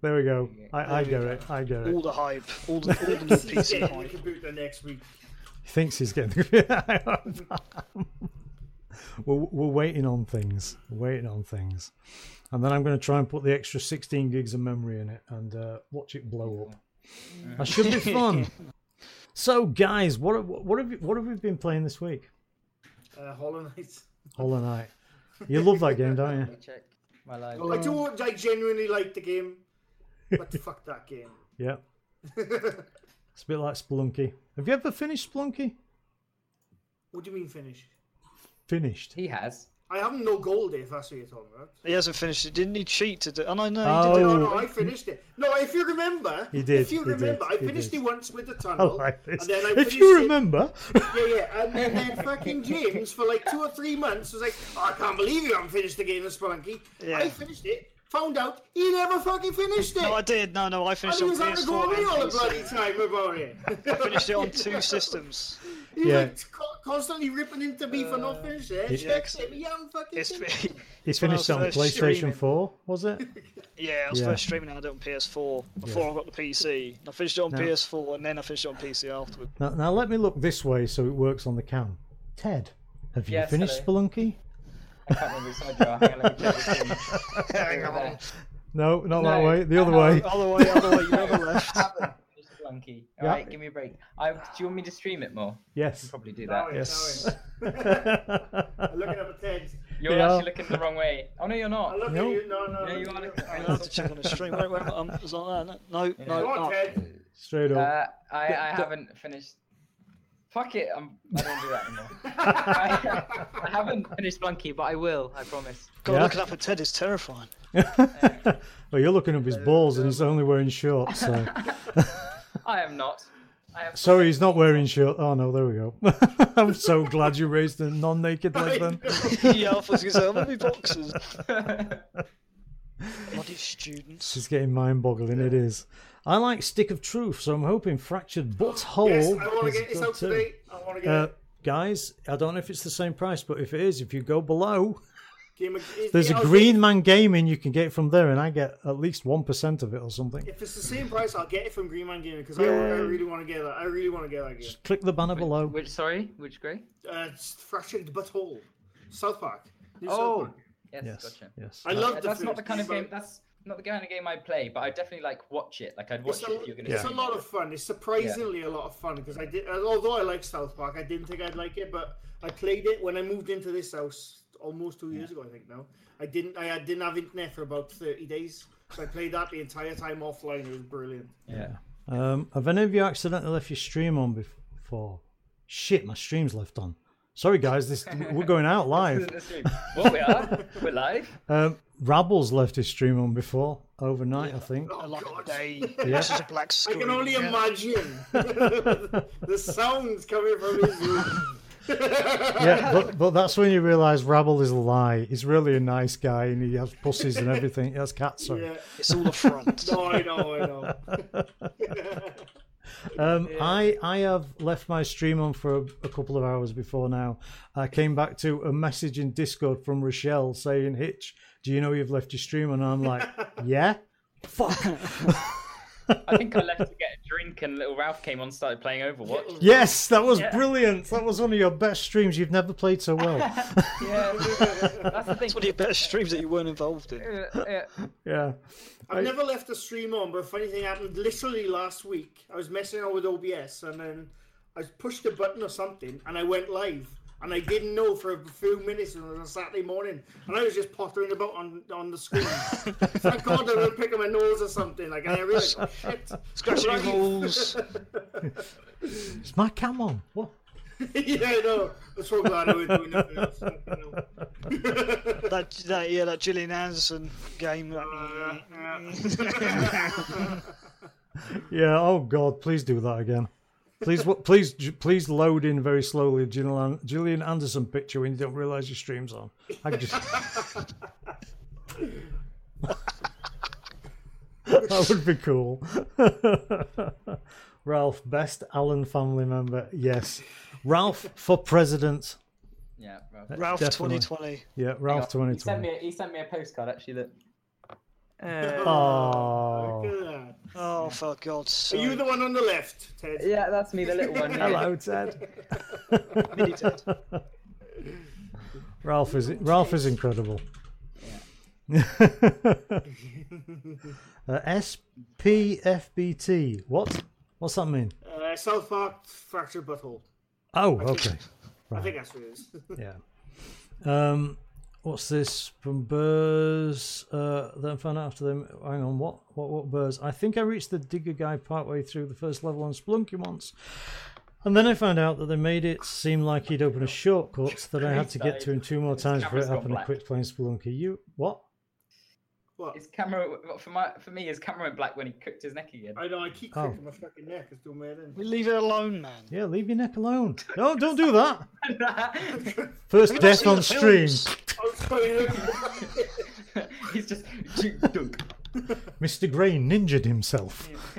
There we go. I, I get it. I get it.
All the hype. All the, all the new
He's
PC
getting the
hype.
computer next week.
He thinks he's getting. the- we're, we're waiting on things. We're waiting on things. And then I'm going to try and put the extra 16 gigs of memory in it and uh, watch it blow up. That should be fun. so, guys, what what have you, what have we been playing this week?
Uh, Hollow Knight.
Hollow Knight. You love that game, don't you?
Let me check my live.
I
Mm.
do. I genuinely like the game, but fuck that game.
Yeah. It's a bit like Splunky. Have you ever finished Splunky?
what do you mean finish?
Finished.
He has.
I haven't no gold if that's what you're talking about.
He hasn't finished it. Didn't he cheat to do? And I know
Oh.
he did.
No, no, I finished it. No, if you remember,
You did,
If you
you did,
remember, I
you
finished
did. Oh,
it once with the
I
tunnel,
like this.
and then I
If
finished
you
it-
remember,
Yeah, yeah, and then, then fucking James for like two or three months was like, oh, I can't believe you haven't finished the game of Spelunky. I
Yeah.
finished it, found out he never fucking finished it.
No, I did. No, no, I
and
finished
he
it
was
on
having to go
PS4.
away all
and
the
PC.
bloody time about it.
I finished it on two systems.
He's
Yeah.
like co- constantly ripping into me for
Uh,
not finishing it.
yeah.
Check it, but you haven't fucking
It's,
finished
he finished
Well,
on
it's first
PlayStation
streaming.
4, was it?
yeah, I was
Yeah.
first streaming it. I did it on PS4 before I got the PC. I finished it on PS4 and then I finished it on PC afterward.
Now, now let me look this way so it works on the cam. Ted, have you
Yes,
finished
hello.
Spelunky?
I can't remember which side you are. Hang on, let me check this thing. Hang on.
No, not that
No. Oh,
way. The other
Uh-oh.
way.
Other way, other way, you never left.
Flunky.
Yeah.
All right, give me a break. I, do you want me to stream it more?
Yes.
Probably do
No,
that.
Yes.
I'm looking up at Ted.
You're
Yeah.
actually looking the wrong way. Oh no, you're
I
not.
look
No.
at you. No, no.
Yeah, you are
no.
looking.
I'll have to check on the stream. Wait, wait, um, it's not that. No, no.
Go on,
no.
Ted.
Straight up.
Uh, I, I haven't finished. Fuck it. I'm, I don't do that anymore. I, I haven't finished Flunky, but I will. I promise.
God,
Yeah.
looking up at Ted is terrifying.
Uh,
well, you're looking up his balls and he's only wearing shorts. So,
I am not. I am.
Sorry, he's not wearing shorts. Oh, no, there we go. I'm so glad you raised a non naked
I
leg then.
know.
yeah, I was going to say, I'm going to be boxers. Bloody students.
She's getting mind boggling, it is. I like Stick of Truth, so I'm hoping Fractured Butthole.
Yes, I want
is
to get this
good
out
too.
today. I want to get
Uh,
it.
guys, I don't know if it's the same price, but if it is, if you go below,
Game of- is-
there's
yeah,
a
I'll get-
Green Man Gaming you can get from there, and I get at least 1% of it or something.
If it's the same price, I'll get it from Green Man Gaming because I, I really want to get that. I really want to get that game.
Just click the banner below.
Which? Sorry. Which Gray?
Uh, it's fractured butthole. South Park. New
Oh.
South Park.
Yes.
Yes,
Gotcha.
yes.
I love
Uh,
the
that's not
first
the kind of
but
game. That's not the kind of game I play. But I definitely like watch it. Like I'd watch
It's,
it if you're
a,
gonna.
it's a
stream
lot
it.
of fun. It's surprisingly a lot of fun because I did. Although I like South Park, I didn't think I'd like it. But I played it when I moved into this house almost two
Mm.
years ago. I think now I didn't. I had- didn't have internet for about thirty days, so I played that the entire time offline. It was brilliant.
Yeah.
Um, have any of you accidentally left your stream on before? Shit, my stream's left on. Sorry, guys, this we're going out live.
Let's do- well, we are. We're live.
Um, Rabble's left his stream on before overnight, I think.
I like
Oh, God.
a day.
Yeah.
This is a black
I
screen.
can only
Yeah.
imagine the sounds coming from his room.
Yeah, but, but that's when you realise Rabble is a lie. He's really a nice guy, and he has pussies and everything. He has cats. Sorry.
Yeah.
It's all a front.
No, I know, I know.
Um, I I have left my stream on for a, a couple of hours before now. I came back to a message in Discord from Rochelle saying, "Hitch, do you know you've left your stream?" And I'm like, "Yeah, fuck,
I think I left to get a drink, and little Ralph came on, and started playing Overwatch.
yes, that was
Yeah.
brilliant. That was one of your best streams. You've never played so well.
Yeah, that's the thing.
It's one of your better streams that you weren't involved in.
Uh, uh,
yeah,
I've never left a stream on, but a funny thing happened literally last week. I was messing around with OBS and then I pushed a button or something and I went live. And I didn't know for a few minutes and it was a Saturday morning. And I was just pottering about on, on the screen. Thank God I was picking my nose or something. Like, and I realized, oh, shit.
Scratching your balls.
it's my cam on. What?
yeah, I know. I'm so glad I was doing nothing else.
that, that, yeah, that Gillian Anderson game. Like,
Uh,
Yeah. Oh God, please do that again. Please, wa- please, please load in very slowly. Gillian, Gillian Anderson picture when you don't realise your stream's on. I just. that would be cool. Ralph, best Allen family member. Yes, Ralph for president.
yeah, Ralph.
Ralph
Definitely.
2020.
Yeah, Ralph
He sent me.
2020.
A, he sent me a postcard actually. Look.
Oh,
Look at that.
Oh, for God's
Are
sake.
you the one on the left, Ted?
Yeah, that's me, the little one.
hello, Ted.
Mini Ted.
Ralph is Ralph is incredible. uh, SPFBT. What? What's that mean?
Uh, South Park fractured butthole.
Oh, okay.
I think that's what it is.
Yeah. Um, what's this from Burrs? Uh, then found out after them. Hang on, what? What? What Burrs? I think I reached the digger guy partway through the first level on Splunky once. And then I found out that they made it seem like he'd open a shortcut that I had to get to him two more times for it
camera's gone
happened and
black.
quit playing Splunky. You what?
What?
His camera for my for me, his camera went black when he cooked his neck again.
I know. I keep
Oh.
cracking my fucking neck. It's doing my head in.
We leave it alone, man.
Yeah, leave your neck alone. No, don't do that.
Have
First
you not
death
seen
on
the
stream.
films?
I'm Oh, sorry. look.
He's just dunk.
Mr. Gray ninjaed himself.
I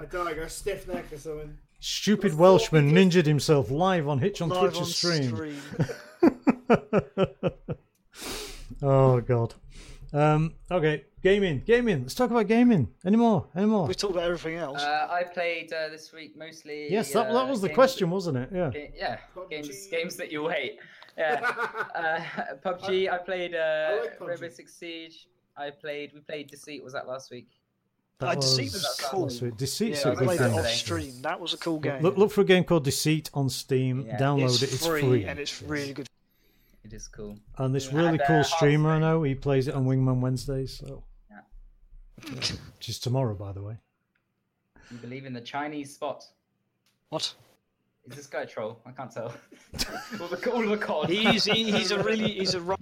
died. I got a stiff neck or something.
Stupid Welshman ninjaed himself live on Hitch on
Live
Twitch's
on
stream.
stream.
oh god. Um, okay, gaming, gaming. Let's talk about gaming. Any more? Any more?
We've talked about everything else.
Uh, I played uh, this week mostly.
yes, that,
uh,
that was the
games-
question, wasn't it? Yeah.
ga- yeah, games
PUBG.
games that you hate. Yeah, uh, PUBG. I, played uh,
like PUBG.
Rainbow Six Siege. I played. We played Deceit. Was that last week?
That
Uh, Deceit was
that's
cool.
it. Deceit's
yeah, I
a good
played it
game.
off
Saturday.
stream. That was a cool game.
Look, look for a game called Deceit on Steam.
Yeah.
Download
it's,
it. It's
free,
free.
and it's really good.
It is cool.
And this
Yeah.
really
And, uh,
cool
Hearthstone.
streamer I know. He plays it on Wingman Wednesdays. So. Which is tomorrow, by the way.
You believe in the Chinese spot?
What?
Is this guy a troll? I can't tell. all the all the cod.
He's he, he's a really he's a. ru-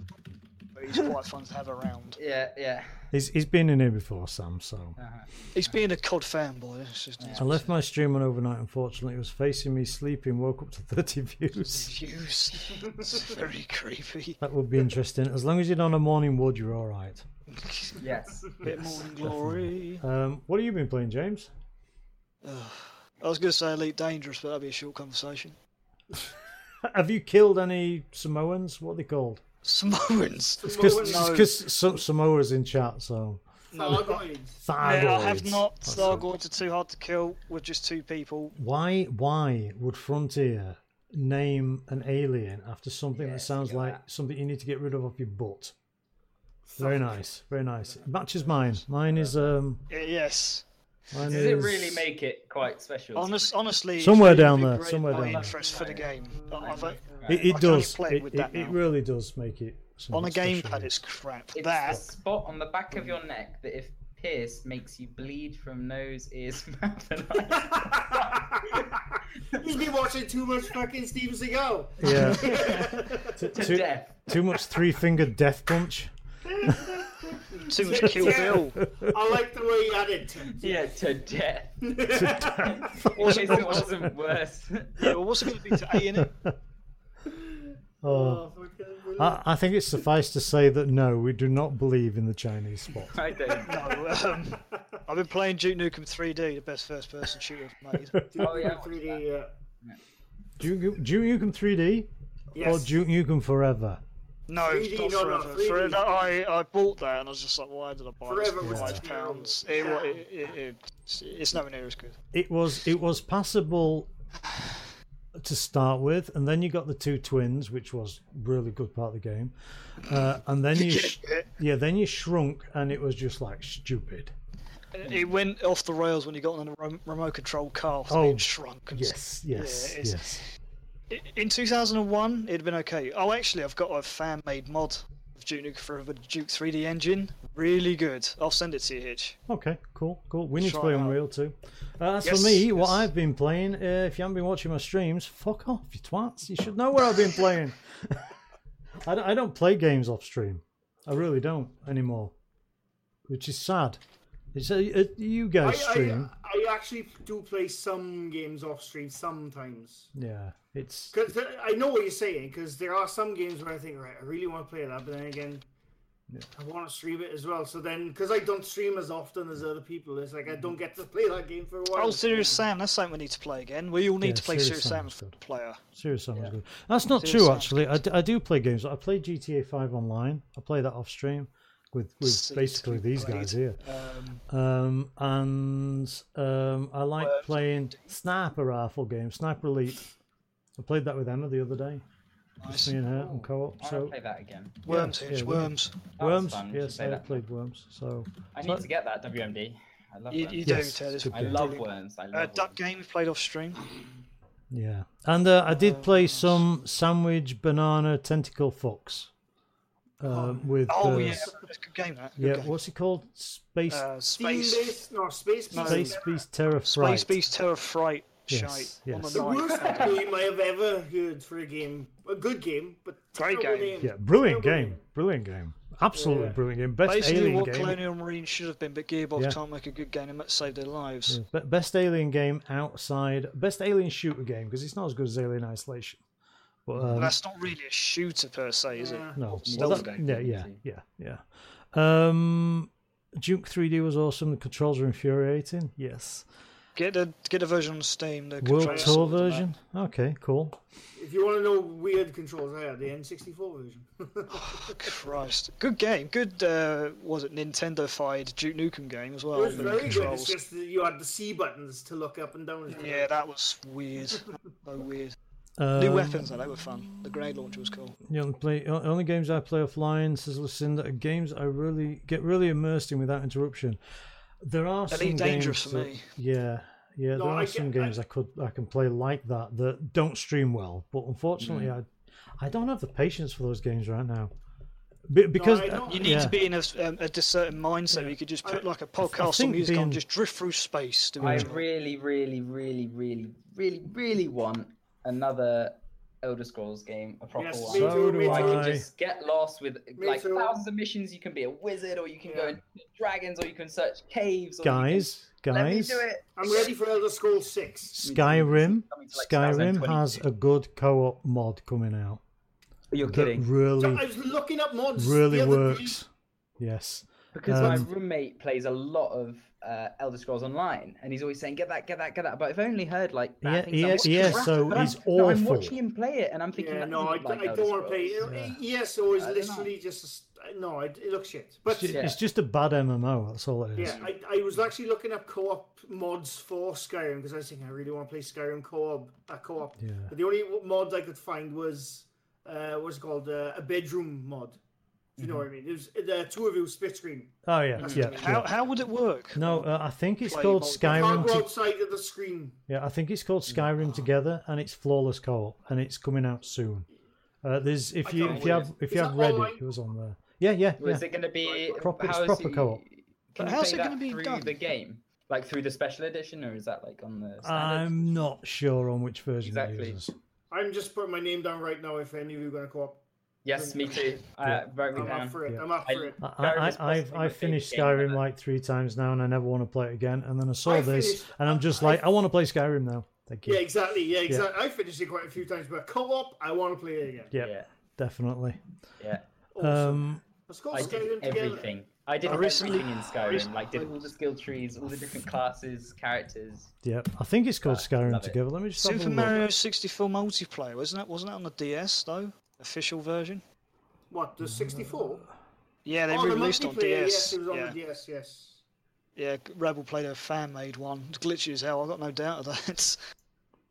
But he's quite fun to have around.
Yeah, yeah.
He's he's been in here before, Sam. So
Uh-huh.
He's being a COD fanboy. It's just
I left my stream on overnight. Unfortunately, it was facing me sleeping. Woke up to thirty views.
views. It's very creepy.
That would be interesting. As long as you're on a morning wood, you're all right.
Yes.
Bit morning glory.
Um, what have you been playing, James?
I was going to say Elite Dangerous, but that'd be a short conversation.
Have you killed any Samoans? What are they called?
Samoans.
Because
No.
some Samoa's in chat, so.
Thargoids.
Yeah, I
Thargoids.
have not.
That's it.
Stargoids are too hard to kill with just two people.
Why? Why would Frontier name an alien after something that
Yes,
sounds
get
like something you need to get rid of off your butt? Very nice. Very nice. It matches mine. Mine is um.
Y- Yes.
Mine
Does
is
it really make it quite special?
Honest, honestly, it's
Somewhere
really
down there,
degraded
somewhere
my
down there.
interest for the game. I- I've- uh,
It,
I
it
can
does.
play it
It,
with
it,
that
it
now.
really does make it.
on a
something special.
gamepad, it's crap.
It's
that
the spot on the back of your neck that, if pierced, makes you bleed from nose, ears, mouth, and eyes.
He's been watching too much fucking Steven Seagal.
Yeah. T-
to
too-
death.
Too much three fingered death punch.
too much Kill Bill.
I like the way you added to
Yeah, to death.
to
It wasn't worse.
Yeah, well, what's it going to be to A and E?
oh.
Oh, fucking brilliant.
I, I think it's suffice to say that no, we do not believe in the Chinese spot.
I don't. know.
No, um, I've been playing Duke Nukem 3D, the best first-person shooter I've made.
Oh yeah.
3D, uh,
Duke Nukem Duke Nukem 3D or
yes.
Duke Nukem Forever?
No,
3D,
not
no, no,
forever.
3D.
forever. I, I bought that and I was just like, why did I buy
Forever
this?
was
for Five
terrible.
pounds. It, wa- it, it, it, it's- it's nowhere near as good.
It was it was passable to start with, and then you got the two twins, which was really good part of the game, uh, and then you sh- yeah then you shrunk, and it was just like stupid.
It it went off the rails when you got on a rem- remote control car.
Oh,
Oh, shrunk. and s-
Yes, yes,
Yeah, it's-
yes.
I- In 2001, it'd been okay. Oh, actually, I've got a fan-made mod of Duke Nukem Forever Duke 3D engine. Really good. I'll send it to you, Hitch.
Okay, cool, cool. We need to
Try
play
it out.
Unreal too. Uh, as
Yes,
for me, what
yes.
I've been playing, uh, if you haven't been watching my streams, fuck off, you twats. You should know what I've been playing. I, don't, I don't play games off stream. I really don't anymore, which is sad. It's a, a- you
I,
guys stream.
uh,
I, I actually do play some games off stream sometimes.
yeah, it's.
Because I know what you're saying. Because there are some games where I think, right, I really want to play that, but then again, I want to stream it as well. So then, because I don't stream as often as other people, it's like I don't get to play that game for a while.
Oh, Serious Sam, that's something we need to play again. We all need
Yeah,
to play
Serious
Serious Sam
Sam's good.
player.
Serious Sam was good. That's not
Serious
true,
Sam's
actually. I, d- I do play games. I play GTA 5 online. I play that off stream with, with
Seat
basically these
played.
guys here.
Um,
Um, and um, I like playing sniper rifle games, sniper elite. I played that with Emma the other day.
Nice.
Me and her
Oh,
on
Ooh,
co-op.
I
So
want to play that again.
Worms,
yeah,
Hitch,
yeah, we-
worms.
That was
Worms,
fun, we should
yes,
play
I
that.
played Worms. So
I
so-
need to get that WMD. I love
You,
worms.
you
Yes,
do, Ted. It's
good
I
game.
love
brilliant.
worms. I love
Uh,
worms.
duck game we played off stream.
yeah, and uh, I
Oh,
did play some sandwich banana tentacle fox uh, with.
Oh,
uh,
yeah. It's a good game, that. Good
yeah,
game.
What's it called? Space
Uh,
Steam
space, space,
Beast? No, Space
No.
Beast.
Space Beast Terror Fright.
Beast, Terror Fright,
Yes,
shite. On
yes.
the
The worst
night.
name I have ever heard for a game. A good game, but
Great
terrible
game.
Name.
Yeah, brilliant
Terrible
game. Brilliant game. Absolutely
Yeah.
brilliant game. Best
Basically,
alien
what
game.
Colonial Marine should have been, but Gearbox
Yeah.
can't make a good game and that saved their lives.
Be- Best alien game outside. Best alien shooter game because it's not as good as Alien Isolation. But
Well,
um,
that's not really a shooter per se, is it?
Yeah.
no,
Stealth
well, that-
game,
yeah,
isn't
yeah, yeah, yeah. Um, Duke 3D was awesome. The controls are infuriating. Yes.
Get a get a version on Steam. The
World
controls
Tour
sorted and that.
version. Okay, cool.
If you want to know weird controls, I had the N64 version.
Christ, good game. Good. Uh, was it Nintendo-fied Duke Nukem game as well?
it was
with the
very good. It's
Oh, controls.
just that you had the C buttons to look up and down.
Yeah, that was weird. so weird.
Um,
New weapons though, they were fun. The grenade launcher was cool.
The only, play, o- only games I play offline, says Lucinda, are games I really get really immersed in without interruption. There are some
Elite Dangerous
games
for
that-
me.
Yeah, yeah.
No,
there
I
are
get-
some games I, could I can play like that that don't stream well, but unfortunately,
Mm.
I I don't have the patience for those games right now. Be- because uh,
I don't-
You need
yeah.
to be in a, um, a certain mindset. where You could just put like a podcast or
think
music on,
being-
just drift through space. Doing
I
Mm.
it.
really, really, really, really, really, really want another Elder Scrolls game, a proper
Yes,
one.
me
Oh, So
too,
do
me
Where I
too.
can just get lost with
Me
like
too.
thousands of missions. You can be a wizard, or you can go
Yeah.
and dragons, or you can search caves. Or you can-
guys,
let me
guys,
do it.
I'm ready for Elder Scrolls 6.
Skyrim,
Coming to, like,
Skyrim
2022.
has a good co-op mod coming out
You're
that
kidding.
So
really,
I was looking up mods.
really
the other day.
works. Yes.
Because my
Um,
roommate plays a lot of uh, Elder Scrolls Online, and he's always saying, "Get that, get that, get that." But I've only heard like
Yeah,
bad things.
yeah,
I'm watching
yeah,
crap,
so
but I'm-
he's
no, I'm
awful.
watching him play it, and I'm thinking,
Yeah,
that
no,
doesn't
I,
look like
I
Elder
don't want to play.
Scrolls.
Yeah.
ESO is
I don't know.
literally just a st- no. It, it looks shit.
It's
But
ju-
yeah,
Yeah.
it's just a bad MMO. That's all it is.
I, I was actually looking up co-op mods for Skyrim because I was thinking I really want to play Skyrim co-op. Uh, co-op.
Yeah.
But the only w- mod I could find was uh, what's it called uh, a bedroom mod. If you
Mm-hmm.
know what I mean? It was the two of you split screen.
Oh yeah, yeah.
How,
yeah.
how would it work?
No, uh, I think it's
Play
called
mode.
Skyrim.
Can't go
To-
outside of the screen.
yeah, I think it's called Skyrim Together, and it's flawless co-op, and it's coming out soon. Uh, there's if
I
you
can't
if you
wait.
have if you
Is
have
that
read
online?
it, it was on there. Yeah, yeah,
Was
yeah.
it going to be
Proper- it's
how is
proper
it-
co-op.
Can
But
you
how's
play
it gonna
that
be
through
done?
the game, like through the special edition, or is that like on the standard?
I'm not sure on which version it
Exactly.
uses.
I'm just putting my name down right now. If any of you are going to co-op,
Yes, me too. Uh, wrote me
I'm
down.
up for it.
Yeah.
I'm up
I-
for it.
I, I,
Skyrim is
I, I've
possibly my
I've finished
favourite game
Skyrim
ever.
like three times now, and I never want to play it again. And then I saw
I
this,
finished-
and I'm just
I-
like, I want to play Skyrim now. Thank you.
Yeah, exactly. Yeah, exactly. I finished it quite a few times, but co-op, I want to play it again.
yeah,
Yeah,
definitely.
yeah.
Awesome.
Um,
Let's go
I
Skyrim
did
together.
everything. I did
I recently-
everything in
I
Skyrim.
recently-
Like did all the skill trees, all the different classes, characters.
yeah, I think it's called
Ah,
Skyrim
love it.
Together. Let me just have a
Super
look.
Mario 64 multiplayer, wasn't that? Wasn't that on the DS though? Official version?
What the 64?
Yeah, they
oh, the
released on
multiplayer.
DS.
Yes, it was on
yeah.
the DS. Yes.
yeah, Rebel played a fan-made one. It's glitchy as hell. I got no doubt of that.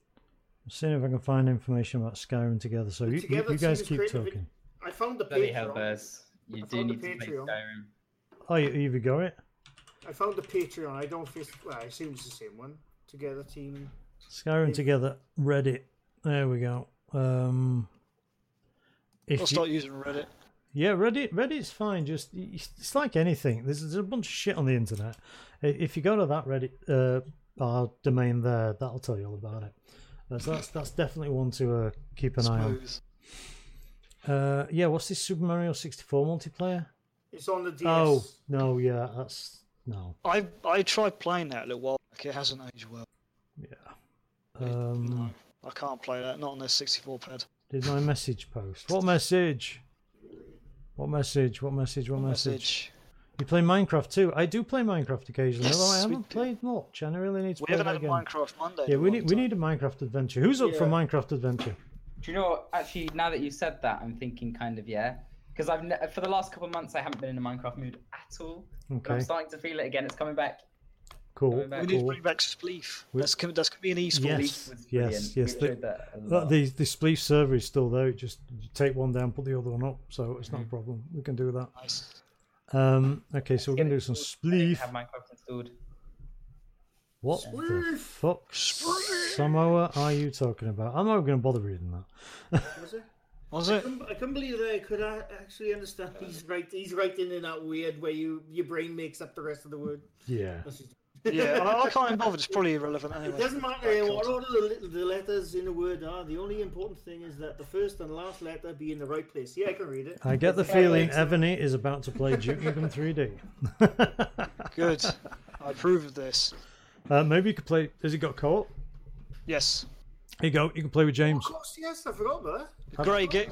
Seeing if I can find information about Skyrim together. So you, you,
Together
you guys
seems
keep
creative.
talking.
I found the
Bloody hell,
Patreon.
Buzz. You
I
do
found the
need to play
Patreon.
Skyrim.
Oh, you, you've got it.
I found the Patreon. I don't think. Well, I assume it's the same one. Together team.
Skyrim together. Reddit. There we go. Um, if
I'll
you-
start using Reddit.
yeah, Reddit. Reddit's fine. Just it's like anything. There's, there's a bunch of shit on the internet. I- If you go to that Reddit uh, our domain there, that'll tell you all about it. That's that's, that's definitely one to uh, keep an eye on.
Smooth.
Uh, yeah, what's this Super Mario 64 multiplayer?
It's on the DS.
Oh no, yeah, that's no.
I I tried playing that a little while back. It hasn't aged well.
Um,
I can't play that. Not on the 64 pad.
Did my message post? What message? What message? What message? What message?
Message.
You play Minecraft too? I do play Minecraft occasionally, although I
Yes, we
haven't
do.
played much, and I really need to
We
play
haven't
that
had a
again.
Minecraft Monday.
Yeah,
in a
we
long
need we
time.
need a Minecraft adventure. Who's up for
Yeah.
Minecraft adventure?
Do you know what? Actually, now that you said that, I'm thinking kind of yeah. Because I've ne- for the last couple of months I haven't been in a Minecraft mood at all. But
Okay.
I'm starting to feel it again. It's coming back.
Cool.
Going
We
back-
need to
cool.
bring back Spleef.
We-
That's, com- that's going to be an e sport.
Yes.
Leaf was
yes,
brilliant.
yes,
We
the-
showed that a
Uh,
lot.
the the spleef server is still there. It just you take one down, put the other one up, so it's not a
Mm-hmm.
problem. We can do that.
Nice.
Um, okay, so we're
Get
gonna
it
do some
installed. I didn't
spleef.
Have Minecraft installed.
What the
Spleef.
fuck, Samoa, are you talking about? I'm not gonna bother reading that.
Was it?
Was
I
it?
couldn't- I couldn't believe that I could a- actually understand. He's right. He's writing in that weird way you your brain makes up the rest of the word.
Yeah,
Yeah, and I, I can't even bother. It's probably irrelevant anyway.
It doesn't matter in what order the, li- the letters in a word are. The only important thing is that the first and last letter be in the right place. Yeah, I can read it.
I get the feeling Ebony is about to play Duke Nukem 3D.
Good. I approve of this.
uh, maybe you could play. Has it got co-op?
Yes.
Here you go. You can play with
Of
James.
course, yes, I forgot that.
Gray, get.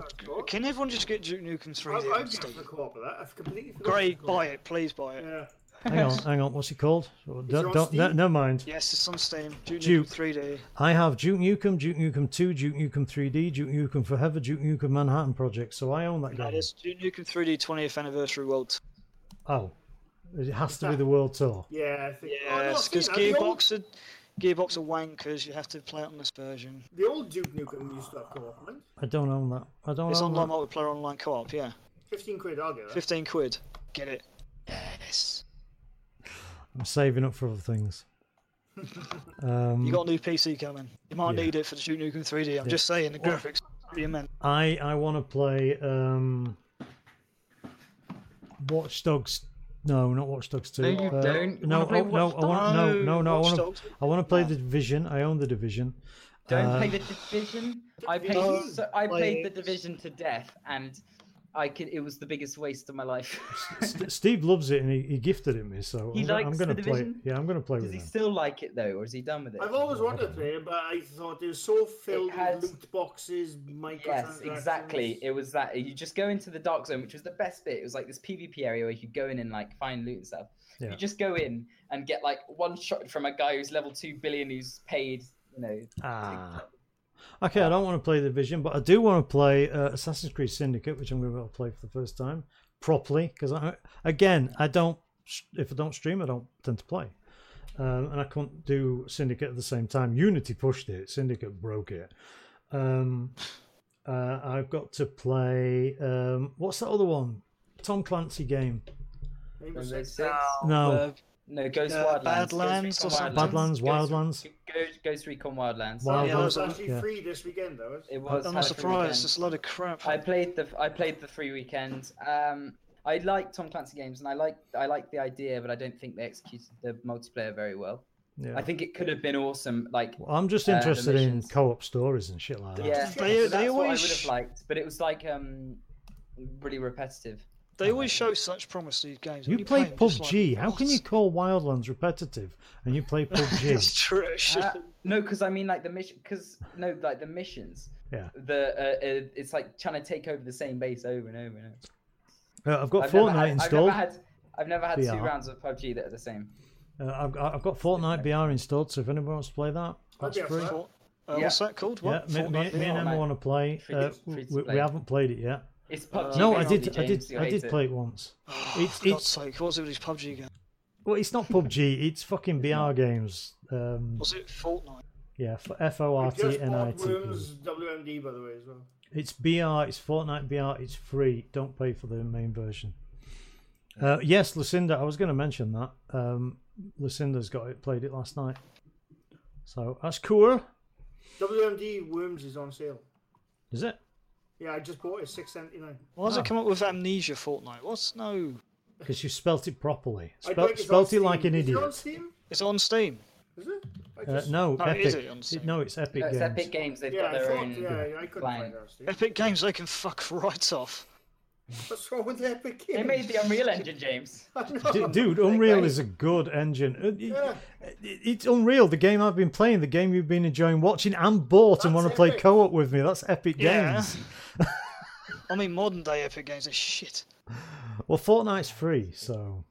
Can everyone just get Duke Nukem
I, I'm
3D?
just
Steve?
for co-op of that. I've completely forgotten.
Gray,
to co-op.
buy it. Please buy it.
Yeah.
Hang on, hang on. What's it called? Don't,
it on
don't, ne-
Steam?
never mind.
Yes, it's on Steam. Duke,
Duke.
Nukem 3D.
I have Duke Nukem, Duke Nukem 2, Duke Nukem 3D, Duke Nukem Forever, Duke Nukem Manhattan Project. So I own that
That
game.
is Duke Nukem 3D 20th Anniversary World Tour.
Oh, it has to be the World Tour.
Yeah, I think. oh, no, I've
Yes,
seen
because
that. The old-
Gearbox are, Gearbox are wankers. You have to play it on this version.
The old Duke Nukem used to have co-op, right?
I don't own that. I don't
It's
own
online
that.
multiplayer, online co-op. Yeah,
15 quid, I'll get that.
fifteen quid. Get it? Yes.
I'm saving up for other things.
You
Um,
got a new PC coming. You might
Yeah.
need it for the Duke Nukem 3D. I'm just saying the graphics are pretty immense.
I I want to play um, Watch Dogs. No, not Watch Dogs Two.
No, you
Uh,
don't. You
No,
wanna play
oh, no,
Watch
I want no,
Dogs?
no, no. I
Watch
want
Dogs?
to. I want to play the Division. I own the Division.
Don't
Uh,
play the division. I played.
Don't
so, I
play
played the
it.
division to death, and I could. It was the biggest waste of my life.
St- Steve loves it and he, he gifted it me, so
He
I'm, go- I'm
likes
gonna
The
play.
Division?
Yeah, I'm gonna play
Does
with
he
him.
still like it though, or is he done with it?
I've always wanted to play it, but I thought it was so filled
has-
with loot boxes, microtransactions.
Yes, exactly. It was that you just go into the dark zone, which was the best bit. It was like this PvP area where you could go in and like find loot and stuff.
Yeah.
You just go in and get like one shot from a guy who's level two billion who's paid, you know.
Ah. Okay, I don't want to play the Division, but I do want to play uh, Assassin's Creed Syndicate, which I'm going to be able to play for the first time properly. Because I, again, I don't if I don't stream, I don't tend to play, um, and I couldn't do Syndicate at the same time. Unity pushed it, Syndicate broke it. Um, uh, I've got to play um, what's that other one? Tom Clancy game?
Rainbow
Rainbow
Six.
Six.
No.
Uh,
No, Ghost
Uh,
Wildlands.
Badlands
Ghost
or
Recon
something?
Badlands,
Ghost-
Wildlands.
Ghost, Ghost Recon Wildlands.
Wild-
yeah, that was
Wildlands,
actually
yeah.
free this weekend, though. wasn't it?
It was.
I'm
had
not
a free
surprised.
weekend.
It's a load of crap.
I played the I played the three weekends. Um, I like Tom Clancy games, and I like I like the idea, but I don't think they executed the multiplayer very well.
Yeah.
I think it could have been awesome. Like,
Well, I'm just
Uh, the
interested in
missions.
co-op stories and shit like that.
yeah,
They-
so
they
that's what I would
always-
have liked, but it was like um, really repetitive.
They always show such promise to these games.
You
when
play
them, just
PUBG.
like,
How can you
what?
call Wildlands repetitive and you play
It's
PUBG?
trash.
Uh, no, because I mean like the mission, because no, like the missions.
Yeah.
The uh, uh, it's like trying to take over the same base over and over and over.
Uh, I've got
I've
Fortnite
never had,
installed.
I've never had, I've never had two
VR.
rounds of PUBG that are the same.
Uh, I've, got- I've got Fortnite BR installed. So if anyone wants to play that,
I'd
that's
be up for
free.
that.
Uh, What's that called?
Yeah,
What?
me, me,
Fortnite
me and
VR,
Emma
mate.
want to play.
Free
uh,
to- free to
we, we
play.
haven't played it yet.
Uh,
It's PUBG.
No, I
based
did.
on
I
the
did.
James, you'll
I
hate
did
it.
play it once. It's
Oh, For God's
it's
sake, what's it with these PUBG games?
well, it's not PUBG. It's fucking BR games. Um,
Was it Fortnite?
yeah, F O
We
R T
just
N I
bought
T E.
Worms WMD, by the way, as well.
It's BR, it's Fortnite BR, it's free. Don't pay for the main version. Uh, yes, Lucinda, I was going to mention that. Um, Lucinda's got it, played it last night. So that's cool.
WMD Worms is on sale.
Is it?
Yeah, I just bought it, six seventy nine.
Why does
Ah.
it come up with Amnesia Fortnite? What's no?
Because you spelt it properly.
I
Spelt,
think it's on
spelt it like
Steam.
an
Is it on
idiot.
Steam?
It's on Steam.
Is it? I
Uh,
just-
no,
Oh,
Epic.
is it on Steam?
no, it's Epic
No, it's
Games.
Epic Games. They've
Yeah,
got
I
their
thought,
own.
yeah, I couldn't
client.
find it on Steam.
Epic Games, they can fuck right off.
What's wrong with Epic Games?
They made the Unreal Engine, James.
I know.
D- dude, Unreal is a good engine. Uh, it-
Yeah.
it- It's unreal. The game I've been playing, the game you've been enjoying watching and bought and
That's
want to play
epic.
co op with me. That's Epic
Yeah.
Games.
I mean, modern day Epic Games are shit.
Well, Fortnite's free, so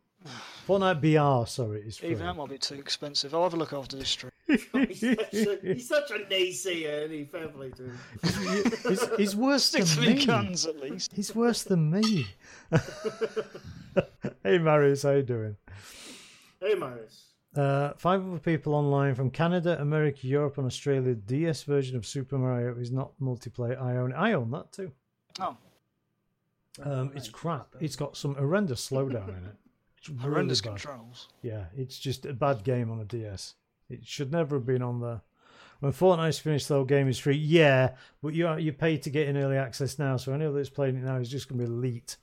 Fortnite BR, sorry, is free.
Even that might be too expensive. I'll have a look after this stream.
He's such a, he's such a naysayer, and he fair play to him.
he's, he's worse
Stick to
than
the
me.
guns at least.
He's worse than me. hey, Marius, how you doing?
Hey, Marius.
Uh, five other people online from Canada, America, Europe, and Australia. DS version of Super Mario is not multiplayer. I own. it. I own that too.
Oh,
Um, it's crap. It's got some horrendous slowdown in it. It's really
horrendous
bad.
controls.
Yeah, it's just a bad game on a DS. It should never have been on there. When Fortnite's finished, though, game is free. Yeah, but you are, you pay to get in early access now, so anyone that's playing it now is just going to be elite.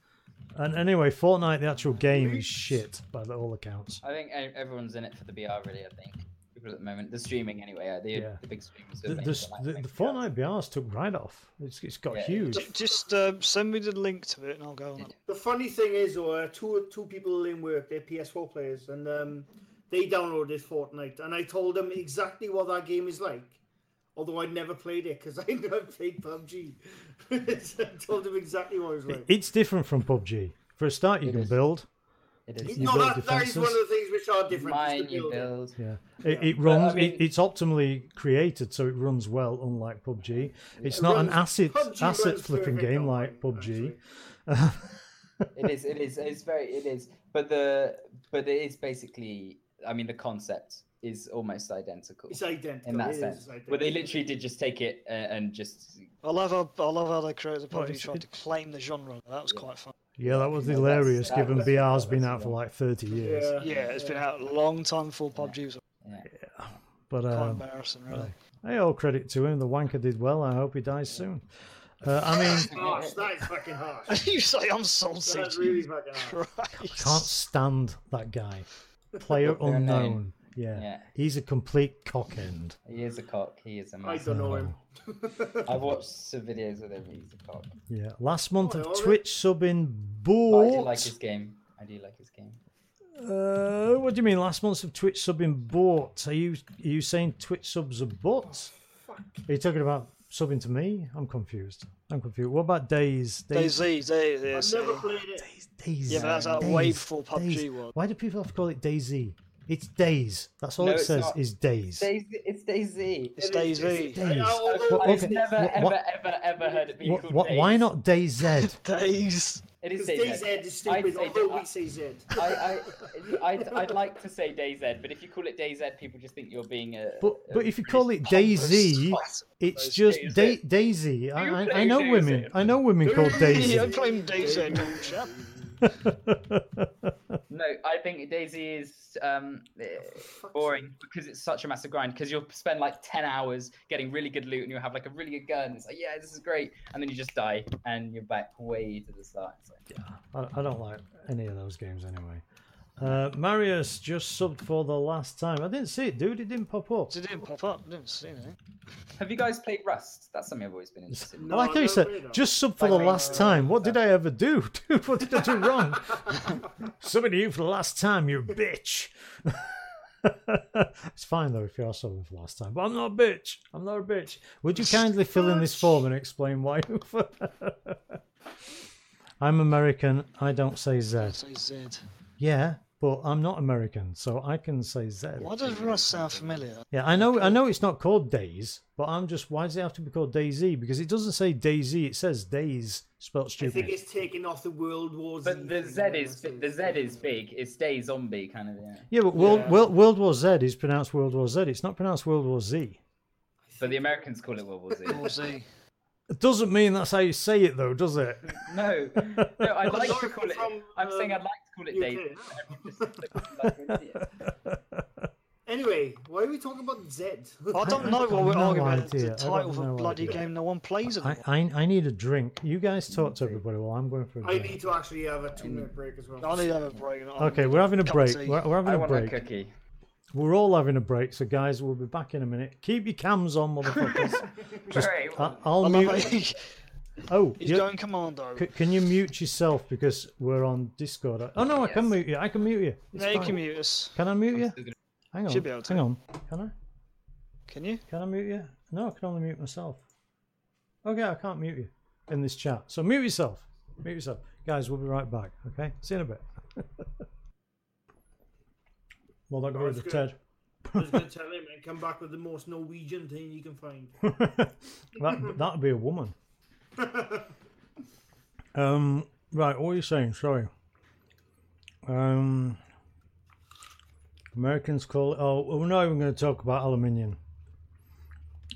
And anyway, Fortnite, the actual game, is shit by the- all accounts.
I think e- everyone's in it for the BR, really. I think people at the moment, the streaming anyway. Uh, the,
Yeah.
the big streamers. are
The,
making
the,
like
the,
big
the
PR.
Fortnite BRs took right off. It's, it's got
Yeah, it
huge.
did.
J- Just uh, send me the link to it and I'll go on it.
The funny thing is, or two two people in work, they're PS4 players, and um, they downloaded Fortnite, and I told them exactly what that game is like. Although I'd never played it because I never played PUBG. so I told them exactly what it was like.
It's different from PUBG. For a start, you
It
can
is.
build.
It is.
you
no,
build
that, that is one of the things which are different. is the
Mine, you
building.
build.
Yeah, it,
Yeah.
it runs.
But, I mean-
it, it's optimally created, so it runs well, unlike PUBG. It's not an
runs-
asset
PUBG
asset
runs
flipping
perfect
game
online,
like PUBG.
actually.
It is. It is. It's very. It is. But the. But it is basically. I mean, the concept is almost identical
It's identical.
in that
it is
sense.
identical.
Where they literally did just take it uh, and just.
I love how I love how they created the
Well,
pub. You
it's-
tried to claim the genre. That was
Yeah.
quite fun.
Yeah, that was
Yeah, that's-
hilarious.
that
given
was-
BR's
that
been
was
out for
fun.
like thirty years,
Yeah, it's been out a long time before PUBG was
Yeah.
but
quite
um,
embarrassing, really.
hey, all credit to him. The wanker did well. I hope he dies soon. Uh, I mean,
Harsh, that is fucking harsh.
you say I'm salty.
That's really fucking harsh.
Christ.
can't stand that guy. Player
Their name.
unknown. Yeah.
Yeah.
he's a complete cockend.
He is a cock. He is a
I
man.
don't know him.
I've watched some videos with him. He's a cock.
Yeah, last month
Oh,
of
alright.
Twitch subbing
But I
bought.
do like his game. I do like his game.
Uh, what do you mean? Last month's of Twitch subbing bought? Are you are you saying Twitch subs are bought? Are you talking about subbing to me? I'm confused. I'm confused. What about days? Days.
Daisy, Daisy.
I've never played it.
Days.
Yeah, but that's out
Days.
way before PUBG
Days.
was.
Why do people have to call it Daisy? It's days. That's all
No,
it
it's
says
not.
is days.
Daisy, it's Daisy.
It's
It is- Oh,
Daisy.
it's- I-
Days.
I- although
Well,
it's
I've
okay.
never,
What-
ever,
what-
ever, ever heard it being
What,
called
what,
Daisy.
why not Day Z?
Days.
It is
Because
Daisy.
DayZ is
I'd
stupid,
say
although
that-
we say Z.
I, I, I'd, I'd like to say DayZ, but if you call it DayZ, people just think you're being a.
But
a
but if you call it Daisy, it's
Those
just
days,
da- Daisy. I,
You
I, I
play
know
days,
women.
eh?
I know women called Daisy.
I claim Daisy, old chap.
no, I think Daisy is um, eh, boring because it's such a massive grind. Because you'll spend like ten hours getting really good loot, and you'll have like a really good gun. It's like, yeah, this is great, and then you just die, and you're back way to the start. It's like,
I, I don't like any of those games anyway. Uh, Marius just subbed for the last time. I didn't see it, dude. It didn't pop up.
It didn't pop up. Didn't see anything.
have you guys played Rust? That's something I've always been interested in.
I like how you
No,
said,
no, no.
just sub for the
Like,
last
uh,
time. What did I ever do? Dude, what did I do wrong? Subbing to you for the last time, you bitch. it's fine, though, if you are subbing for the last time. But I'm not a bitch. I'm not a bitch. Would you kindly fill in this form and explain why you... I'm American. I don't say Z.
Say Z.
Yeah, but I'm not American, so I can say Z.
Why does Russ sound familiar?
Yeah, I know. I know it's not called Days, but I'm just. Why does it have to be called Daisy? Because it doesn't say Daisy. It says Days, spelled
I think
stupid.
it's taken off the World War Z.
But the
thing,
Z
yeah,
is
so
the
it's-
Z is big. It's Day Zombie kind of. Yeah.
Yeah, but World,
Yeah.
World World War Z is pronounced World War Z. It's not pronounced World War Z.
But the Americans call it World War Z.
Or Z.
It doesn't mean that's how you say it, though, does it?
No, no, I'd like to
Sorry,
call it.
from,
I'm saying I'd
um,
like to call it
UK.
Daisy. Like an idiot.
Anyway, why are we talking about Z?
I don't know
got
what we're
no
arguing about. It's
idea.
the
I've got
title of a
no
bloody
idea.
game no one plays
I,
anymore.
I I need a drink. You guys talk to everybody while I'm going for a
I
drink.
need to actually have a two minute break as well.
I need to have a break. and I
Okay,
need
we're having a
cup of
break.
tea.
We're, we're having
I
a
want
break.
a cookie.
We're all having a break. So, guys, we'll be back in a minute. Keep your cams on, motherfuckers. Just,
Very
I,
well.
I'll
I love how
mute.
he-
Oh,
he's
you-
going commando.
C- can you mute yourself because we're on Discord? Oh no, I can
Yes.
mute you. I can mute you. It's
Now you
fine.
can mute us.
Can I mute you?
still gonna-
Hang on.
Should be able to.
Hang on. Can I?
Can you?
Can I mute you? No, I can only mute myself. Okay, I can't mute you in this chat. So mute yourself. Mute yourself, guys. We'll be right back. Okay, see you in a bit. well, that got rid
That's
of
good.
Ted.
I was going to tell him and come back with the most Norwegian thing you can find.
that that'd be a woman. um. Right. What were you saying? Sorry. Um. Americans call it. Oh, we're not even going to talk about aluminium.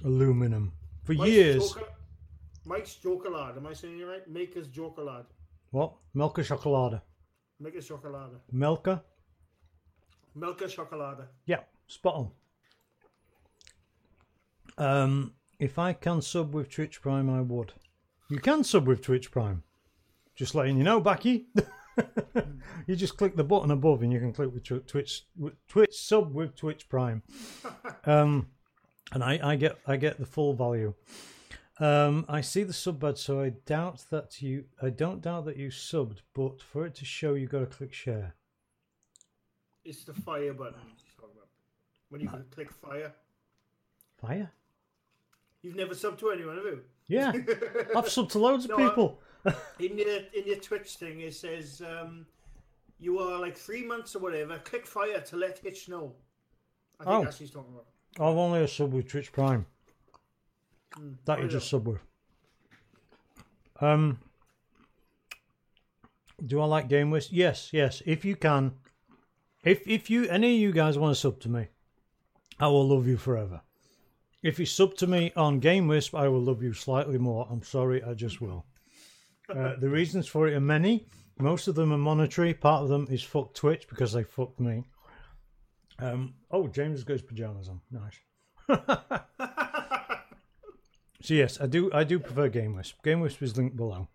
Aluminum. For
Mike's
years.
Joker, Mike's Jokerlad. Am I saying it right? Maker's Jokerlad.
What? Melka chocolada.
Maker's Jokerlada.
Melka?
Milka Chocolada.
Yeah, spot on. Um, if I can sub with Twitch Prime, I would. You can sub with Twitch Prime. Just letting you know, Becky. you just click the button above, and you can click with Tw- Twitch, with Twitch sub with Twitch Prime. Um, and I, I get I get the full value. Um, I see the sub bad, so I doubt that you. I don't doubt that you subbed, but for it to show, you got to click share.
It's the fire button. he's talking about. When you can click fire.
Fire.
You've never subbed to anyone, have you?
Yeah, I've subbed to loads of
No, I-
people.
In your in your Twitch thing, it says um, you are like three months or whatever. Click fire to let Hitch know. I think
Oh.
that's what he's talking about.
I've only a sub with Twitch Prime. That you
I
just sub with. Um, do I like Game Waste? Yes, yes. If you can, if if you any of you guys want to sub to me, I will love you forever. If you sub to me on Game Wisp, I will love you slightly more. I'm sorry, I just will. Uh, the reasons for it are many. Most of them are monetary. Part of them is fuck Twitch because they fucked me. Um, oh, James has got his pajamas on. Nice. so yes, I do. I do prefer Game Wisp. Game Wisp is linked below.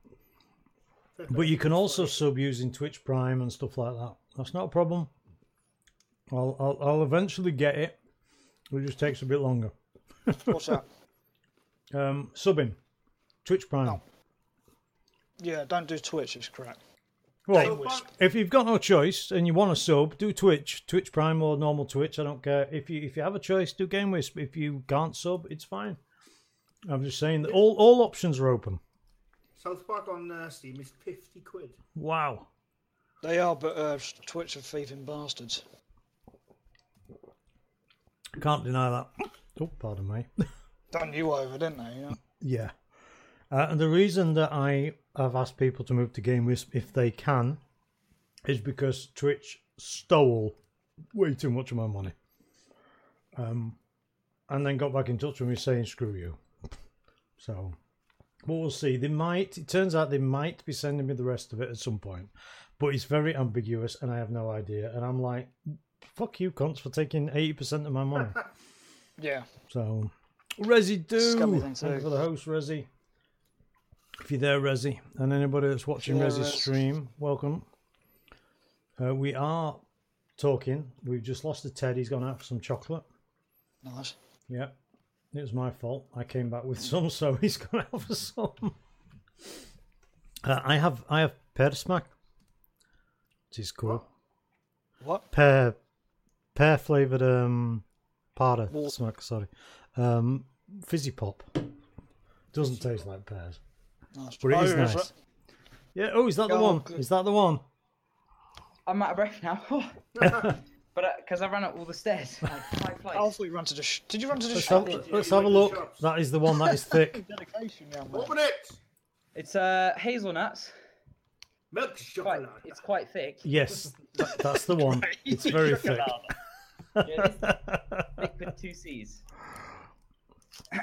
But you can also sub using Twitch Prime and stuff like that. That's not a problem. I'll I'll, I'll eventually get it. It just takes a bit longer.
What's that?
Um, subbing, Twitch Prime.
Yeah, don't do Twitch. It's crap.
Well,
Wisp.
if you've got no choice and you want to sub, do Twitch, Twitch Prime or normal Twitch. I don't care. If you if you have a choice, do Game Wisp. If you can't sub, it's fine. I'm just saying that all all options are open.
South Park on uh, Steam is fifty quid.
Wow.
They are, but uh, Twitch are thieving bastards.
Can't deny that. Oh, pardon me.
Done you over, didn't they? You know?
yeah. Uh, and the reason that I have asked people to move to Game Wisp if they can is because Twitch stole way too much of my money. Um, and then got back in touch with me saying, screw you. So, but we'll see. They might, it turns out they might be sending me the rest of it at some point. But it's very ambiguous and I have no idea. And I'm like, fuck you cunts for taking 80% of my money.
Yeah.
So, Resi, do
Scummy thing to
thank you
do.
for the host, Resi. If you're there, Resi, and anybody that's watching
Yeah,
Resi's
Rez.
stream, welcome. Uh, we are talking. We've just lost a Ted. He's gone out for some chocolate.
Nice.
Yeah, it was my fault. I came back with some, so he's gone out for some. Uh, I have I have pear smack. Which is cool.
What?
Pear, pear flavored um, powder
Malt.
smack. Sorry, um, fizzy pop. Doesn't taste like pears,
Nice.
but it is
Oh,
nice. Yeah. Oh, is that the
Oh,
one?
good.
Is that the one?
I'm out of breath now. but because I ran up all the stairs, like five flights.
I thought you run to the. Sh- Did you run to the?
Let's
Sh-
have,
did you?
let's have a
You went
look.
to the shops.
That is the one that is thick.
dedication, young man.
Open it.
It's uh hazelnuts.
Milk
Quite,
chocolate.
it's quite thick.
Yes, that- that's the one. It's very thick.
Yeah, it is thick with two C's.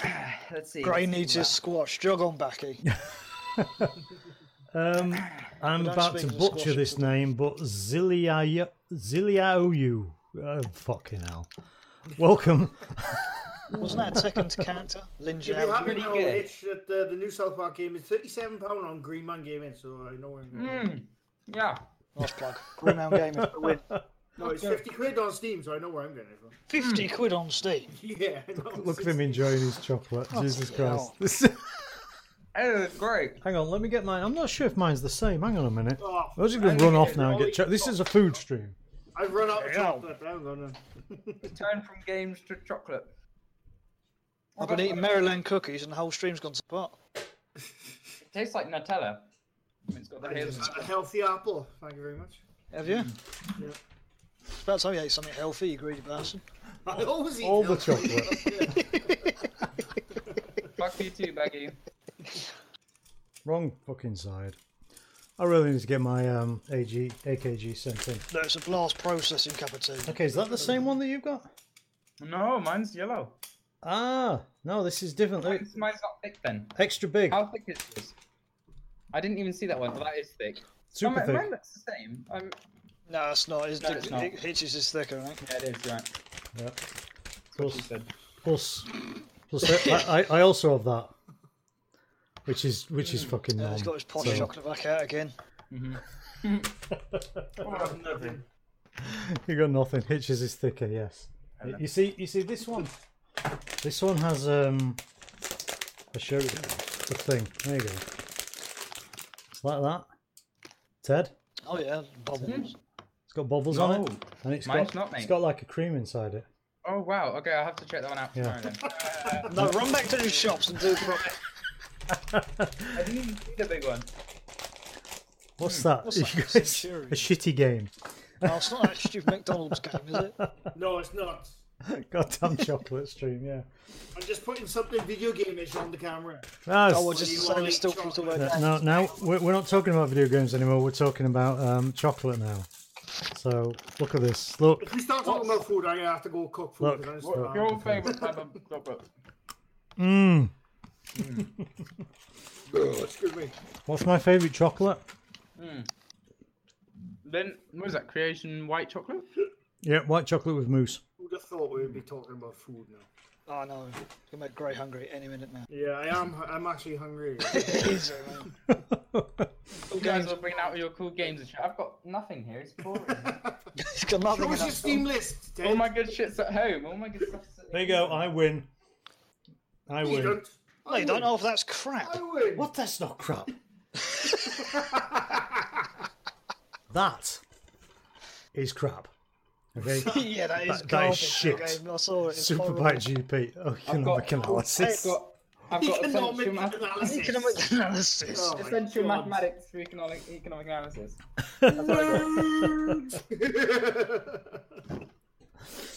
Let's see.
Gray
let's see
needs his squash. Jog on, Becky.
Um, I'm
don't
about to
speak in
butcher
Scottish,
this
do
name, but Zilia Ziliaou. Oh, fucking hell. Welcome.
Wasn't that a second character? Lin
You'll be
Zhao.
happy to know,
good.
Hitch, that uh, the new South Park game is thirty-seven pound on Green Man Gaming, so I know where I'm going.
that. Mm, yeah.
Nice plug. Green Mountain Gaming for the win.
No, it's fifty quid on Steam, so I know where I'm getting it from.
50 quid on Steam.
Yeah. I know,
Look at
it's-
him enjoying his chocolate. Jesus Christ.
hell.
Oh, it's great.
Hang on, let me get mine. I'm not sure if mine's the same. Hang on a minute.
Oh,
I was just going to run off now and get cho- This is a food stream.
I've run out of
Hell.
chocolate. I'm gonna.
Turn from games to chocolate.
I've been eating Maryland cookies and the whole stream's gone to pot.
It tastes like Nutella. It's got the
I just
hazelnut.
had a healthy apple. Thank you very much.
Have you? It's about time you ate something healthy, you greedy bastard.
I always eat
All the
healthy.
chocolate.
Fuck you too, Baggy.
Wrong fucking side. I really need to get my um, AG, AKG sent in.
No, it's a blast processing cup of tea.
Okay, is that the same one that you've got?
No, mine's yellow.
Ah, no, this is different. Look,
Mine's, mine's not thick then.
Extra big,
How thick is this? I didn't even see that one, but that is thick. Oh,
super
mi- Mine
thick.
looks the same. Um,
No, it's not. It's,
No,
it,
it's not.
it hitches is thicker, I think.
yeah, it is, you're right.
Yep.
That's what she said.
Plus, plus, I, I, I also have that, which is which is fucking
Yeah,
normal.
he's got his posh
So-
chocolate back out again.
You got nothing. Hitches is thicker. Yes. You see, you see this one. This one has um. I showed you the thing. There you go. It's like that. Ted,
Oh yeah,
it's
bubbles.
got bubbles on it,
No.
and it's
Mine's
got
not,
it's
mate.
got like a cream inside it.
Oh wow, okay, I'll have to check that one out
Yeah.
tomorrow then.
No, run back to the shops and do proper.
I didn't even see the big one.
What's that?
what's that?
You guys-
Centurion.
a shitty game.
No, it's not that stupid McDonald's game, is it?
No, it's not.
Goddamn chocolate stream. Yeah.
I'm just putting something video gameish on the camera.
No,
Oh,
it's-
we're just the same as still from the way
Uh,
down.
No, now we're, we're not talking about video games anymore. We're talking about um, chocolate now. So look at this. Look,
If we start talking about food, I'm gonna have to go cook food. Um,
Look,
'cause I'm just-
What's your favourite type of chocolate?
mmm.
oh, Excuse me.
What's my favourite chocolate?
Then what is that? Creation white chocolate?
Yeah, white chocolate with mousse.
Who'd have thought we would be talking about food now?
Oh no, you make Gray hungry any minute now.
Yeah, I am. I'm actually hungry.
Easy, man.
You guys are bringing out your cool games and shit. I've got nothing here. It's boring.
He's got nothing
Show
in
us your
that.
Steam list, Ted.
Oh
All my good shit's at home. All my good stuff's at
There you go. I win. I
You
win.
don't.
No, you don't know if that's crap.
I win.
What? That's not crap. that is crap. Okay.
yeah, that
That-
is
that is
garbage.
shit.
that game. I saw it. It's
Superbike
horrible.
GP. Oh, economic analysis.
I've got, I've got
Economic
essential, math-
analysis.
Economic analysis.
Oh my
essential
God.
mathematics for economic, economic analysis.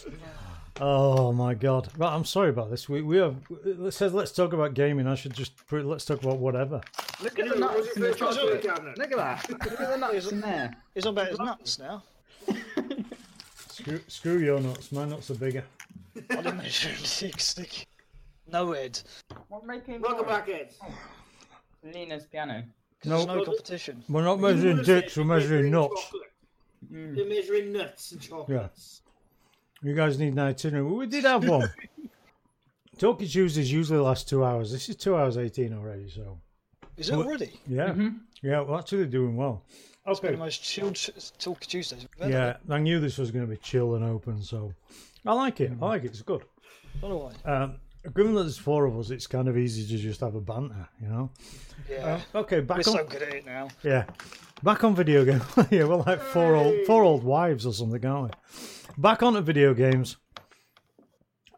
Oh my god! Right, I'm sorry about this. We we have it says let's talk about gaming. I should just put let's talk about whatever.
Look at the
Anyway,
nuts
what's
in
your
the
favourite
chocolate.
cabinet?
Look at that. Look at the nuts in there.
He's on about his nuts now.
Screw, screw your nuts. My nuts are bigger.
I didn't measure him thick stick. No Ed.
What making
Welcome back, Ed.
Lena's piano.
There's no
well,
competition.
We're not measuring dicks. We're measuring nuts.
chocolate.
Mm.
They're measuring nuts and chocolates.
You guys need an itinerary. Well, We did have one. Talking Tuesdays usually last two hours. This is two hours eighteen already. So
Is it already?
yeah, yeah, we're actually doing well.
The
Okay.
most chilled sh- Talk Tuesdays. Remember?
Yeah, I knew this was going to be chill and open, so I like it. I like it. It's good.
Not a way.
Um, given that there's four of us, it's kind of easy to just have a banter, you know.
Yeah.
Okay,
We're
back on.
so good at it now.
Yeah. Back on video game. yeah, we're like four old four old wives or something, aren't we? Back onto video games.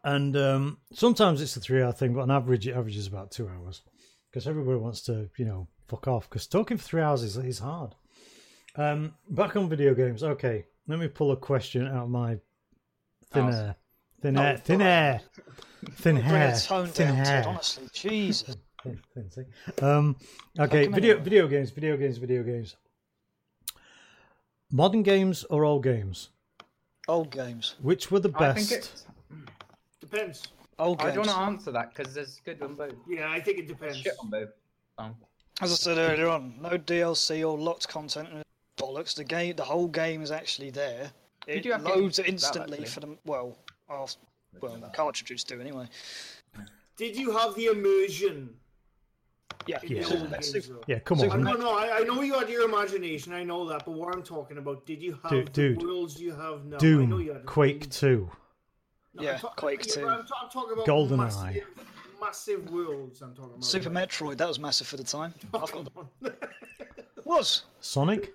And um, sometimes it's a three hour thing, but on average it averages about two hours. Because everybody wants to, you know, fuck off. Because talking for three hours is, is hard. Um, back on video games. Okay, let me pull a question out of my
Oh.
thin
House.
air. Thin air. Thin air. Thin
Bring
hair.
the tone
Thin
down, Ted,
hair.
honestly. Jesus.
Thin- thin thing. Um, okay, video
anyway.
video games, video games, video games. Modern games or old games?
Old games.
Which were the
I
best?
think it,
Depends.
Old
I
games.
don't want to answer that because there's good on both.
Yeah, I think it depends.
Shit on both. Um,
As I said earlier on, no DLC or locked content. and Bollocks. The game, the whole game is actually there. It
do have games
loads
like that,
instantly
actually.
for the well, after, well, the cartridges do anyway.
Did you have the immersion?
Yeah.
in the
Yeah. Oh,
old
That's
games,
super-
though?
yeah, come
So-
on.
No, no, I, I know you had your imagination. I know that, but what I'm talking about, did you have
Dude,
the
dude.
worlds you have now? I know you
Doom,
had
Quake Two.
No,
Yeah,
I'm ta-
Quake
yeah,
2.
but I'm, ta- I'm talking about
GoldenEye.
massive, massive worlds. I'm talking about
Super Metroid. That was massive for the time. I've got was.
Sonic.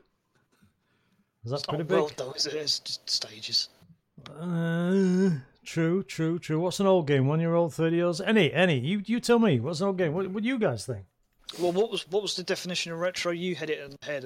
Is that
Not
pretty
world
big?
though, is it? It's just stages.
Uh, true, true, true. What's an old game? One year old, thirty years? Any, any? You, you tell me. What's an old game? What, what do you guys think?
Well, what was what was the definition of retro? You had it in the head.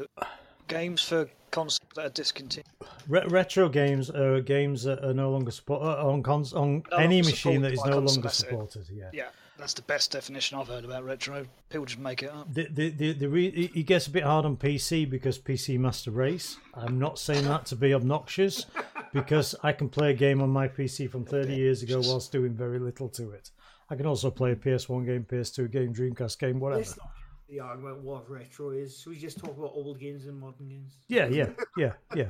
Games for consoles that are discontinued.
Re- retro games are games that are no longer support uh, on cons- on
No
any
longer
machine
supported
that is
by
no
console,
longer
that's it.
supported. Yeah.
Yeah, That's the best definition I've heard about retro. People just make it up.
The, the, the, the re- it it gets a bit hard on PC because PC Master Race. I'm not saying that to be obnoxious because I can play a game on my PC from 30 years ago whilst doing very little to it. I can also play a PS1 game, PS2 game, Dreamcast game, whatever.
Let's not the argument what retro is. Should we just talk about old games and modern games?
Yeah, yeah, yeah, yeah.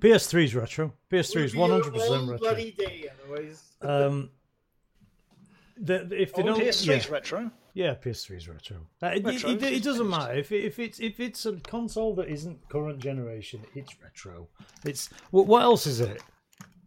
PS3's retro. PS3
We'll
is
be here
100%
all
retro.
bloody day, otherwise.
Um, the, the- if they
Oh,
don't, yeah.
PS3's retro.
Yeah, PS3's retro. Uh, it,
Retro,
it, it, it
it's
doesn't matter if it, if it's if it's a console that isn't current generation, it's retro. It's what, what else is it?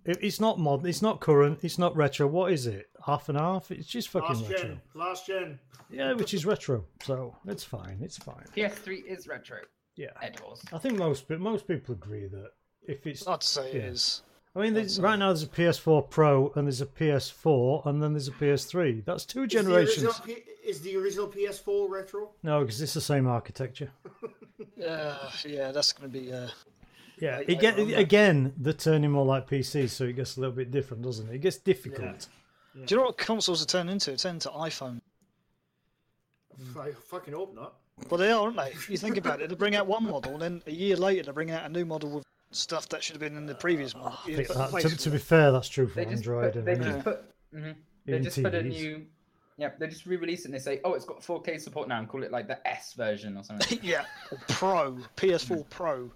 it? It's not modern. It's not current. It's not retro. What is it? Half and half. It's just fucking
Last
retro.
gen. Last gen.
Yeah, which is retro. So it's fine. It's fine.
PS3 is retro.
Yeah,
Edwards.
I think most pe- most people agree that if it's
I'd say it
Yeah.
is.
I mean, there's, right now there's a PS4 Pro and there's a PS4 and then there's a PS3. That's two generations.
Is the, original, P- is the original PS4 retro?
No, because it's the same architecture.
Uh, yeah, that's going to be. Uh,
Yeah,
Like,
it
I
get,
remember.
again, they're turning more like PC, so it gets a little bit different, doesn't it? It gets difficult.
Do you know what consoles are turning into? It's into iPhone.
Mm.
I fucking hope not.
Well, they are, aren't they? You think about it. They bring out one model, and then a year later they bring out a new model with stuff that should have been in the previous model.
I
Yeah,
think
but
that-
wait,
to, to be fair, that's true for
They just
Android
put,
and
they
any-
just put, mhm. they
even
just put a
TVs.
new. Yeah, they just re-release it and they say, "Oh, it's got 4K support now," and call it like the S version or something.
yeah, or Pro,
Mm.
PS4 Pro.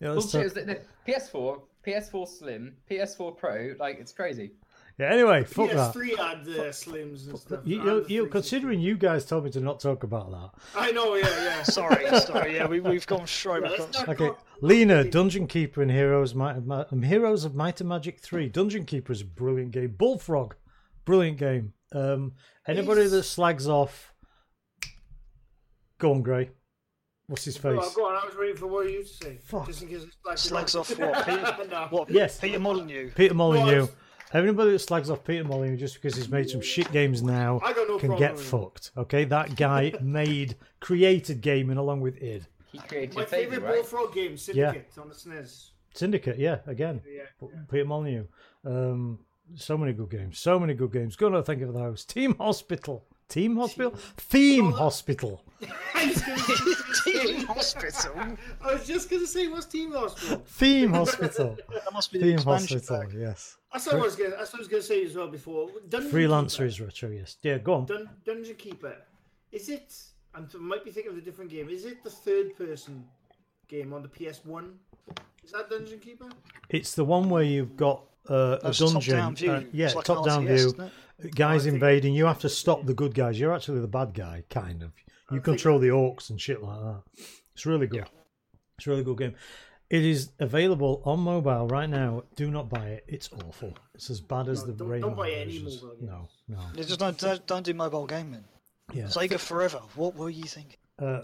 Yeah, let's
Bullshit
talk-
is that the PS4, PS4 Slim, PS4 Pro, like it's crazy.
yeah, anyway, fuck that.
PS3 had the slims and stuff.
You,
and
you,
the
you,
360.
considering you guys told me to not talk about that.
I know, yeah, yeah.
Sorry, sorry. Yeah, we, we've gone straight back on.
Let's not
Okay,
talk-
Lena, Dungeon Keeper and Heroes, Might, Ma- um, Heroes of Might and Magic 3. Dungeon Keeper is a brilliant game. Bullfrog, brilliant game. Um, anybody that slags off Gorm Grey, what's his face?
Well, go on. I was waiting for what you to say.
Fuck.
Just in case it's like
Slags off what? Peter,
No.
what,
Yes.
Peter Molyneux.
Peter Molyneux.
it's-
Everybody that slags off Peter Molyneux just because he's made some shit games now
I got no
can
problem
get
with it.
fucked. Okay, that guy made created gaming along with id
He created
My
Fable,
favorite
right?
Bullfrog game, Syndicate, on the SNES.
Syndicate. Yeah, again, Peter Molyneux. Um, so many good games. So many good games. Go not think of those. Team Hospital. Team Hospital. Theme Hospital.
I was gonna say-
Team Hospital.
I was just gonna say, what's Team Hospital?
Theme Hospital.
That must be the
Theme
expansion
Hospital.
pack.
Yes.
That's what I was gonna. That's what I was gonna say as well before. Dungeon
Freelancer
Keeper.
is retro. Yes. Yeah. Go on.
Dun- Dungeon Keeper. Is it? I might be thinking of a different game. Is it the third-person game on the PS1? Is that Dungeon Keeper?
It's the one where you've got uh, a
That's top-down
dungeon.
view.
uh, yeah,
It's like an
top down
RTS,
view.
isn't
Guys invading. You have to stop the good guys. You're actually the bad guy, kind of. You control the orcs and shit like that. It's really good. It's a really good game. It is available on mobile right now. Do not buy it. It's awful. It's as bad as the
don't-
Rayman
don't buy any
versions.
mobile games.
No, no.
Yeah, just don't, don't, don't do mobile gaming.
Yeah.
Sega Forever. What were you thinking?
Uh,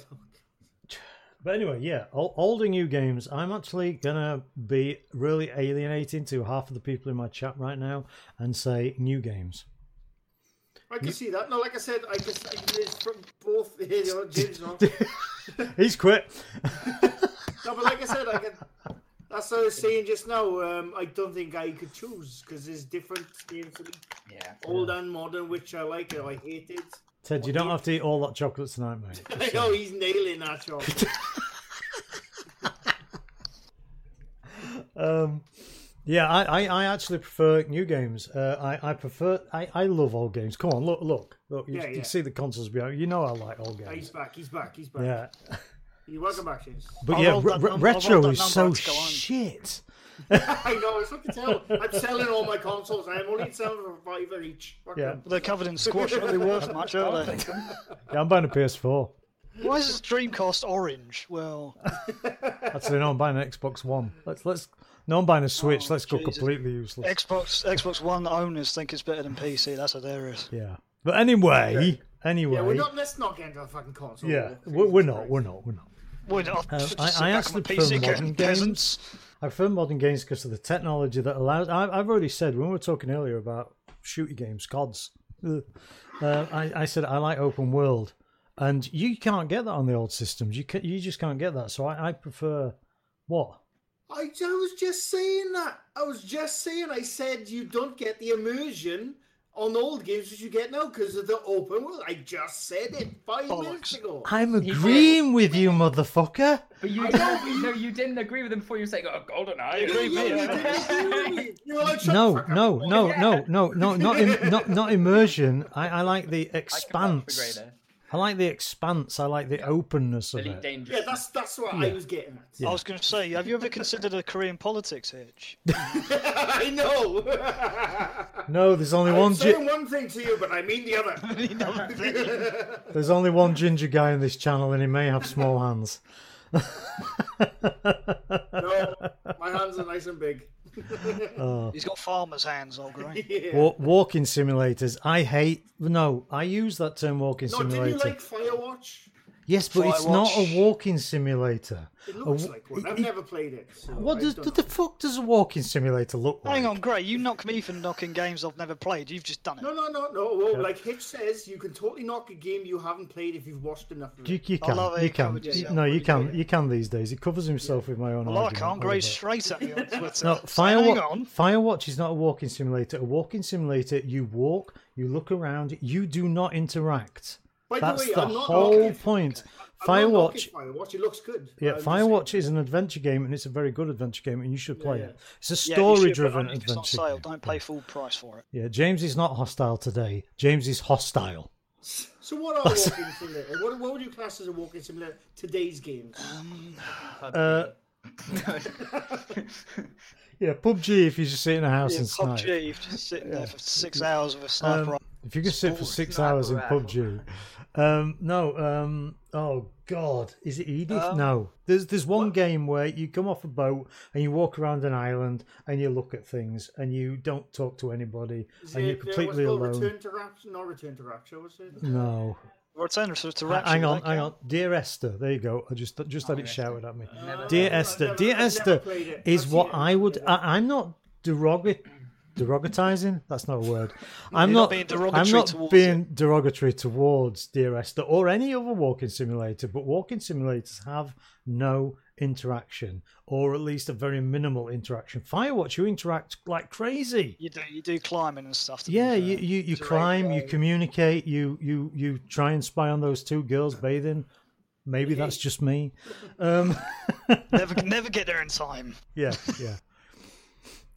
but anyway, yeah, all, older new games. I'm actually gonna be really alienating to half of the people in my chat right now and say new games.
I can see that. No, like I said, I can see it's from both. You know, James, no.
He's quit.
No, but like I said, I can. That's what I was saying just now. Um, I don't think I could choose because there's different games,
Yeah.
old and modern, which I like or I hate it.
Ted, you don't have to eat all that chocolate tonight, mate.
I know Oh, he's nailing that job.
Um, yeah, I, I, I actually prefer new games. Uh, I, I prefer I, I love old games. Come on, look look look. You,
Yeah,
you
yeah.
see the consoles behind. You know I like old
he's
games.
back. He's back. He's back.
Yeah,
You're welcome back, James.
but
I
yeah,
rolled
re-
that
re-
number- I rolled
retro
that
is so
number to go on.
shit.
I know. It's hard to tell. I'm selling all my consoles. I'm only selling for five of each. Fuck
Yeah.
them.
They're covered in squash. Aren't they worth much, are they?
Yeah, I'm buying a PS4.
Why is this Dreamcast orange? Well,
Actually, no, I'm buying an Xbox One. Let's let's. No, I'm buying a Switch.
Oh,
let's go
Jesus.
completely useless.
Xbox Xbox One owners think it's better than PC. That's hilarious.
yeah, but anyway, anyway,
Yeah, we're not. Let's not get into a fucking console.
yeah,
war.
we're, we're not, we're not, we're not.
Would I, just
Uh, I-
sit
I
back
asked
on
the
my PC
film
getting
modern
peasants.
I prefer modern games because of the technology that allows. I, I've already said when we were talking earlier about shooty games, CODs. ugh, Uh, I, I said I like open world, and you can't get that on the old systems. You can, you just can't get that. So I, I prefer what?
I, I was just saying that. I was just saying. I said you don't get the immersion on old games which you get now because of the open world. I just said it five minutes
Bollocks.
ago.
I'm
did.
agreeing with you, motherfucker.
But you
know, but
didn't,
you-
no, you didn't agree with him before you were saying, oh, golden eye.
agree with
Yeah,
me.
you didn't agree with me. You were like, "Shut the
No,
fuck up,
no,
boy."
no, no, no, no, not im- not not immersion. I, I like the
I can't
expanse.
figure it out.
I like the expanse. I like the openness of
Elite
it.
dangerous.
Yeah, that's that's what I was getting at.
I was going to say, have you ever considered a career in politics, Hitch?
I know.
No, there's only
I'm
one. Gi-
saying one thing to you, but I mean the other.
There's only one ginger guy in this channel, and he may have small hands.
No, my hands are nice and big.
He's got farmer's hands, all great.
Yeah.
Wa- walking simulators. I hate. No, I use that term walking
no, did
simulator.
you like Firewatch?
yes, but it's not a
Firewatch?
walking simulator.
It
A
looks
wa-
like one. I've
Uh, it-
never played it. So
What
I
does
don't
what
know.
the fuck does a walking simulator look like?
Hang on, Gray, you knock me for knocking games I've never played. You've just done it.
No, no, no, no. Well, Like Hitch says, you can totally knock a game you haven't played if you've watched enough of
You,
it.
you
I
can,
love it,
you
I
can.
would just-
no, you
Yeah.
can, you can these days. He covers himself with my own.
Well, I
argument.
can't.
I love
Gray's
it.
straight at me on Twitter.
No,
So Hang
Firewatch,
on.
Firewatch is not a walking simulator. A walking simulator, you walk, you look around, you do not interact.
By
That's
the
the
way, I'm not
whole
knocking-
point.
I'm not
Firewatch,
knocking Firewatch. It looks good.
yeah,
I'm just saying-
Firewatch is an adventure game, and it's a very good adventure game, and you should play
yeah.
it. It's a
Yeah, you should, but
story-driven
only if It's on
adventure.
sale.
game.
Don't pay full price for it.
Yeah, James is not hostile today. James is hostile.
So what are walking simulator? What, what would you class as a walking simulator? Today's games.
Uh, yeah, PUBG. If you just sit in a house
Yeah,
and snipe.
PUBG, you've just sitting there for six hours with a sniper.
Um, if you can sit for
Sports
six
sniper
hours in
rifle.
PUBG, um, no, um, oh god, is it Edith? no, there's there's one game where you come off a boat and you walk around an island and you look at things and you don't talk to anybody
Is
and
it-
you're
uh,
completely
what's it called?
alone.
Return to Rapture, not Return to Rapture, was it?
No,
Return to, to
Ha-
Rapture.
hang on,
that
hang
game.
on, dear Esther. There you go. I just just had it shouted at me.
Never-
Dear
I've
Esther,
Oh, never-
dear
I've never
Esther
played it.
is
I've
what
seen it.
I would. I, I'm not derogat derogatizing. That's not a word. I'm
You're
not.
not being
I'm
derogatory
not
towards
being derogatory towards dear Esther or any other walking simulator. But walking simulators have no interaction, or at least a very minimal interaction. Firewatch, you interact like crazy.
You do, you do climbing and stuff. to be
Yeah,
fair.
you, you, you climb, you communicate, you, you you try and spy on those two girls bathing. Maybe that's just me. Um,
never never get there in time.
yeah, yeah.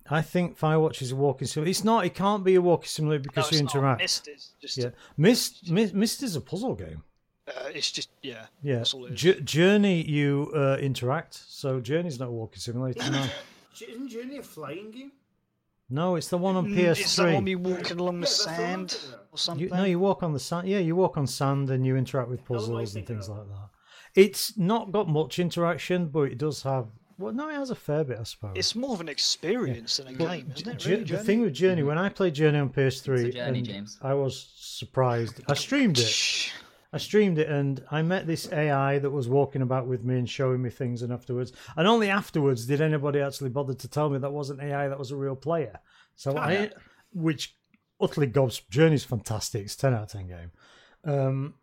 I think Firewatch is a walking simulator. It's not. It can't be a walking simulator
No,
because
it's
you
not.
interact.
Mist is just,
Yeah, Mist, Mist, Mist is a puzzle game.
uh, it's just yeah.
Yeah,
That's all it is.
J- Journey you uh, interact. So Journey's not a walking simulator. No,
Isn't Journey a flying game?
no, it's the one on
Mm, Is that one
PS3.
you walking along the
Yeah, that's the one I'm
sand
thinking of.
or something?
You, no, you walk on the sand. Yeah, you walk on sand and you interact with
what I
puzzles and
think
things
of.
like that. It's not got much interaction, but it does have. Well, no, it has a fair bit, I suppose.
It's more of an experience than a game, isn't it?
Ju-
Really,
the
Journey?
thing with Journey, when I played Journey on PS3,
It's a journey,
and
James.
I was surprised. I streamed it. I streamed it, and I met this AI that was walking about with me and showing me things. And afterwards, and only afterwards did anybody actually bother to tell me that wasn't AI, that was a real player. So I, which utterly gobs. Journey's fantastic. It's ten out of ten game. Um,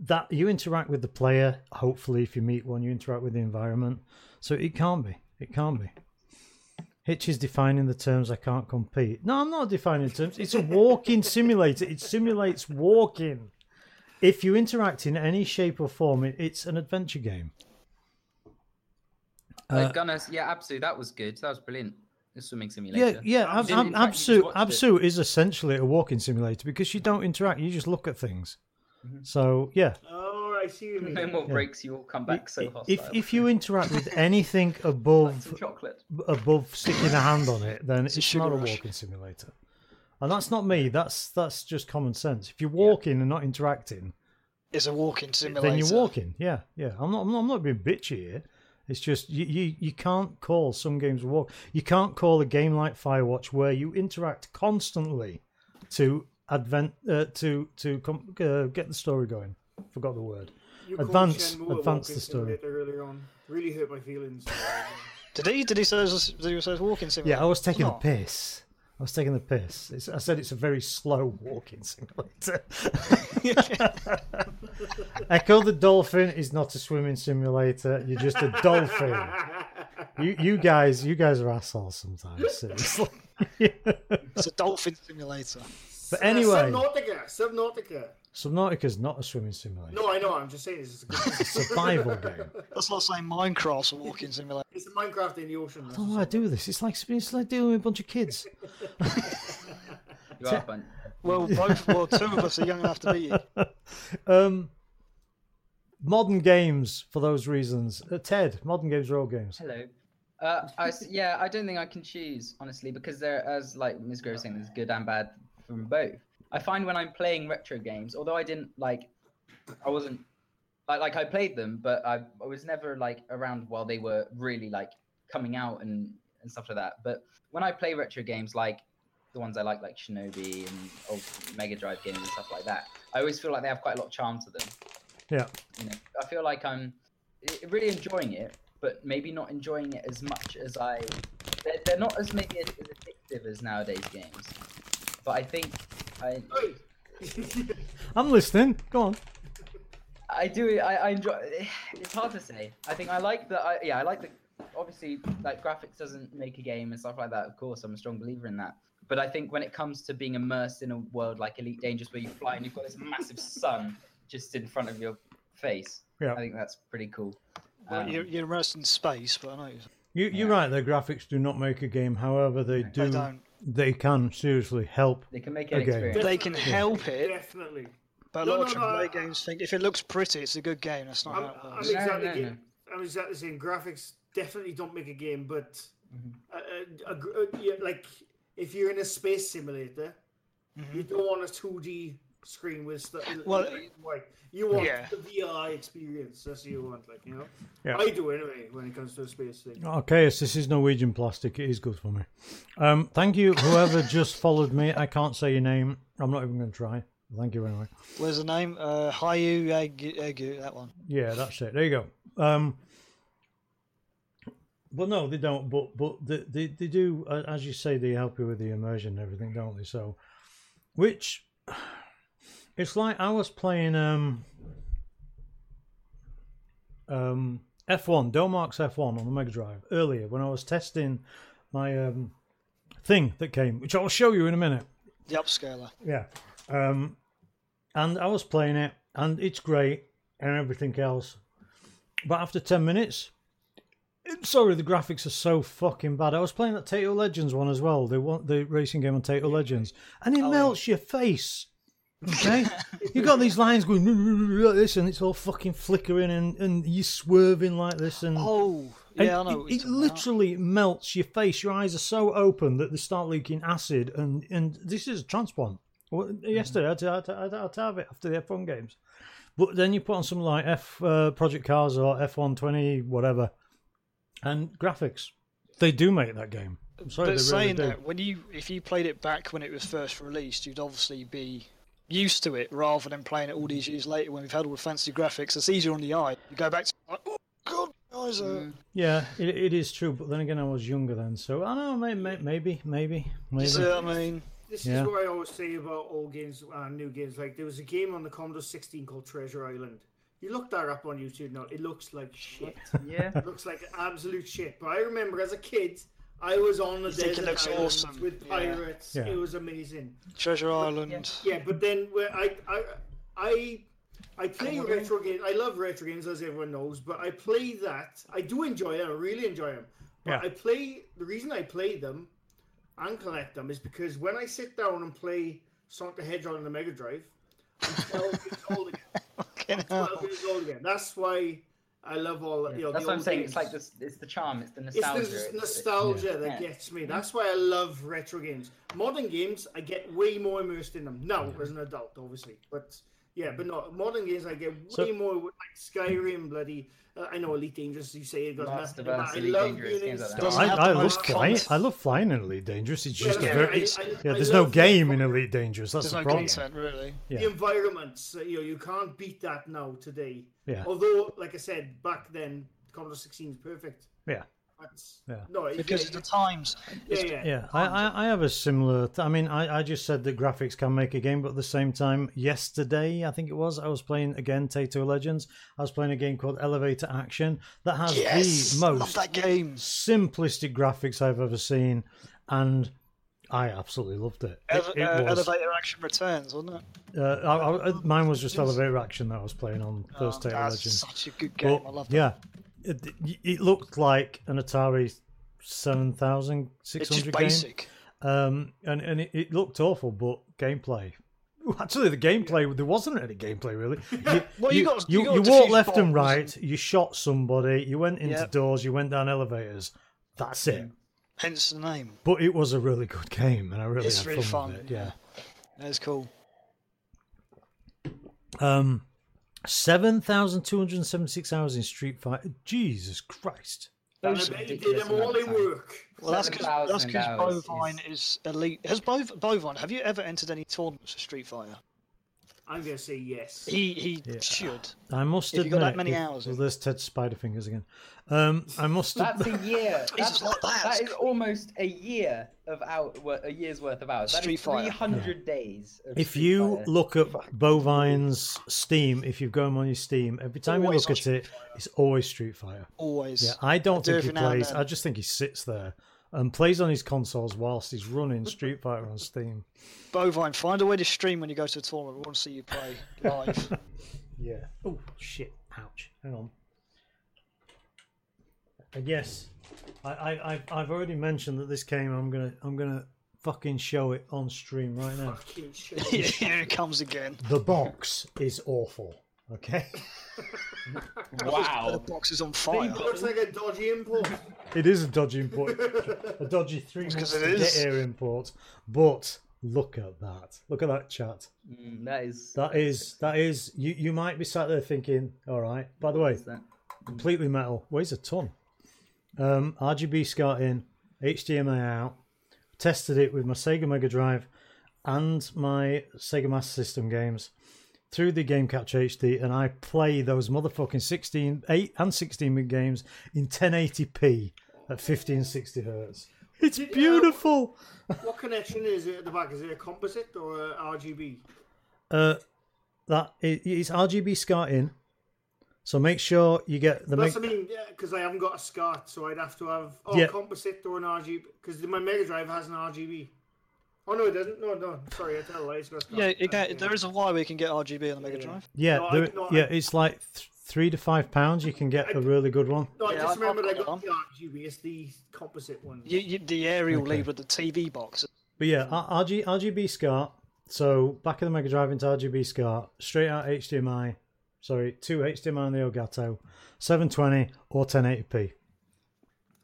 that you interact with the player. Hopefully, if you meet one, you interact with the environment. So it can't be. It can't be. Hitch is defining the terms I can't compete. No, I'm not defining terms. It's a walking simulator. It simulates walking. If you interact in any shape or form, it, it's an adventure game.
Like Gunners, yeah, absolutely. That was good. That was brilliant. The
Uh,
swimming
Yeah,
simulator.
yeah.
You
Ab-
didn't
ab-
interact, you just
Absu,
watched it.
Absu is essentially a walking simulator because you don't interact. You just look at things. So yeah,
Oh, I see what you mean.
No more breaks. You all come back so hostile.
if if you interact with anything above
some chocolate.
above sticking a hand on it, then it's,
sugar
not a
rush.
walking simulator. And that's not me. That's that's just common sense. If you're walking and not interacting,
It's a walking simulator.
then you're walking. Yeah, yeah. I'm not. I'm not, I'm not being bitchy here. It's just you, you. You can't call some games walk. You can't call a game like Firewatch where you interact constantly to advent uh, to to com- uh, get the story going. Forgot the word.
You called
Advance-
Shenmue a
advance the
walking
story.
simulator Earlier on, really hurt my feelings.
Did he? Did he say it was, did he say it was walking simulator?
Yeah, I was taking
It's not.
the piss. I was taking the piss. It's, I said it's a very slow walking simulator. Echo the Dolphin is not a swimming simulator. You're just a dolphin. You you guys you guys are assholes sometimes. Seriously.
It's a dolphin simulator.
But
Uh,
anyway,
Subnautica, Subnautica.
Subnautica's not a swimming simulator.
No, I know. I'm just saying it's a, good-
It's a survival game.
That's like saying Minecraft's a walking simulator.
It's a Minecraft in the ocean.
I don't know why I do this. It's like it's like dealing with a bunch of kids.
You are a bunch.
Well, both, well, two of us are young enough to be you.
Um, modern games for those reasons. Uh, Ted, modern games are all games.
Hello. Uh, I s yeah, I don't think I can choose honestly because there, as like Ms. Grove was saying, there's good and bad from both. I find when I'm playing retro games, although I didn't like, I wasn't like like I played them, but I, I was never like around while they were really like coming out and and stuff like that. But when I play retro games like the ones I like, like Shinobi and old Mega Drive games and stuff like that, I always feel like they have quite a lot of charm to them
Yeah.
you know, I feel like I'm i- really enjoying it, but maybe not enjoying it as much as I. They're, they're not as maybe as, as addictive as nowadays games, but I think I
Oi.
I'm listening. Go on.
I do I, I enjoy. It's hard to say. I think I like the I, yeah I like the obviously like graphics doesn't make a game and stuff like that. Of course, I'm a strong believer in that. But I think when it comes to being immersed in a world like Elite Dangerous, where you fly and you've got this massive sun just in front of your face,
Yeah.
I think that's pretty cool.
Well,
Um,
you're, you're immersed in space, but I know you-
You, You're
Yeah.
right. Their graphics do not make a game. However, they do.
they don't.
they can seriously help.
They can make it an
Okay.
experience.
They can help it,
Definitely.
but a
No,
lot of
no, no,
AAA
I-
games think if it looks pretty, it's a good game. That's not
I'm,
how it
I'm
works.
mean- No,
exactly.
no,
ge-
no.
I'm exactly saying graphics definitely don't make a game, but
Mm-hmm.
uh, uh, a gr- uh, yeah, like if you're in a space simulator, you don't want a 2D screen with stuff.
Mm-hmm. Well,
like you want
yeah.
the VR experience. That's what you want, like you know.
Yeah.
I do anyway when it comes to a space thing.
Oh,
Okay, yes, this is Norwegian plastic. It is good for me. Um, thank you, whoever just followed me. I can't say your name. I'm not even going to try. Thank you anyway.
Where's the name? Uh, Hayu Egu, Egu, that one.
Yeah, that's it. There you go. Um, but no, they don't. But but they, they, they do, uh, as you say, they help you with the immersion and everything, don't they? So, which it's like I was playing um, um, F1, Domark's F1 on the Mega Drive earlier when I was testing my um, thing that came, which I'll show you in a minute.
The upscaler.
Yeah. Um, and I was playing it, and it's great and everything else. But after 10 minutes, I'm sorry, the graphics are so fucking bad. I was playing that Tato Legends one as well, the, one, the racing game on Tato Legends, and it melts your face. Okay? you got these lines going like this, and it's all fucking flickering, and, and you're swerving like this. And
Oh,
and
yeah, I know.
It, it literally melts your face. Your eyes are so open that they start leaking acid. And, and this is a transplant. Well, yesterday, I had, to, I, had to, I had to- I had to have it after the F1 games. But then you put on some like F uh, Project Cars or F120, whatever, and graphics. They do make that game. I'm sorry,
But
they really
saying
do.
that, when you if you played it back when it was first released, you'd obviously be used to it rather than playing it all these years later when we've had all the fancy graphics. It's easier on the eye. You go back to like, oh god, my eyes
Mm.
are.
Yeah, it, it is true. But then again, I was younger then, so I don't know. may- may- Maybe, maybe, maybe.
You see what I mean?
This
Yeah.
is what I always say about old games and new games. Like there was a game on the Commodore 16 called Treasure Island. You look that up on YouTube now. It looks like shit.
Yeah.
It looks like absolute shit. But I remember as a kid, I was on the
You think it
desert
looks
island
awesome.
with
Yeah.
pirates.
Yeah.
It was amazing.
Treasure Island.
Yeah, but then where I I I I play retro games. I love retro games, as everyone knows. But I play that. I do enjoy them. I really enjoy them. But
Yeah.
I play the reason I play them and collect them is because when I sit down and play Sonic the Hedgehog on the Mega Drive, I'm 12 years old again.
Fucking hell.
12 years old again. That's why I love all. You know,
That's
the
what I'm
old
saying.
games.
It's like this. It's the charm. It's the
It's
nostalgia.
the
it's-
nostalgia that
Yeah.
gets me. That's why I love retro games. Modern games, I get way more immersed in them now as an adult, obviously. But yeah, but no, modern games, I get way
So-
more like Skyrim, bloody. Uh, I know Elite Dangerous, you say it got
Last
nothing.
of
but
Us,
I
Elite
love
Dangerous,
being in
games like that.
Skyrim.
I,
have
I
the
love
most
flying.
content.
I love flying in Elite Dangerous. It's just
Yeah,
a
I-
very.
I-
it's-
I-
yeah,
I
there's no
love
game
the-
in Elite Dangerous. That's
There's
the
no
problem.
content really.
Yeah.
The environments, uh, you know, you can't beat that now today.
Yeah.
Although, like I said, back then, Commodore 16 is perfect.
Yeah.
But
Yeah.
no, it,
Because of the times.
yeah, yeah,
Yeah, I, I, I have a similar. Th- I mean, I, I just said that graphics can make a game, but at the same time, yesterday, I think it was, I was playing again Taito Legends. I was playing a game called Elevator Action that has
Yes,
the
love
most
that game.
simplistic graphics I've ever seen. And I absolutely loved it. It,
Ele-
it
uh,
was.
Elevator action returns, wasn't it?
Uh, I, I, mine was just elevator action that I was playing on Thursday
Oh, that's
Legends.
such a good game.
But,
I love that.
yeah, it, it looked like an Atari seven thousand six
It's just
hundred game.
basic.
Um, and and it, it looked awful, but gameplay. Actually, the gameplay there wasn't any gameplay really. You,
Well, you got- you got
you
to
walked
fuse
left and
bombs
right. You shot somebody. You went into
Yep. Mm.
doors. You went down elevators. That's it.
Hence the name.
But it was a really good game, and I really
It's
had
really
fun.
fun,
With it. Yeah.
That's cool.
Um, seven thousand two hundred seventy-six hours in Street Fighter. Jesus Christ!
And
Those-
I bet you did
ridiculous
them all
amount of
in
time.
work.
Well, that's because
7,000
that's because
hours is-
Bovine is elite. Has Bov- Bovine? Have you ever entered any tournaments for Street Fighter?
I'm going to say yes.
He he
Yeah.
should.
I must
If you
admit,
got that many
if-
hours in-
well, there's Ted Spider fingers again. Um, I must.
That's a year.
Jesus,
That's,
like that.
that is almost a year of out, wo- a year's worth of hours. That is
Street Fighter.
300 days. Of
If
Street
you
Fighter.
look at Bovine's Steam, if you go on your Steam, every time
Always
you look
on
at it, it's always Street Fighter.
Always.
Yeah, I don't
do
think he
every now and
plays.
then.
I just think he sits there and plays on his consoles whilst he's running Street Fighter on Steam.
Bovine, find a way to stream when you go to a tournament. We want to see you play live.
Yeah. Oh shit! Ouch! Hang on. And yes, I, I, I've, I've already mentioned that this came. I'm gonna, I'm gonna fucking show it on stream right now.
Fucking shit.
Here it comes again.
The box is awful. Okay.
The
Wow.
box is on fire.
Looks like a dodgy import.
It is a dodgy import. a dodgy three months
'cause it
to get
is.
here import. But look at that. Look at that chat.
Mm, that is.
That is that is you, you might be sat there thinking, all right, by the way,
that?
completely metal, weighs a ton. Um RGB SCART in, HDMI out, tested it with my Sega Mega Drive and my Sega Master System games through the Game Capture HD and I play those motherfucking 16 8 and 16 bit games in 1080p at 1560 hertz. It's
Did- uh,
beautiful.
What connection is it at the back? Is it a composite or a RGB?
Uh, that it, it's RGB SCART in, so make sure you get the
That's
make-
what I mean, because I haven't got a SCART, so I'd have to have oh,
Yeah.
composite or an RGB. Because my Mega Drive has an RGB. Oh no, it doesn't. No, no. Sorry, I tell a lie. It's got a SCART.
Yeah, it,
Uh,
can- there is a why we can get RGB on the Mega Drive.
yeah,
no, I-
there-
no, I-
yeah. It's like th- three to five pounds. You can get a really good one.
No, I
Yeah,
just
I've- I've
remembered I
got
got
one.
the RGB. It's the composite one.
You, you, the aerial
Okay.
lead with the TV box.
But yeah, R- RG, RGB SCART. So back of the Mega Drive into RGB SCART, straight out HDMI. Sorry, two HDMI on the Elgato, 720 or 1080p.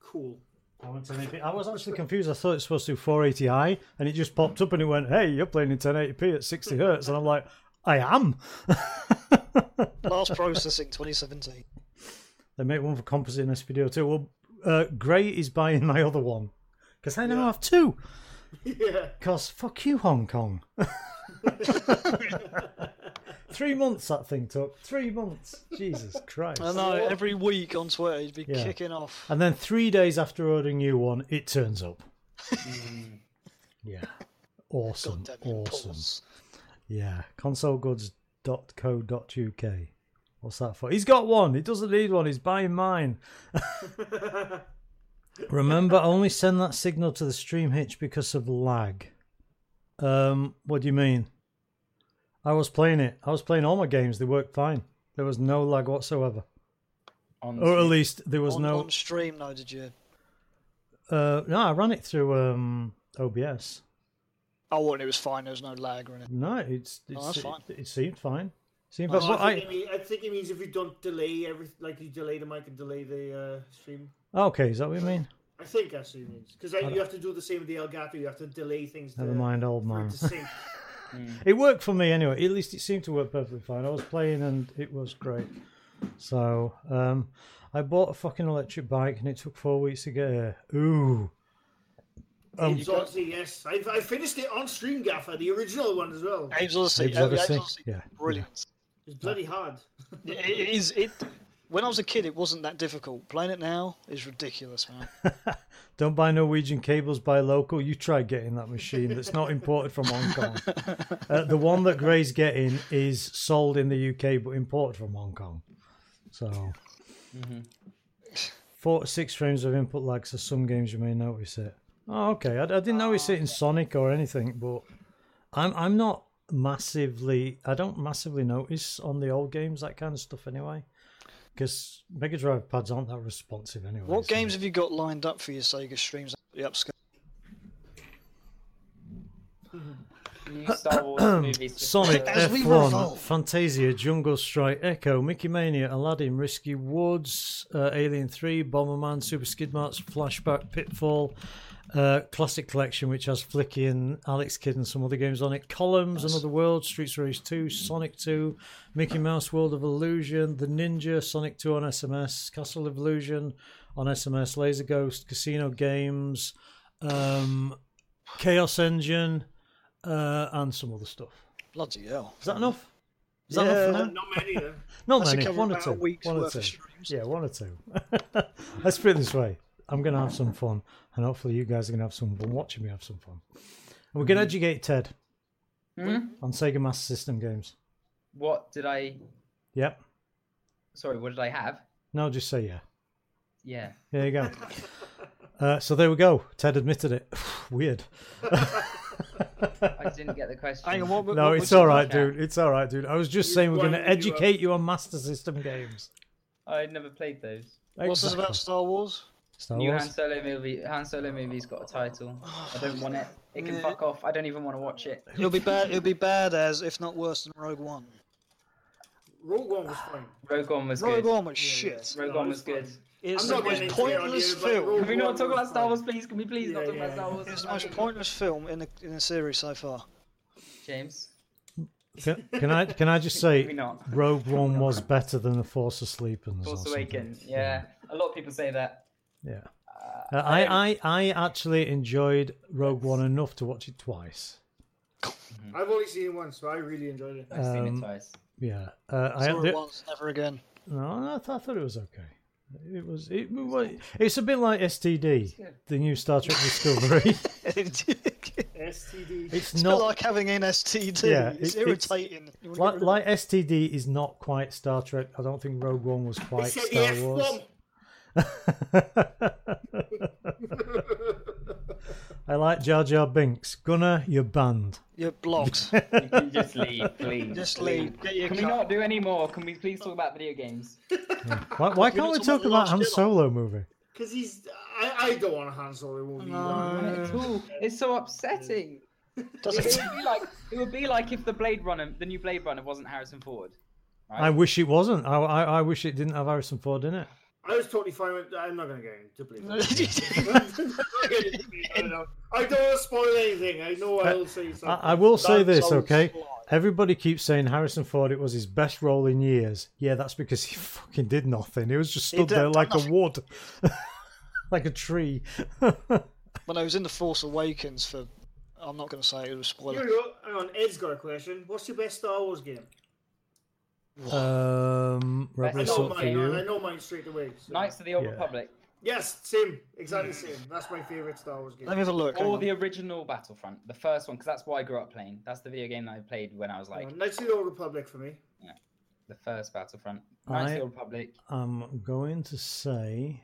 Cool.
I went 1080p. I was actually confused. I thought it was supposed to do 480i, and it just popped up and it went, "Hey, you're playing in 1080p at 60 hertz," and I'm like, "I am."
Last processing 2017.
They make one for composite and SPDO too. Well, uh, Gray is buying my other one because I now have two.
Yeah.
Because fuck you, Hong Kong. Three months that thing took. Three months. Jesus Christ.
I know, every week on Twitter he'd be
Yeah.
kicking off.
And then three days after ordering you one, it turns up. yeah. Awesome.
Goddamn
awesome.
impulse.
Yeah. Consolegoods.co.uk. What's that for? He's got one. He doesn't need one. He's buying mine. Remember, only send that signal to the stream hitch because of lag. Um, what do you mean? I was playing it. I was playing all my games. They worked fine. There was no lag whatsoever,
On
or at least there was
On,
no.
on stream, no, did you?
Uh, no, I ran it through um, OBS.
Oh, well, it was fine. There was no lag or anything.
No, it's, it's
Oh, that's fine.
It, it seemed fine. Seemed
Oh,
fine.
Well,
But
I,
I,
think it mean- I think it means if you don't delay every, like you delay the mic and delay the uh, stream.
okay, is that what you mean?
I think that's what it means because you have to do the same with the Elgato. You have to delay things. To,
Never mind, old
for it
man.
to sync.
It worked for me anyway. At least it seemed to work perfectly fine. I was playing and it was great. So um, I bought a fucking electric bike and it took four weeks to get here. Ooh, Um,
It's Odyssey, yes. I, I finished it on Stream Gaffer, the original one as well.
Abe's Odyssey.
Abe's
oh,
Odyssey, yeah,
Yeah. Brilliant.
It's bloody hard.
It- it is. It. When I was a kid, it wasn't that difficult. Playing it now is ridiculous, man.
don't buy Norwegian cables, buy local. You try getting that machine that's not imported from Hong Kong. Uh, the one that Gray's getting is sold in the UK but imported from Hong Kong. So. Four to six frames of input lag, so some games you may notice it. Oh, okay. I, I didn't notice it in Sonic or anything, but I'm I'm not massively. I don't massively notice on the old games that kind of stuff anyway, because Mega Drive pads aren't that responsive anyway.
What
so-
games have you got lined up for your Sega streams? The upscale.
New Star Wars movies.
Sonic
As we
F1,
revolve.
Fantasia, Jungle Strike, Echo, Mickey Mania, Aladdin, Risky Woods, uh, Alien 3, Bomberman, Super Skid Marks, Flashback, Pitfall, uh, Classic Collection, which has Flicky and Alex Kidd and some other games on it, Columns, Another World, Streets Race 2, Sonic 2, Mickey Mouse World of Illusion, The Ninja, Sonic 2 on SMS, Castle of Illusion on SMS, Laser Ghost, Casino Games, um, Chaos Engine, uh, and some other stuff.
Bloody hell.
Is that enough? Is that enough for now?
Not many though.
Not
That's a
many.
cover
One or
about
two.
a week's
one or
worth
two.
of streams.
Yeah, one or two. Let's put it this way: I'm going to have some fun, and hopefully, you guys are going to have some fun watching me have some fun. And we're going to educate Ted
Hmm?
on Sega Master System games.
What did I?
Yep.
Sorry, what did I have?
No, just say yeah.
Yeah.
There you go. Uh, so there we go. Ted admitted it. Weird.
I didn't get the question.
Hang on, what, what,
No,
what
it's
was
all
it?
right, dude. It's all right, dude. I was just
You
saying we're going to
blinded you up.
educate you on Master System games.
I never played those.
What's this
Exactly.
about Star Wars?
Star
New
Wars?
Han Solo movie. Han Solo movie's got a title. I don't want it. It can
Yeah.
fuck off. I don't even want to watch it.
It'll be bad. It'll be bad as, if not worse than Rogue One.
Rogue One was fine.
Rogue One was
Rogue
good.
One was shit.
Rogue
No,
One
it
was
was
good.
fine.
It's
I'm
the
not
most
getting into it on
pointless
you, but Rogue
film.
Can we not
One
talk
was
about Star
fine.
Wars, please? Can we please not
Yeah,
talk about
yeah,
Star Wars?
It's the most pointless film in the in the series so far.
James,
Can, can I can I just
can
say
we not?
Rogue One was better than The Force Asleep and
Force
something.
Awakens. Yeah, a lot of people say that.
Yeah. Uh, I, I I actually enjoyed Rogue One enough to watch it twice.
I've only seen it once, so I really enjoyed it.
I've seen
Um,
it twice.
Yeah. Uh, I,
Saw it
the-
once, never again.
no, no, I, th- I thought it was okay. It was it, wa- it's a bit like STD, the new Star Trek Discovery.
it's
STD.
it's
not
not
like having an STD.
Yeah, it-
it's
it's-
irritating. You wanna
like,
get rid of
like STD is not quite Star Trek. I don't think Rogue One was
They
quite
said the
Star
F
Wars.
bomb.
I like Jar Jar Binks. Gunner, you're banned.
it. You're blocked.
You can just leave, please.
Just leave. Get your
Can we
car.
not do any more? Can we please talk about video games?
Why, why can't
not
we
talking
talk
about
about
Last
Han
Jedi?
Solo movie?
Because he's. I, I don't want a Han Solo movie.
No.
Uh,
It's all- It's so upsetting. It
Doesn't-
would be like it would be like if the Blade Runner, the new Blade Runner, wasn't Harrison Ford.
I wish it wasn't. I, I, I wish it didn't have Harrison Ford in it.
I was totally fine with. I'm not going to get into Blade Runner. I don't know. I don't want to spoil anything. I know I'll say something.
I, I will say
Don't
this,
tell us
okay?
why.
Everybody keeps saying Harrison Ford, it was his best role in years. Yeah, that's because he fucking did nothing. He was just
He
stood
did
there like
nothing.
a wood, like a tree.
when I was in the Force Awakens for, I'm not going to say it was a
Here
spoiler.
we go. Hang on. Ed's got a question. What's your best Star Wars game?
um, Rebel
I
That's
know
Assault for
mine. I
you.
know mine straight away. so-
Knights of the Old
Yeah.
Republic
Yes, same. Exactly the same. That's my favorite Star Wars game.
Let me have a look. hang
or
on.
the original Battlefront, the first one, because that's what I grew up playing. That's the video game that I played when I was like
Uh, Knights of the Old Republic for me.
the first Battlefront.
I-
Knights of the Old Republic.
I'm going to say.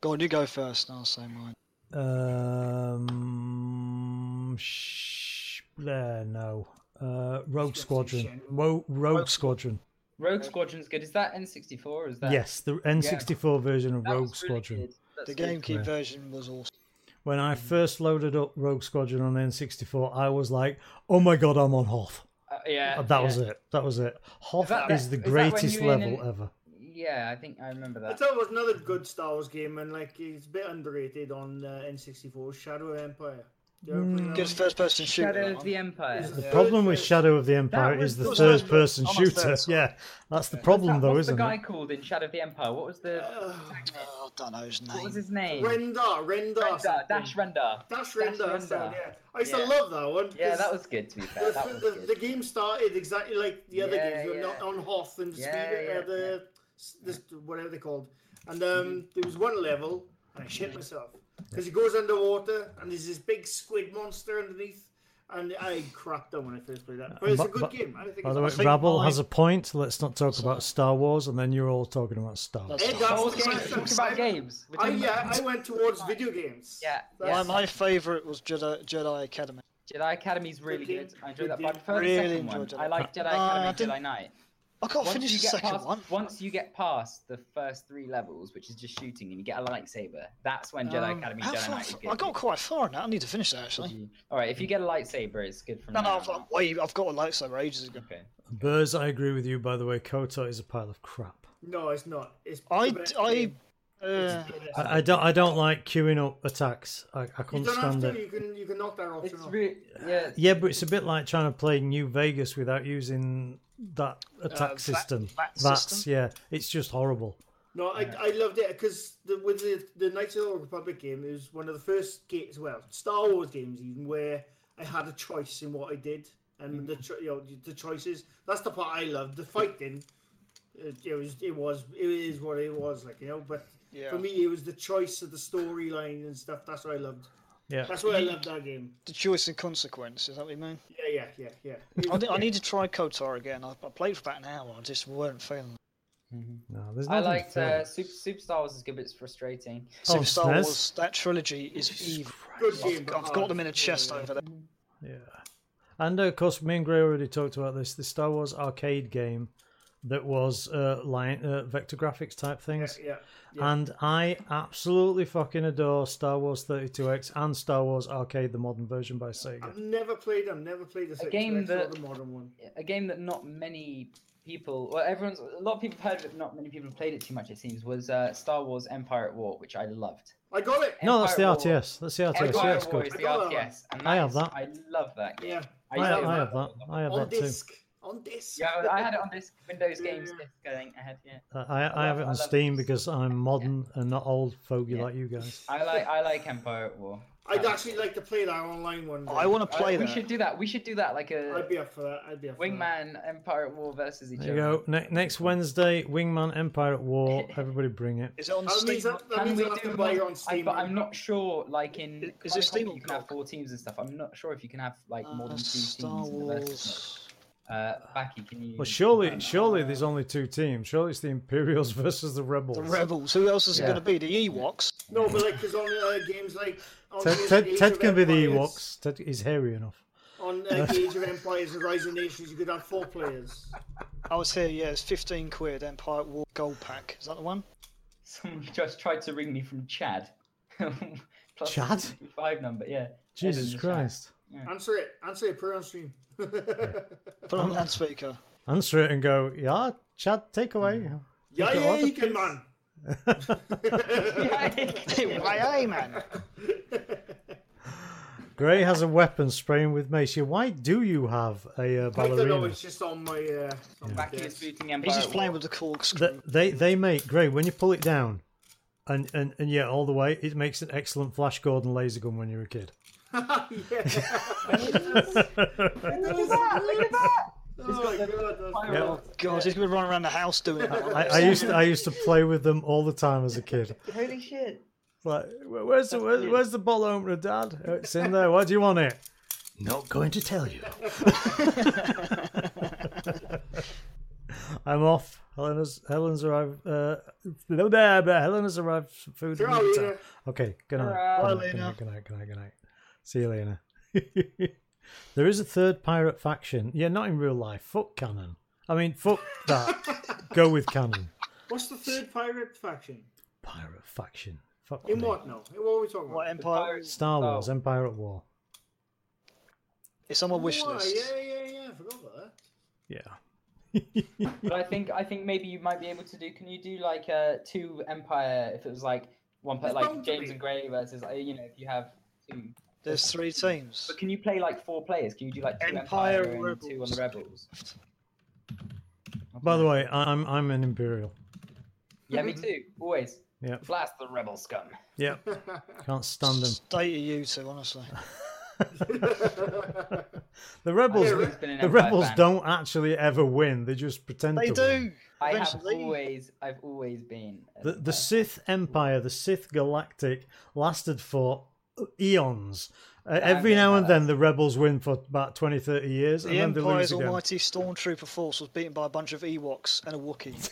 Go on, you go first, and I'll say mine.
Um, sh- there, no. Uh, Rogue
Just
Squadron.
Shenmue.
Wo- Rogue Squadron.
Rogue Squadron's good. Is that N64 or is that
Yes, the N64 version of
That
Rogue
was really
Squadron.
good. Mm. That's
The
good.
GameCube version was awesome.
When I first loaded up Rogue Squadron on the N64, I was like, "Oh my god, I'm on Hoth."
Uh, yeah.
Oh, That was
yeah.
it. That was it. Hoth is
that-
the
is that when
greatest
you were in
level
an-
ever.
Yeah, I think I remember
I
that.
thought it was another good Star Wars game, and like it's a bit underrated on uh, N64. Shadow of Empire. Do you
Mm,
ever play that
Good
one?
first person shooter.
Shadow
that
of
one.
the Empire.
Is
The
Yeah.
problem with Shadow of the Empire
was-
is the
that was
third-person
almost
shooter.
third, sorry.
yeah, that's the problem,
That-
though,
what's the
isn't
guy
it?
called in Shadow of the Empire? What was the
Uh,
Oh, I don't know his
what was
name.
his name?
Rendar, Rendar,
Renda,
something.
Dash Renda.
Dash Rendar.
Dash Rendar.
Yeah, I used to
Yeah.
love that one.
Yeah,
'cause
that was good. To be
The,
fair, that was
the,
good.
the game started exactly like the other
Yeah,
games. You're
yeah.
not on Hoth and
Yeah,
Speed,
yeah, Mm-hmm.
uh, the, this, whatever they're called. And um, there was one level, and I shit myself because he goes underwater, and there's this big squid monster underneath, and I crapped on when I first played that. But it's a
bu-
good
bu-
game. I don't think
By
it's
the way,
think
Rabble
my-
has a point. Let's not talk about Star Wars, and then you're all talking about Star Wars.
That's
Ed,
not-
that's-
Whole
the
game
question.
talking about games. We're
I,
talking about
yeah, I went towards video games.
Yeah,
That's-
My, my favourite was Jedi, Jedi Academy.
Jedi Academy's really
Good game.
good. I enjoyed
Good
that. But I
game.
prefer the
Really
second one.
enjoyed
I
Jedi.
like Jedi
Uh, I
Academy,
didn't-
Jedi Knight.
I can't
Once
Oh, finish
you
the
get
second
past,
one.
Once you get past the first three levels, which is just shooting, and you get a lightsaber, that's when Jedi
Um,
Academy
how
Jedi
far-
Knight is good.
I got quite far in that. I need to finish that actually.
All right, if you get a lightsaber, it's good from
No,
now
no, I've,
on.
I've, wait, I've got a lightsaber ages ago.
Okay.
Burrs, I agree with you. By the way, Kotor is a pile of crap.
No, it's not. It's
I,
the best
I,
game.
uh,
I, I don't. I don't like queuing up attacks. I, I
You
can't
don't have
stand
to.
it.
You can you can knock that option
It's
off.
really yeah.
Yeah, but it's a bit like trying to play New Vegas without using that attack
that-
system.
that
That's
system?
yeah. It's just horrible.
No, I, I loved it because the, with the the Knights of the Old Republic game, it was one of the first games, well, Star Wars games even, where I had a choice in what I did and
Mm.
the cho- you know the choices. That's the part I loved. The fighting, it, it was it was it is what it was like you know. But
Yeah.
for me, it was the choice of the storyline and stuff. That's what I loved.
Yeah.
That's why I loved that game.
the choice and consequence. Is that what you mean?
Yeah, yeah, yeah, yeah. It
I,
was-
ne- I need to try Kotar again. I, I played for about an hour. I just weren't feeling.
No, there's
I
nothing
liked
fair.
uh, Super, Super Star Wars is good, but it's frustrating.
it. Super
Oh,
Star
SNES?
Wars. That trilogy is evil.
good game.
I've,
but
I've
hard.
got them in a chest
Yeah, yeah.
over there.
Yeah. And uh, of course, me and Gray already talked about this. The Star Wars arcade game that was uh, line, uh, vector graphics type things.
Yeah,
And I absolutely fucking adore Star Wars 32X and Star Wars Arcade, the modern version by Sega.
I've never played. I've never played the,
game
game
that-
the modern one.
A game that not many people, well, everyone's a lot of people have heard of it, but not many people have played it too much. It seems was uh, Star Wars Empire at War, which I loved.
I got it.
No, that's the
Empire War-
RTS. That's the RTS. Yeah,
Empire
it's
War
good.
is the
I got that
RTS, and
I
that
have
is-
that.
I love that game.
Yeah.
I,
I,
used to
I
have
have that. I have
on
that too.
disc. On disc.
Yeah, I had it on disc, Windows
Yeah,
games
yeah.
disc. I think I had. Yeah,
Uh, I, I
I
have it
love- I
on
love
Steam
it.
because I'm modern and not old fogey
Yeah.
like you guys.
I like I like Empire at War.
I'd actually like to play that online one.
I want to
Uh,
play
we
that.
should do that. We should do that like
to.
a
I'd be up for that. I'd be up for that.
Wingman Empire at War versus each
There you
other.
go. Ne- next Wednesday, Wingman Empire at War. Everybody bring it.
Is it on
That
Steam?
means, that, that
Can
means
we
I'll have
do
to buy it
more-
on
I,
Steam.
but I'm not sure. Like in
Is- is there
Counter-Strike,
Steam on
You can have
GOG?
four teams and stuff. I'm not sure if you can have like more
Uh,
than two teams.
Star
in the versus.
Wars.
Uh, Baki, can you?
Well, surely, surely there's only two teams. Surely it's the Imperials versus the Rebels.
The Rebels. Who else is
Yeah.
it going to be? The Ewoks.
No, but like, because on uh, games like. On
Ted,
games
Ted,
like Age
Ted
of
can be the
Empires-
Ewoks. Ted is hairy enough.
On uh, Age of Empires and Rise of Nations, you could have four players.
I was here. Yeah, it's fifteen quid. Empire at War Gold Pack. Is that the one?
Someone just tried to ring me from Chad. Plus
Chad?
Five number. Yeah.
Jesus
Edin's
Christ.
Answer it. Answer it. Put it on stream.
Put
Oh.
it on loudspeaker.
Answer it and go, yeah, Chad, take away.
yeah,
got
yeah,
other
you can, man.
Chad.
Why, hey, man.
Gray has a weapon spraying with mace. Yeah, Why do you have a uh,
I don't know.
ballerina?
It's just on my. Uh, it's on my
Baki is
desk.
booting Empire.
He's just
at
playing
War.
with the corkscrew.
Th- They, they make, Gray, when you pull it down, and, and, and yeah, all the way, it makes an excellent Flash Gordon laser gun when you're a kid.
Oh, Look at that! Oh my god,
Empire
that's
at War.
Oh God, he's going to be running around the house doing that.
I, I used to, I used to play with them all the time as a kid.
Holy shit.
Like, "Where- where's the where, where's the bottle opener, Dad? "Oh, It's in there. Why do you want it? Not going to tell you. I'm off. Helena's Helen's arrived. Uh, no, there, but Helena's arrived. for Food.
Ciao,
and water.
Lena.
Okay. Good night.
Ciao,
Good night, Good night. Good night. Good night. Good night. See you, Lena. there is a third pirate faction. Yeah, not in real life. Fuck cannon. I mean, fuck that. Go with cannon.
What's the third pirate faction?
Pirate faction. Fuck
In
me.
what now? In What are we talking about?
What Empire?
Star Wars, Empire at War.
It's on my wish
Why?
list.
Yeah, yeah, yeah. I forgot about that.
Yeah.
But I think I think maybe you might be able to do. Can you do like uh, two Empire if it was like one per
There's
like
bound to
James
be.
and Gray versus uh, you know if you have two.
There's three teams.
But can you play like four players? Can you do like two
Empire
Empire,
and
and two on the Rebels?
By the way, I- I'm I'm an Imperial.
Yeah, me too. Always.
Yeah.
Blast the Rebel scum.
Yeah. Can't stand them.
State of you two, honestly.
The rebels.
Yeah,
Always been an
The
Empire
rebels
fan.
don't actually ever win. They just pretend
They
to win.
do.
I have
Eventually.
always, I've always been. a-
The, the Sith Empire, the Sith Galactic, lasted for eons, Uh, every
getting
now
that
and then the rebels win for about 20, 30 years, and
The
then they lose
Empire's
again.
almighty stormtrooper force was beaten by a bunch of Ewoks and a Wookiee.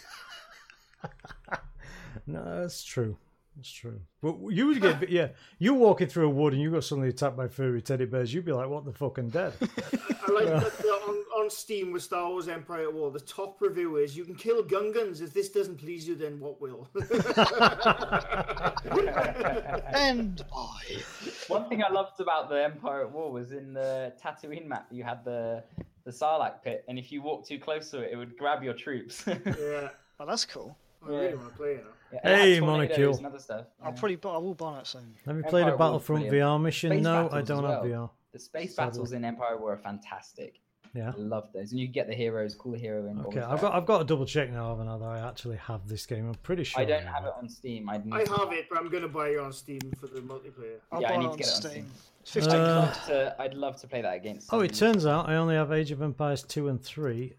No, that's true. That's true. But you would get yeah. You're walking through a wood and you got suddenly attacked by furry teddy bears. You'd be like, "What the fucking dead?"
I like that the, on, on Steam with Star Wars Empire at War, the top review is you can kill Gungans. If this doesn't please you, then what will?
and I.
One thing I loved about the Empire at War was in the Tatooine map, you had the the Sarlacc pit, and if you walked too close to it, it would grab your troops. yeah, it
yeah,
Oh, that's cool.
I really want to play it now.
had
Hey,
tornadoes
Monocule.
And other stuff.
I'll probably buy, I will buy that soon.
Have you
Empire
played a
War's
Battlefront
brilliant.
VR mission?
Space
no,
battles
I
as
don't have
well.
VR.
The space
Sadly.
battles in Empire at War are fantastic.
Yeah.
I love those. And you get the heroes, cool hero in
Okay, I've got I've got to double check now, haven't I? That I actually have this game. I'm pretty sure.
I don't have it on Steam. I, need
I
to-
have it, but I'm going to buy it on Steam for the multiplayer.
I'll
Yeah, I
buy
need
it
to
on
get it on
Steam.
Steam.
15
I'd
Uh,
quid.
love to. I'd love to play that against.
Oh, it
somebody.
turns out I only have Age of Empires two and three,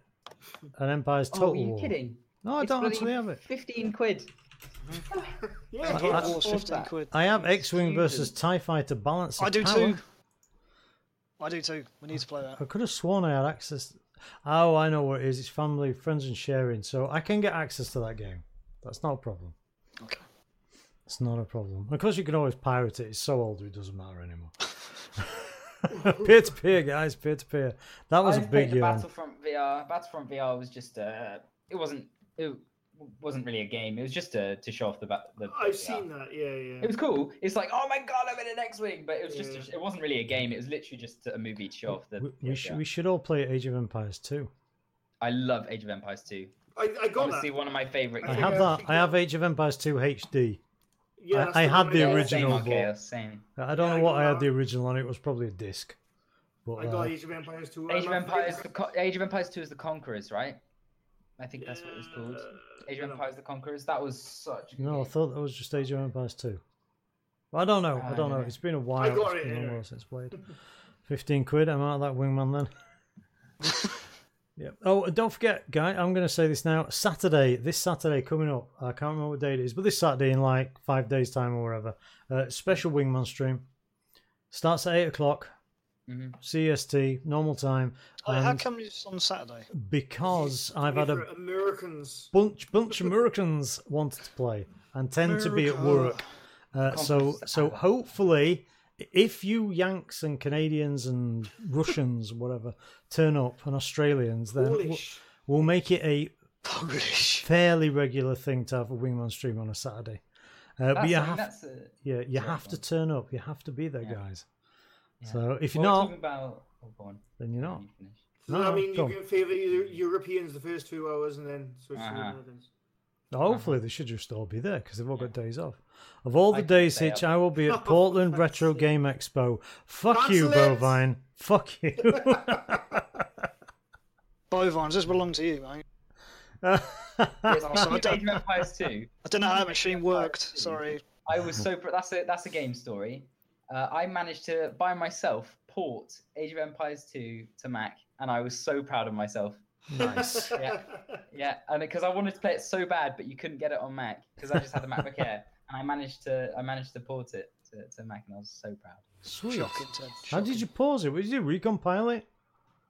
and Empires
Oh,
Total
are you
War.
kidding?
No, I
It's
don't
bloody
actually have it.
Fifteen quid.
Yeah,
I-
Total
I-
War's
I-
15 quid.
I have X Wing
Stupid.
versus TIE Fighter Balance. of
I do
Power.
too. I do too. We need to play that.
I could have sworn I had access. Oh, I know what it is. It's family, friends, and sharing. So I can get access to that game. That's not a problem.
Okay.
It's not a problem. Of course, you can always pirate it. It's so old, it doesn't matter anymore. peer to peer, guys, peer to peer. That was
I
a big uh, um,
the
yarn.
Battlefront VR. Battlefront VR was just a. It wasn't. It wasn't really a game. It was just a, to show off the. Bat, the the
I've
VR.
seen that. Yeah, yeah.
It was cool. It's like, oh my god, I'm in an X-wing, but it was just.
Yeah.
A, it wasn't really a game. It was literally just a movie to show off the.
We,
yeah,
we, should,
yeah.
we should all play Age of Empires 2.
I love Age of Empires 2.
I, I got
Honestly,
that.
one of my favorite.
I
think
games.
have
I
that.
think
I
I-
have Age of Empires 2 HD. I-
Yeah, that's
I had
one
the
got.
Yeah,
original,
Same,
but-
okay, same.
I don't
Yeah, I
know what
got
I had
that.
the original on. It was probably a disc. But
I got
uh,
Age of Empires 2.
Age of
I'm not-
Empires. The co- Age of Empires 2 is the Conquerors, right? I think that's what it was called.
Uh,
Age of
no.
Empires: The Conquerors. That was such. a good
no, I
game.
thought that was just Age of Empires 2. I don't know. I
I
don't
don't
know.
know.
It's been a while. It's
got it
been a
anyway.
while since played. 15 quid. I'm out of that wingman then. Yep. Oh, and don't forget, guy. I'm going to say this now. Saturday, this Saturday coming up. I can't remember what date it is, but this Saturday in like five days' time or whatever. Uh, special Wingman stream starts at eight o'clock
Mhm.
CST normal time.
Oh, how
and
come it's on Saturday?
because I've had a
For Americans.
bunch bunch of Americans wanted to play and tend to be at work. Uh, so so hopefully, if you Yanks and Canadians and Russians whatever turn up and Australians, then we'll,
Polish.
we'll make it a
Polish.
fairly regular thing to have a Wingman stream on a Saturday. Uh,
That's,
but you
I mean,
have
that's a-
yeah you
that's
have to
fun.
turn up. You have to be there,
Yeah.
guys.
Yeah.
So if you're
Well, we're
not,
talking about. Oh, go on.
then you're not.
You finish.
So
No,
I mean,
go
you
on.
can favour Eu- Europeans the first two hours and then switch to
Uh-huh.
Americans.
Hopefully, they should just all be there because they've all got days off. Of all
I
the
could
days,
stay
Hitch,
up.
I will be at Portland Retro Game Expo. Fuck you,
Cancel it!
Bovine. Fuck you.
Bovines, this belongs to you, mate.
Yes,
Oh,
speaking
sorry,
of
don't-
Age of Empires 2.
I don't know how that machine worked. Sorry.
I was so pr- that's a that's a game story. Uh, I managed to by myself port Age of Empires 2 to Mac, and I was so proud of myself.
nice.
Yeah. Yeah, and because I wanted to play it so bad, but you couldn't get it on Mac because I just had the MacBook Air, and I managed to I managed to port it to, to Mac, and I was so proud.
Sweet.
Shocking, Ted.
How did you pause it? Did you recompile it?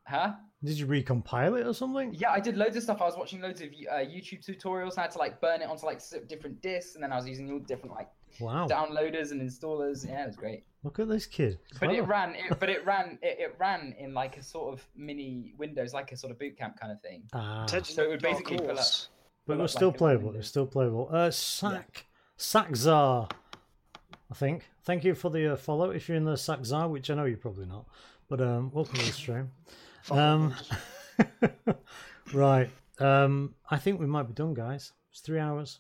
Huh?
Did you recompile it or something?
Yeah, I did loads of stuff. I was watching loads of uh, YouTube tutorials. And I had to like burn it onto like s- different discs, and then I was using all different like
Wow.
downloaders and installers. Yeah, it was great.
Look at this kid.
But it
Clever.
ran, it, but it ran, it, it ran in like a sort of mini Windows, like a sort of boot camp kind of thing.
Ah,
Ted,
So it would
oh, of
basically fill up-
course.
but it was
like
still
it was
playable. It
Windows.
was still playable. Uh, Sack. Sackzar, I think. Thank you for the uh, follow. If you're in the Sackzar, which I know you're probably not, but um, welcome to the stream. Um, right. Um, I think we might be done, guys. It's three hours.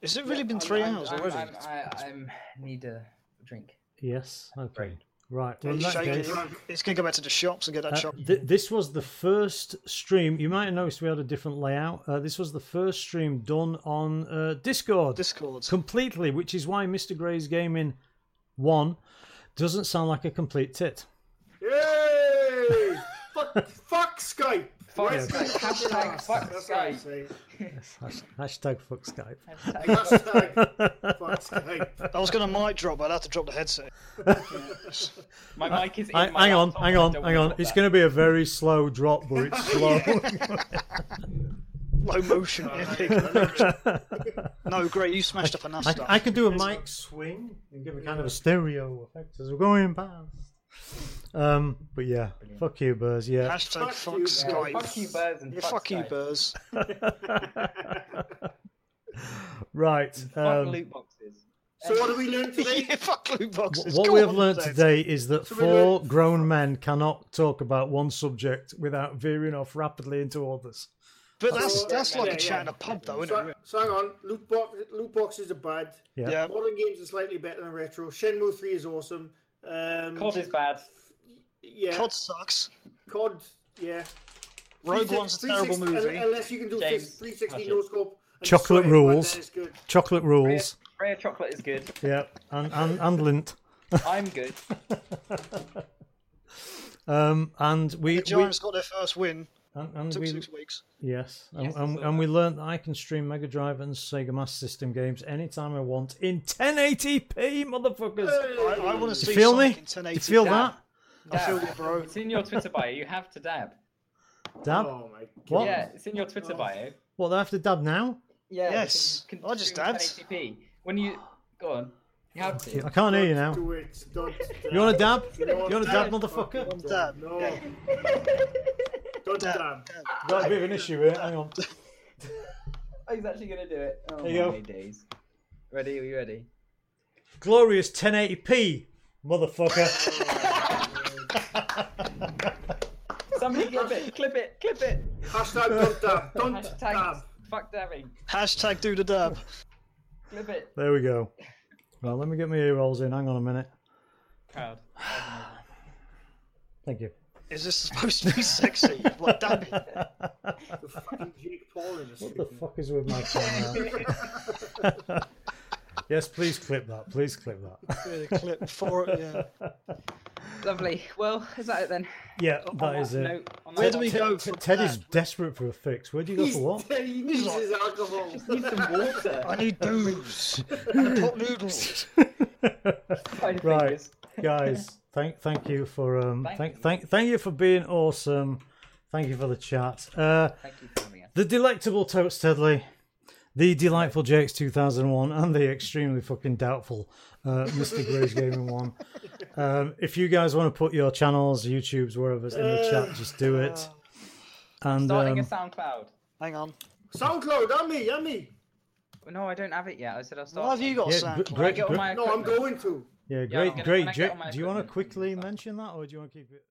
Has it really been 3
I'm-
hours
I'm-
already?
I'm, I, I'm need a drink.
Yes. Okay.
Great.
Right. Well, in
He's
that
shaking.
case,
He's, going to go back to the shops and get that
uh,
shop.
th- this was the first stream. You might have noticed we had a different layout. Uh, this was the first stream done on uh, Discord
Discord.
completely, which is why Mr. Gray's Gaming 1 doesn't sound like a complete tit.
Yay! fuck, fuck Skype.
Forest
Yeah.
Skype. Hashtag
That's
fuck
what I
Skype.
say.
Hash- Hashtag fuck Skype.
Hashtag fuck-
Hashtag fuck Skype.
I was going to mic drop, but I'd have to drop the headset.
My mic is in
Hang
my
hang on,
laptop,
hang
I
on,
don't
hang
want
on.
to
It's
drop
going to be a very slow drop, but it's slow.
Low motion, epic. no, great. You smashed up enough
I,
stuff.
I can do a mic swing and give a kind of a stereo effect as we're going past. Um, but yeah, fuck you, Burrs. Yeah,
Hashtag fuck
you,
that.
Skype.
Yeah, Fuck you, birds and
Yeah,
fuck,
fuck you,
Skype.
Burz.
right.
Fuck
Um,
loot boxes.
So what do we learn today?
yeah, fuck loot boxes.
what
Go
we have
on,
learned
Dad.
today is that
we learned-
four grown men cannot talk about one subject without veering off rapidly into others.
But that's
Oh,
that's
yeah,
like
yeah,
a chat
yeah.
in a pub, though, isn't
So,
it?
so hang on, loot, box, loot boxes are bad.
Yeah.
Yeah.
Modern games are slightly better than retro. Shenmue 3 is awesome. Um,
COD is bad.
Yeah.
COD sucks.
COD, yeah.
Rogue
Three-
One's a
three-
terrible
six- un-
movie.
Unless you can do
James,
fif- 360
hush
no
it.
scope. and
Chocolate
decide when
rules.
that is good.
Chocolate
Rare,
rules.
rare chocolate is good.
Yeah, and and, and lint.
I'm good.
Um, and we, we
The Giants got their first win.
and, and
Took
we
six weeks.
yes, and,
Yes, I
and,
saw
and we learned that I can stream Mega Drive and Sega Master System games anytime I want in 1080p, motherfuckers.
I, I want
Do
to see
you feel me?
Sonic in
Do
1080.
you feel
Dad.
that?
I feel
Dab.
you, bro.
It's in your Twitter bio. You have to dab.
Dab?
Oh my god.
What?
Yeah, it's in your Twitter bio.
What? Do I have to dab now?
Yeah.
Yes.
you
I just
stream
dabbed.
1080p. When you go on, you have to.
I can't hear you
Don't
now.
do it. Don't dab.
You want to dab? You
Don't
want to dab,
dab.
motherfucker?
Don't
Dab.
No. Don't dab.
Got a bit of an issue here. Hang on.
Oh, He's actually gonna do it. Oh
There you
my
go.
days. Ready? Are you ready?
Glorious 1080p, motherfucker.
Somebody clip it. Clip it. Clip it.
Hashtag don't dab. Don't
Hashtag
dab.
fuck dabbing.
Hashtag do the dab.
Clip it.
there we go. Well, let me get my ear rolls in. Hang on a minute.
Proud.
Thank you.
Is this supposed to be sexy? What dabbing?
The fucking Jake Paul in this
What the fuck is with my camera? yes, please clip that. Please clip that.
Yeah, the clip for it, yeah.
Lovely. Well, is that it then?
Yeah,
On
that is
that
it.
note- on that
Oh, Where do we
note,
go? From
Ted is
that?
desperate for a fix. Where do you go
He's,
for what?
he needs his alcohol.
Need some water.
I need booze and pot noodles.
Five
Right.
fingers.
guys thank thank you for um
Thank
thank
you.
thank thank you for being awesome thank you for the chat uh
Thank you for having us.
the delectable tote steadley the delightful jakes 2001 and the extremely fucking doubtful uh mr gray's gaming one um if you guys want to put your channels youtubes wherever's in the chat just do it and
Starting a
um,
SoundCloud.
Hang on.
SoundCloud, on me, on me.
No, I don't have it yet. I said I'll start.
What have you got,
yeah,
Sam?
gr- great,
Get on
gr-
my
No, I'm
equipment.
going to.
yeah,
gonna-
great,
when I
great.
get
Ja-
on my
Do you want to
equipment and
quickly
stuff.
mention that, or do you want to keep it?